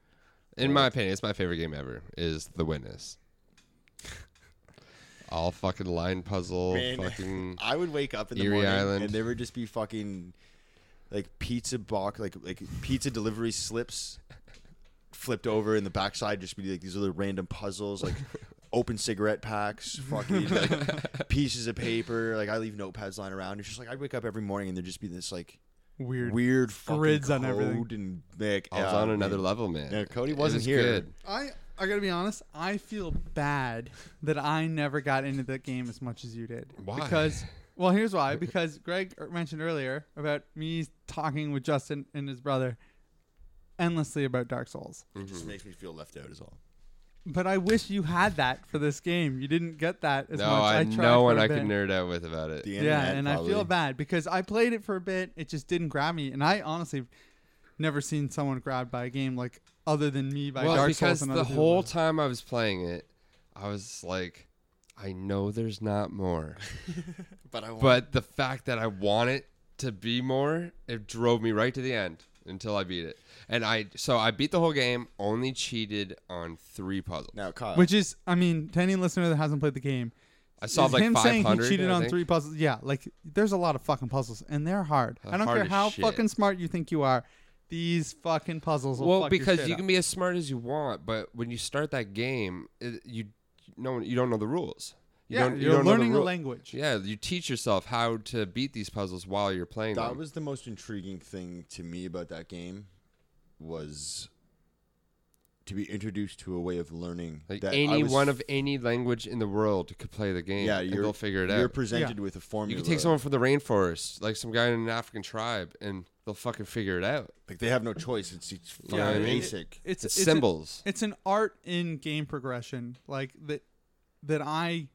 S2: In my opinion, it's my favorite game ever. Is The Witness. all fucking line puzzle,
S3: Man,
S2: fucking
S3: I would wake up in the
S2: Mm-hmm. Erie
S3: morning
S2: Island.
S3: and there would just be fucking like pizza box, like like pizza delivery slips flipped over in the backside. Just be like these other random puzzles, like open cigarette packs, fucking like, pieces of paper. Like I leave notepads lying around. It's just like I'd wake up every morning and there'd just be this like
S1: weird?
S3: weird, fucking
S1: grids on
S3: code
S1: everything.
S3: And like
S2: I was
S3: yeah,
S2: on another
S3: man.
S2: level, man.
S3: Yeah, Cody
S2: It
S3: wasn't
S2: was
S3: here.
S2: good.
S1: I I gotta be honest. I feel bad that I never got into that game as much as you did.
S2: Why?
S1: Because well, here's why. Because Greg er- mentioned earlier about me talking with Justin and his brother endlessly about Dark Souls.
S3: It
S2: Mm-hmm.
S3: just makes me feel left out is all.
S1: But I wish you had that for this game. You didn't get that as
S2: No,
S1: much.
S2: I,
S1: tried
S2: no
S1: for
S2: one
S1: a
S2: I
S1: bit.
S2: could nerd out with about it.
S3: The
S1: Yeah,
S3: internet,
S1: and
S3: probably.
S1: I feel bad because I played it for a bit. It just didn't grab me, and I honestly never seen someone grabbed by a game like other than me by
S2: well,
S1: Dark
S2: because
S1: Souls. and
S2: the
S1: other people.
S2: whole time I was playing it, I was like, I know there's not more,
S4: But I want
S2: but the fact that I want it to be more, it drove me right to the end until I beat it. And I so I beat the whole game, only cheated on three puzzles.
S4: Now, Kyle,
S1: Which is, I mean, to any listener that hasn't played the game,
S2: I solved,
S1: is
S2: like,
S1: him saying he
S2: 500,
S1: cheated
S2: I
S1: on
S2: think.
S1: three puzzles. Yeah, like there's a lot of fucking puzzles, and they're hard.
S2: They're
S1: I don't
S2: hard
S1: care
S2: as
S1: how
S2: shit.
S1: fucking smart you think you are. These fucking puzzles. Will
S2: well,
S1: fuck your
S2: because
S1: shit
S2: you
S1: up.
S2: can be as smart as you want, but when you start that game, it, you no you don't know the rules. You
S1: Yeah,
S2: don't, you
S1: you're
S2: don't know
S1: learning a
S2: the rule-
S1: language.
S2: Yeah, you teach yourself how to beat these puzzles while you're playing
S4: that
S2: them.
S4: was the most intriguing thing to me about that game was to be introduced to a way of learning
S2: Like
S4: that I
S2: anyone
S4: was
S2: of any language in the world could play the game.
S4: Yeah,
S2: and
S4: you're-
S2: they'll figure it out.
S4: you're presented Yeah. with a
S2: You
S4: formula.
S2: can take someone from the rainforest, like some guy in an African tribe, and they'll fucking figure it out.
S4: Like they have no choice. It's, it's
S2: You know what I
S4: fucking
S2: mean?
S4: basic.
S1: It's,
S2: It's
S1: a-
S2: symbols.
S1: it's an art in game progression, like that. That I,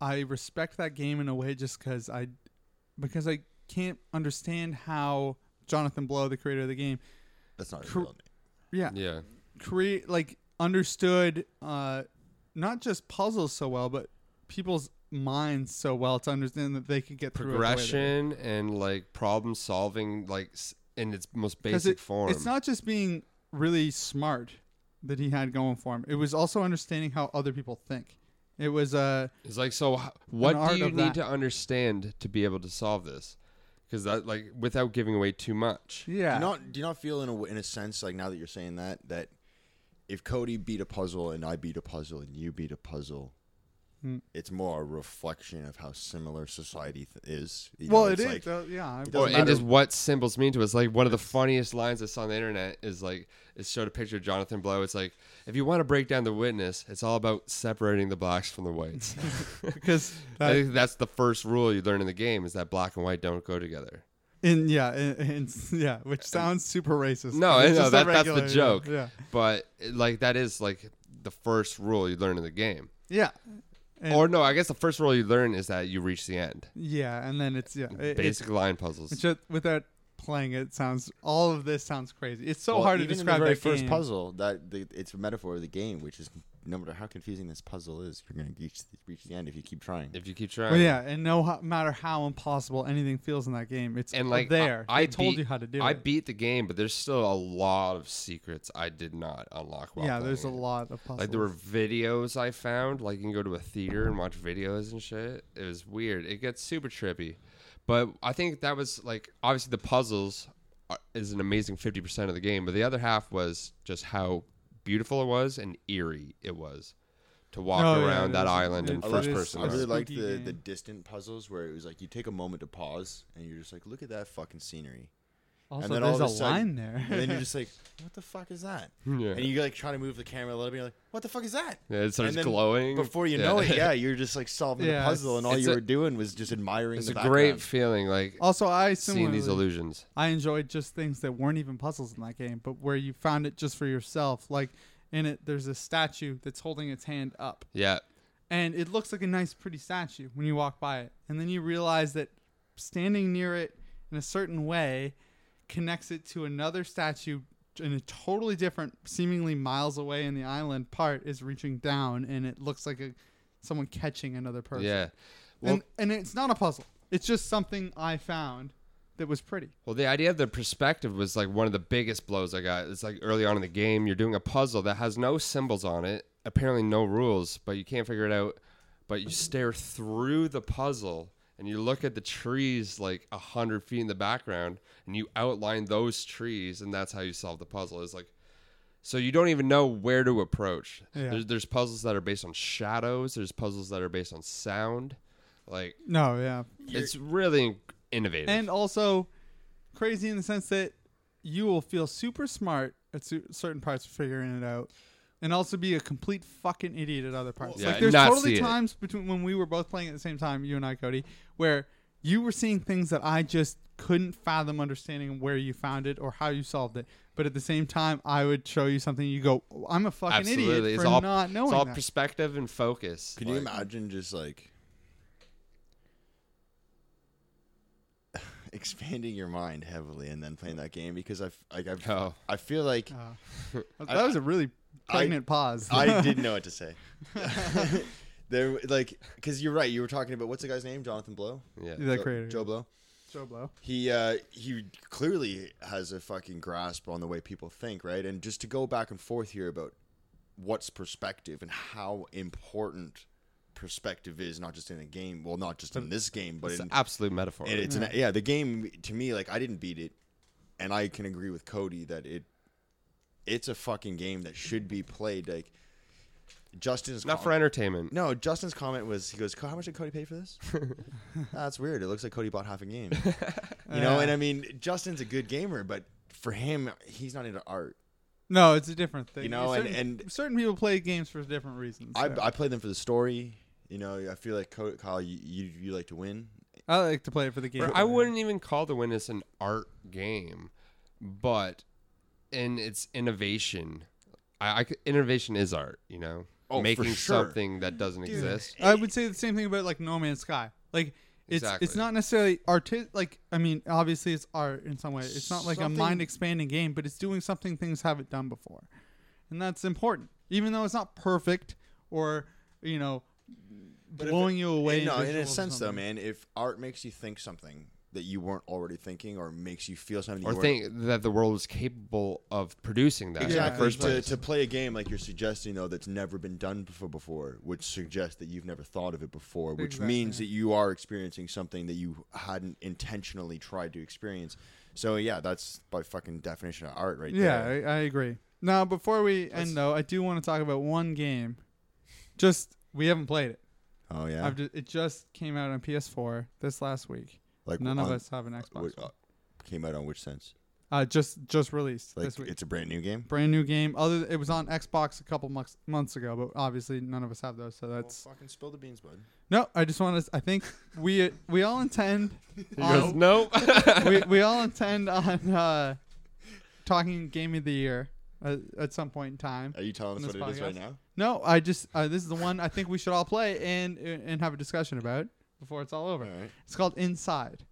S1: I respect that game in a way just because I, because I can't understand how Jonathan Blow, the creator of the game,
S4: that's not his
S1: cr-
S4: real name.
S1: yeah,
S2: Yeah.
S1: create like understood uh, not just puzzles so well, but people's minds so well to understand that they could get through it the way they
S2: Progression and like problem solving, like s- in its most
S1: 'Cause
S2: basic
S1: it-
S2: form.
S1: It's not just being really smart that he had going for him. It was also understanding how other people think. It was uh,
S2: It's like so. h- What
S1: art
S2: do you
S1: of
S2: need
S1: that.
S2: to understand to be able to solve this? Because that, like, without giving away too much.
S1: yeah.
S4: Do you not do you not feel in a w- in a sense like now that you're saying that that if Cody beat a puzzle and I beat a puzzle and you beat a puzzle,
S1: Hmm.
S4: it's more a reflection of how similar society th- is. You
S1: well,
S4: know,
S1: it
S4: it's
S1: is.
S4: like-
S1: though, yeah. I-
S4: it
S2: Or,
S4: doesn't
S2: and
S4: matter-
S2: just what symbols mean to us. Like one of the funniest lines I saw on the internet is like it showed a picture of Jonathan Blow. It's like if you want to break down the witness, it's all about separating the blacks from the whites.
S1: Because
S2: I
S1: that-
S2: think that's the first rule you learn in the game is that black and white don't go together.
S1: in yeah, in, in- yeah, which sounds super racist.
S2: No,
S1: It's
S2: I know
S1: just a
S2: that, that's
S1: regular-
S2: the joke.
S1: Yeah,
S2: But like that is like the first rule you learn in the game.
S1: yeah, And-
S2: or no, I guess the first rule you learn is that you reach the end.
S1: yeah. And then it's yeah, it- it-
S2: Basic line puzzles.
S1: Which, uh, without playing it, sounds all of this sounds crazy. It's so
S4: well,
S1: hard to
S4: even in
S1: describe
S4: the very
S1: that
S4: first
S1: game.
S4: puzzle that the, it's a metaphor of the game, which is no matter how confusing this puzzle is, you're going to reach reach the end if you keep trying.
S2: if you keep trying.
S1: Well, yeah, and no ho- matter how impossible anything feels in that game, it's
S2: and like I-
S1: there.
S2: I,
S1: They told
S2: beat-
S1: you how to do
S2: I
S1: it.
S2: beat the game, but there's still a lot of secrets I did not unlock. While
S1: yeah, there's a
S2: playing it.
S1: lot of puzzles.
S2: Like there were videos I found. Like you can go to a theater and watch videos and shit. It was weird. It gets super trippy, but I think that was like obviously the puzzles are, is an amazing fifty percent of the game, but the other half was just how beautiful it was and eerie it was to walk
S1: Oh, yeah,
S2: around
S1: it
S2: that
S1: is-
S2: island in
S1: it-
S2: first
S1: it is-
S2: person.
S4: I really
S1: Spooky
S4: liked the, the
S1: game.
S4: distant puzzles where it was like you take a moment to pause and you're just like, look at that fucking scenery.
S1: also,
S4: and then all
S1: there's a
S4: of a, sudden-
S1: line
S4: and then you're
S1: there.
S4: just like, what the fuck is that?
S2: Yeah.
S4: And you like try to move the camera a little bit. You're like, what the fuck is that?
S2: Yeah, it starts
S4: And then
S2: glowing.
S4: Before you
S2: Yeah.
S4: know it, yeah, you're just like solving
S1: Yeah,
S4: the puzzle, and all
S2: it's
S4: you
S2: a-
S4: were doing was just admiring.
S2: It's
S4: the
S2: a great
S4: background.
S2: feeling, like
S1: also, I
S2: seeing these
S1: similarly-
S2: illusions.
S1: I enjoyed just things that weren't even puzzles in that game, but where you found it just for yourself. Like in it, there's a statue that's holding its hand up,
S2: Yeah.
S1: and it looks like a nice, pretty statue when you walk by it, and then you realize that standing near it in a certain way connects it to another statue in a totally different, seemingly miles away in the island. Part is reaching down, and it looks like a someone catching another person.
S2: Yeah.
S1: and, and it's not a puzzle. It's just something I found that was pretty.
S2: Well, the idea of the perspective was like one of the biggest blows I got. It's like early on in the game, you're doing a puzzle that has no symbols on it, apparently no rules, but you can't figure it out. But you stare through the puzzle and you look at the trees like a hundred feet in the background, and you outline those trees, and that's how you solve the puzzle. It's like so you don't even know where to approach.
S1: Yeah.
S2: There's, there's puzzles that are based on shadows. There's puzzles that are based on sound. Like
S1: No, yeah.
S2: it's really innovative.
S1: And also crazy in the sense that you will feel super smart at su- certain parts of figuring it out and also be a complete fucking idiot at other parts.
S2: Yeah,
S1: like there's
S2: not see
S1: totally
S2: it.
S1: times between when we were both playing at the same time, you and I, Cody, where you were seeing things that I just couldn't fathom understanding where you found it or how you solved it. But at the same time, I would show you something you go, "Oh, I'm a fucking idiot for
S2: it's all,
S1: not knowing
S2: It's all
S1: that.
S2: perspective and focus.
S4: Can you
S2: Like,
S4: imagine just like
S3: expanding your mind heavily and then playing that game because I've like I've
S2: Oh.
S3: I feel like I-
S1: That was a really pregnant
S3: I-
S1: pause.
S3: I didn't know what to say. there, like, because you're right. You were talking about what's the guy's name? Jonathan Blow.
S2: Yeah.
S1: The
S3: Jo-
S1: creator,
S3: Joe Blow.
S1: Joe Blow.
S3: He uh, he clearly has a fucking grasp on the way people think, right? And just to go back and forth here about what's perspective and how important perspective is, not just in a game. Well, not just in this game, but
S2: It's
S3: in
S2: an absolute metaphor.
S3: and it's
S2: yeah.
S3: an yeah, the game to me, like I didn't beat it, and I can agree with Cody that it it's a fucking game that should be played. Like Justin's
S2: Not for entertainment.
S3: No, Justin's comment was he goes, "Co- "How much did Cody pay for this?" That's weird. It looks like Cody bought half a game. you know,
S1: Yeah.
S3: and I mean, Justin's a good gamer, but for him, he's not into art.
S1: No, it's a different thing.
S3: You know, and-
S1: certain, certain people play games for different reasons.
S3: I
S1: so.
S3: I play them for the story. You know, I feel like Co- Kyle, you, you you like to win.
S1: I like to play it for the game.
S2: Or I wouldn't even call The Witness an art game, but in its innovation, I, I c- innovation is art. You know,
S1: Oh, for
S2: making
S1: sure.
S2: something that doesn't
S1: Dude,
S2: exist.
S1: I would say the same thing about like No Man's Sky. Like it's it's
S2: Exactly.
S1: not necessarily artistic. Like I mean, obviously it's art in some way. It's not like
S3: Something-
S1: a mind expanding game, but it's doing something things haven't done before, and that's important. Even though it's not perfect or you know
S3: if
S1: blowing
S3: it-
S1: you away.
S3: No, in
S1: visuals or
S3: a sense though,
S1: something.
S3: man, if art makes you think something that you weren't already thinking, or makes you feel something,
S2: or
S3: you
S2: think that the world was capable of producing that
S3: weren't,
S2: in the
S3: exactly
S2: first
S3: to,
S2: place.
S3: to play a game like you're suggesting though that's never been done before before, which suggests that you've never thought of it before, which
S1: Exactly.
S3: means that you are experiencing something that you hadn't intentionally tried to experience. So yeah, that's by fucking definition of art, right
S1: yeah,
S3: there.
S1: I, I agree. Now, before we end though, I do want to talk about one game. Just we haven't played it.
S3: Oh yeah,
S1: I've ju- it just came out on PS4 this last week.
S3: Like,
S1: none of
S3: on-
S1: us have an Xbox.
S3: Wh- uh, came out on which sense?
S1: Uh, just just released
S3: Like
S1: this week.
S3: it's a brand new game.
S1: Brand new game. Other it was on Xbox a couple months months ago, but obviously none of us have those. So that's
S3: fucking spill the beans, bud.
S1: no. I just want to. I think we we all intend.
S2: goes, "Nope."
S1: we we all intend on uh, talking game of the year uh, at some point in time.
S3: Are you telling
S1: on
S3: us
S1: this
S3: what it is right
S1: podcast.
S3: now?
S1: No, I just uh, this is the one I think we should all play and and have a discussion about before it's all over. It's called Inside.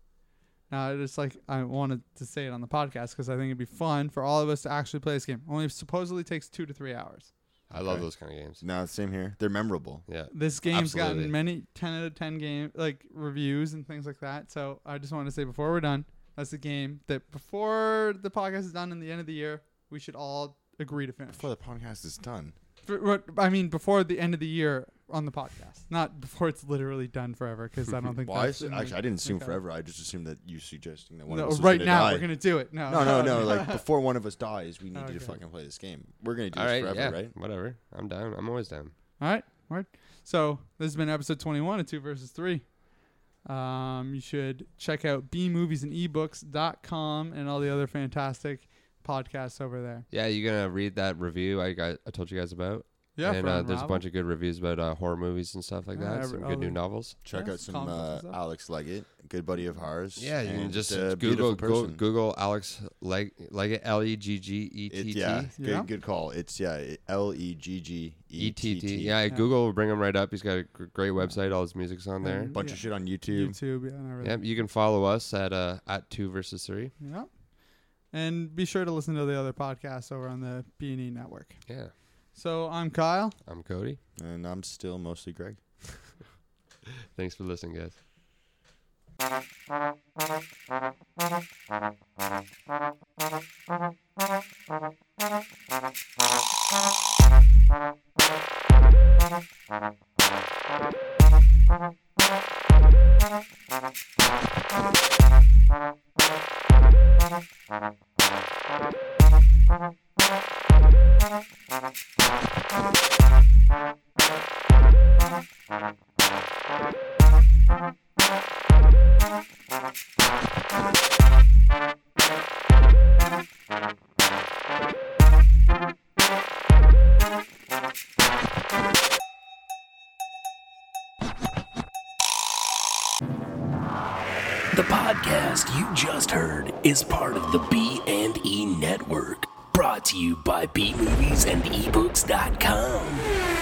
S1: Now, I just like I wanted to say it on the podcast because I think it'd be fun for all of us to actually play this game. Only supposedly takes two to three hours.
S2: I love those kind of games.
S3: No, same here. They're memorable.
S2: Yeah.
S1: This game's
S2: Absolutely.
S1: gotten many ten out of ten game like reviews and things like that. So I just wanted to say before we're done, that's a game that before the podcast is done in the end of the year, we should all agree to finish.
S3: Before the podcast is done.
S1: For- what- I mean, before the end of the year on the podcast, not before it's literally done forever. Because I don't think.
S3: Well, I,
S1: that's
S3: assu-
S1: in the-
S3: actually, I didn't assume
S1: okay.
S3: forever. I just assumed that you suggesting that one
S1: No,
S3: of us was
S1: right
S3: gonna
S1: now,
S3: die.
S1: we're gonna do it. No.
S3: no, no, no. like before one of us dies, we need
S1: Okay.
S3: to fucking play this game. We're gonna do
S2: All
S3: this
S2: right,
S3: forever,
S2: yeah,
S3: right?
S2: Whatever. I'm down. I'm always down.
S1: All right, all right. So this has been episode 21 of Two versus Three. Um, you should check out e bmoviesandebooks.com and all the other fantastic podcasts over there.
S2: Yeah, you gonna read that review I got I told you guys about?
S1: Yeah,
S2: and
S1: for
S2: uh, there's a
S1: Unravel.
S2: bunch of good reviews about uh, horror movies and stuff like
S1: Yeah,
S2: that.
S1: every-
S2: some
S1: all
S2: good new
S3: oh,
S1: the-
S2: novels.
S3: Check
S1: Yeah,
S3: out some
S1: comic books
S3: uh,
S1: and stuff.
S3: Alex Leggett, a good buddy of ours.
S2: Yeah, you can
S3: and
S2: just
S3: a
S2: Google
S3: beautiful
S2: go,
S3: person.
S2: Google Alex like like L E G G E
S3: It-
S2: T T.
S3: yeah,
S1: Yeah.
S3: Good, good call. It's yeah, L E G G E T
S2: ETT.
S3: T.
S2: Yeah, Google will bring him right up. He's got a gr- great website. All his music's on there.
S3: bunch of
S1: Yeah.
S3: shit on YouTube.
S1: YouTube, yeah, and everything.
S2: Yep, you can follow us at uh, at two versus three.
S1: Yep. And be sure to listen to the other podcasts over on the B&E network.
S2: Yeah,
S1: So I'm Kyle.
S2: I'm Cody.
S3: And I'm still mostly Greg.
S2: Thanks for listening, guys.
S7: The podcast you just heard is part of the E E B&E network, brought to you by bmoviesandebooks.com.